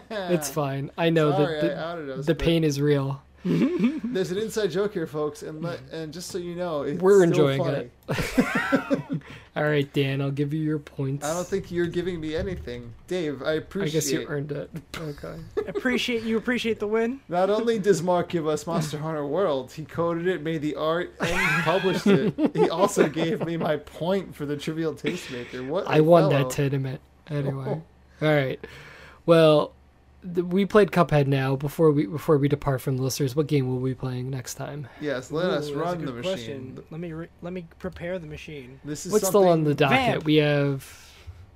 [SPEAKER 1] [LAUGHS] It's fine. I know
[SPEAKER 3] Sorry,
[SPEAKER 1] that
[SPEAKER 3] I
[SPEAKER 1] the,
[SPEAKER 3] outed us,
[SPEAKER 1] the
[SPEAKER 3] but
[SPEAKER 1] pain is real.
[SPEAKER 3] There's an inside joke here, folks, and
[SPEAKER 2] [LAUGHS]
[SPEAKER 3] let, and just so you know, it's
[SPEAKER 1] We're
[SPEAKER 3] still
[SPEAKER 1] enjoying
[SPEAKER 3] funny.
[SPEAKER 1] it. All right, Dan, I'll give you your points.
[SPEAKER 3] I don't think you're giving me anything, Dave. I
[SPEAKER 1] I
[SPEAKER 3] appreciate.
[SPEAKER 1] guess you earned
[SPEAKER 3] [LAUGHS]
[SPEAKER 1] it. Okay.
[SPEAKER 2] Appreciate you appreciate the win.
[SPEAKER 3] Not only does Mark give us
[SPEAKER 1] [LAUGHS]
[SPEAKER 3] Monster Hunter World, he coded it, made the art, and he published it.
[SPEAKER 1] [LAUGHS]
[SPEAKER 3] He also gave me my point for the Trivial Tastemaker. What
[SPEAKER 1] I
[SPEAKER 3] a
[SPEAKER 1] won
[SPEAKER 3] fellow.
[SPEAKER 1] that tournament anyway.
[SPEAKER 3] [LAUGHS]
[SPEAKER 1] All right. Well, th- we played Cuphead now. Before we before we depart from the listeners, what game will we be playing next time?
[SPEAKER 3] Yes, let
[SPEAKER 2] Ooh,
[SPEAKER 3] us
[SPEAKER 2] that's a
[SPEAKER 3] run the
[SPEAKER 2] good
[SPEAKER 3] machine.
[SPEAKER 2] question. Let me re- let me prepare the machine.
[SPEAKER 3] This is
[SPEAKER 1] What's still on the
[SPEAKER 3] something-
[SPEAKER 1] docket?
[SPEAKER 2] Vamp.
[SPEAKER 1] We have.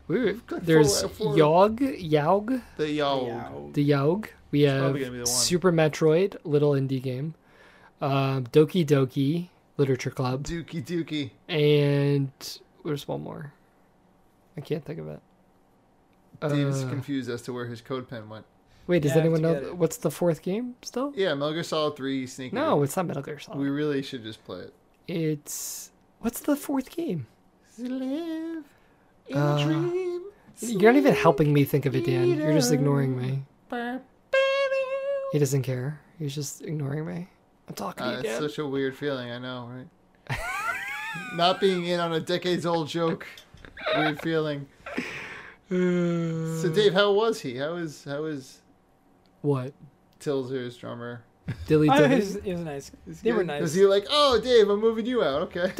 [SPEAKER 1] We,
[SPEAKER 3] Good
[SPEAKER 1] there's
[SPEAKER 3] for- for-
[SPEAKER 1] Yog, Yaug,
[SPEAKER 3] the Yaog.
[SPEAKER 2] Yow.
[SPEAKER 1] the Yaug. We have
[SPEAKER 3] probably gonna be the one.
[SPEAKER 1] Super Metroid, little indie game. Um, Doki Doki Literature Club,
[SPEAKER 3] Dookie Dookie.
[SPEAKER 1] and there's one more. I can't think of it.
[SPEAKER 3] Dave's
[SPEAKER 1] Uh,
[SPEAKER 3] confused as to where his code pen went.
[SPEAKER 1] Wait, does
[SPEAKER 2] Yeah, I have
[SPEAKER 1] anyone
[SPEAKER 2] to
[SPEAKER 1] know
[SPEAKER 2] get
[SPEAKER 1] th-
[SPEAKER 2] it.
[SPEAKER 1] what's the fourth game still?
[SPEAKER 3] Yeah, Metal Gear Solid 3 Sneaky.
[SPEAKER 1] No, it's not Metal Gear Solid.
[SPEAKER 3] We really should just play it.
[SPEAKER 1] It's what's the fourth game?
[SPEAKER 3] Live in
[SPEAKER 1] Uh,
[SPEAKER 3] a dream.
[SPEAKER 1] You're not even helping me think of it, Dan. You're just ignoring me.
[SPEAKER 3] Uh,
[SPEAKER 1] He doesn't care. He's just ignoring me. I'm talking to you,
[SPEAKER 3] uh, it's
[SPEAKER 1] Dan. [SIGHS]
[SPEAKER 3] such a weird feeling, I know, right? [LAUGHS] Not being in on a decades old joke. Weird feeling.
[SPEAKER 1] Uh,
[SPEAKER 2] Mm.
[SPEAKER 3] So Dave, how was he? How is how is
[SPEAKER 1] what?
[SPEAKER 3] Tilzer's drummer?
[SPEAKER 1] Dilly
[SPEAKER 2] Oh, it,
[SPEAKER 1] dilly.
[SPEAKER 2] was, it was nice.
[SPEAKER 3] Is
[SPEAKER 2] They were
[SPEAKER 3] good? Was
[SPEAKER 2] nice.
[SPEAKER 3] he like, oh Dave, I'm moving you out, okay.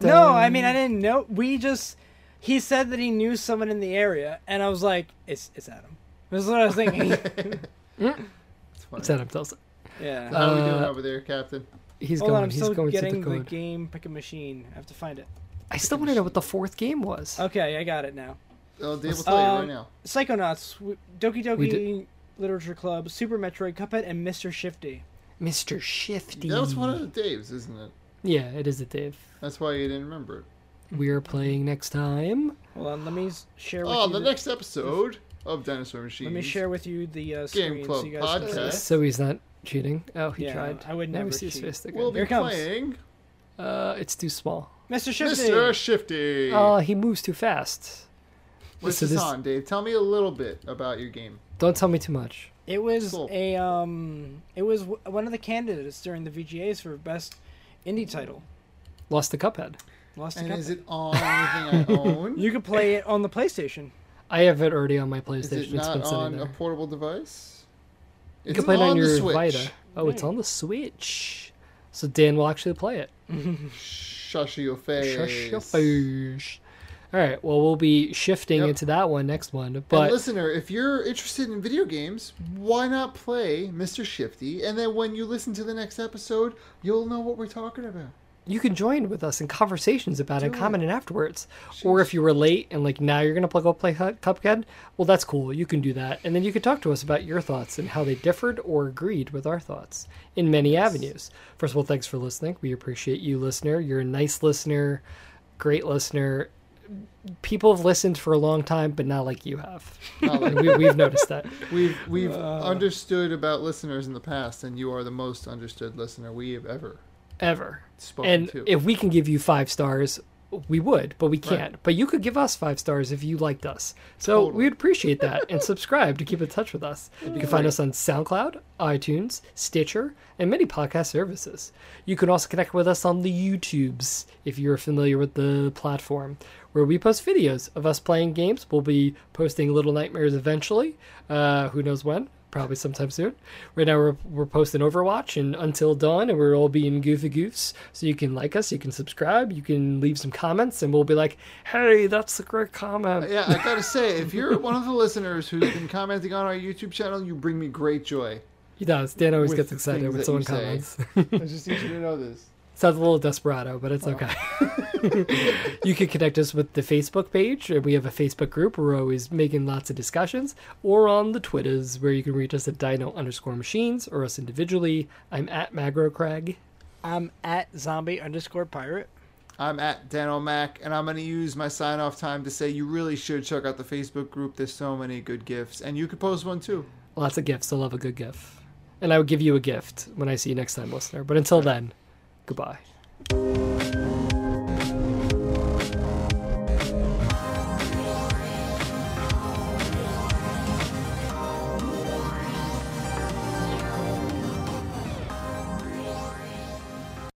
[SPEAKER 3] [LAUGHS]
[SPEAKER 2] No, I mean I didn't know. We just he said that he knew someone in the area, and I was like, it's it's Adam. That's what I was thinking.
[SPEAKER 1] [LAUGHS]
[SPEAKER 3] It's funny.
[SPEAKER 1] Set up Delson.
[SPEAKER 2] yeah.
[SPEAKER 3] How are we doing
[SPEAKER 1] Uh,
[SPEAKER 3] over there, Captain?
[SPEAKER 1] He's
[SPEAKER 2] Hold
[SPEAKER 1] going.
[SPEAKER 2] on, I'm
[SPEAKER 1] he's
[SPEAKER 2] still
[SPEAKER 1] going to the
[SPEAKER 2] getting the,
[SPEAKER 1] code.
[SPEAKER 2] game pick a machine. I have to find it.
[SPEAKER 1] I still want to know what the fourth game
[SPEAKER 3] Uh,
[SPEAKER 1] was.
[SPEAKER 2] Okay, I got it now.
[SPEAKER 3] Oh, Dave will tell you right
[SPEAKER 2] Um,
[SPEAKER 3] now.
[SPEAKER 2] Psychonauts, w- Doki
[SPEAKER 1] We
[SPEAKER 2] Doki
[SPEAKER 1] did-
[SPEAKER 2] Literature Club, Super Metroid, Cuphead, and Mr. Shifty.
[SPEAKER 1] Mr. Shifty.
[SPEAKER 3] That was one of the Dave's, isn't it?
[SPEAKER 1] Yeah, it is a Dave.
[SPEAKER 3] That's why you didn't remember it.
[SPEAKER 1] We are playing next time.
[SPEAKER 2] Hold on, let me s- share with
[SPEAKER 3] Oh,
[SPEAKER 2] you
[SPEAKER 3] the next episode of Dinosaur Machine.
[SPEAKER 2] Let me share with you the uh, screen
[SPEAKER 3] Game Club
[SPEAKER 2] so you guys.
[SPEAKER 3] podcast.
[SPEAKER 2] Can...
[SPEAKER 3] Yes.
[SPEAKER 1] So he's not cheating. Oh, he
[SPEAKER 2] Yeah,
[SPEAKER 1] tried.
[SPEAKER 2] I would
[SPEAKER 1] Now we
[SPEAKER 2] never
[SPEAKER 1] see his
[SPEAKER 2] cheat.
[SPEAKER 1] face again.
[SPEAKER 3] We'll be
[SPEAKER 2] Here it comes.
[SPEAKER 3] playing
[SPEAKER 1] Uh, it's too small.
[SPEAKER 2] Mr. Shifty.
[SPEAKER 3] Mr. Shifty.
[SPEAKER 1] Uh, he moves too fast.
[SPEAKER 3] What's
[SPEAKER 1] so
[SPEAKER 3] this
[SPEAKER 1] this-
[SPEAKER 3] on, Dave? Tell me a little bit about your game.
[SPEAKER 1] Don't tell me too much.
[SPEAKER 2] It was
[SPEAKER 3] Cool.
[SPEAKER 2] a um, it was w- one of the candidates during the VGAs for best indie title.
[SPEAKER 1] Lost the Cuphead.
[SPEAKER 2] Lost to
[SPEAKER 3] And
[SPEAKER 2] Cuphead.
[SPEAKER 3] is it
[SPEAKER 1] [LAUGHS]
[SPEAKER 3] on anything I own?
[SPEAKER 2] You could play it on the PlayStation.
[SPEAKER 1] I have it already on my PlayStation. It's
[SPEAKER 3] is it not
[SPEAKER 1] been sitting
[SPEAKER 3] on a
[SPEAKER 1] there.
[SPEAKER 3] portable device?
[SPEAKER 1] You
[SPEAKER 3] It's
[SPEAKER 1] can play it on,
[SPEAKER 3] the
[SPEAKER 1] your
[SPEAKER 3] Switch.
[SPEAKER 1] Vita. Oh, it's
[SPEAKER 2] Right.
[SPEAKER 1] on the Switch. So Dan will actually play it.
[SPEAKER 3] Shush your face.
[SPEAKER 1] Shush your face. All right. Well, we'll be shifting
[SPEAKER 3] Yep.
[SPEAKER 1] into that one next one.
[SPEAKER 3] And
[SPEAKER 1] But
[SPEAKER 3] listener, if you're interested in video games, why not play Mr. Shifty? And then when you listen to the next episode, you'll know what we're talking about.
[SPEAKER 1] you can join with us in conversations about it, and
[SPEAKER 3] Do it.
[SPEAKER 1] comment it afterwards. Or if you were late and like now you're gonna pl- go play Hu- Cuphead, well that's cool. You can do that, and then you can talk to us about your thoughts and how they differed or agreed with our thoughts in many avenues. First of all, thanks for listening. We appreciate you, listener. You're a nice listener, great listener. People have listened for a long time, but not like you
[SPEAKER 3] [LAUGHS]
[SPEAKER 1] have.
[SPEAKER 3] Not like-
[SPEAKER 1] we, we've noticed that.
[SPEAKER 3] We've
[SPEAKER 1] [LAUGHS] Uh.
[SPEAKER 3] we've understood about listeners in the past, and you are the most understood listener we have ever
[SPEAKER 1] ever.
[SPEAKER 3] Spoken
[SPEAKER 1] and
[SPEAKER 3] to.
[SPEAKER 1] if we can give you five stars, we would, but we can't. But you could give us five stars if you liked us. So
[SPEAKER 3] Totally.
[SPEAKER 1] we'd appreciate that and subscribe to keep in touch with us. You can find us on SoundCloud, iTunes, Stitcher, and many podcast services. You can also connect with us on the YouTubes if you're familiar with the platform, where we post videos of us playing games. We'll be posting Little Nightmares eventually. Uh, who knows when? Probably sometime soon. Right now we're, we're posting Overwatch and Until Dawn, and we're all being goofy goofs. So you can like us, you can subscribe, you can leave some comments, and we'll be like, "Hey, that's a great comment."
[SPEAKER 3] Uh, Yeah, I gotta say, if you're one of the listeners who's been commenting on our YouTube channel, you bring me great joy.
[SPEAKER 1] He does. Dan always
[SPEAKER 3] With
[SPEAKER 1] gets
[SPEAKER 3] the
[SPEAKER 1] excited
[SPEAKER 3] things
[SPEAKER 1] when
[SPEAKER 3] that
[SPEAKER 1] someone
[SPEAKER 3] you say.
[SPEAKER 1] comments. [LAUGHS]
[SPEAKER 3] I just need you to know this.
[SPEAKER 1] Sounds a little desperado, but
[SPEAKER 3] Oh.
[SPEAKER 1] it's okay.
[SPEAKER 3] [LAUGHS]
[SPEAKER 1] you can connect us with the Facebook page. and We have a Facebook group. We're always making lots of discussions. Or on the Twitters, where you can reach us at dino underscore machines or us individually. I'm at Magro Craig.
[SPEAKER 2] I'm at zombie underscore pirate.
[SPEAKER 3] I'm at Dan O'Mac, and I'm going to use my sign off time to say you really should check out the Facebook group. There's so many good gifts, and you could post one too.
[SPEAKER 1] Lots of gifts. I love a good gift. And I would give you a gift when I see you next time, listener. But until then, goodbye.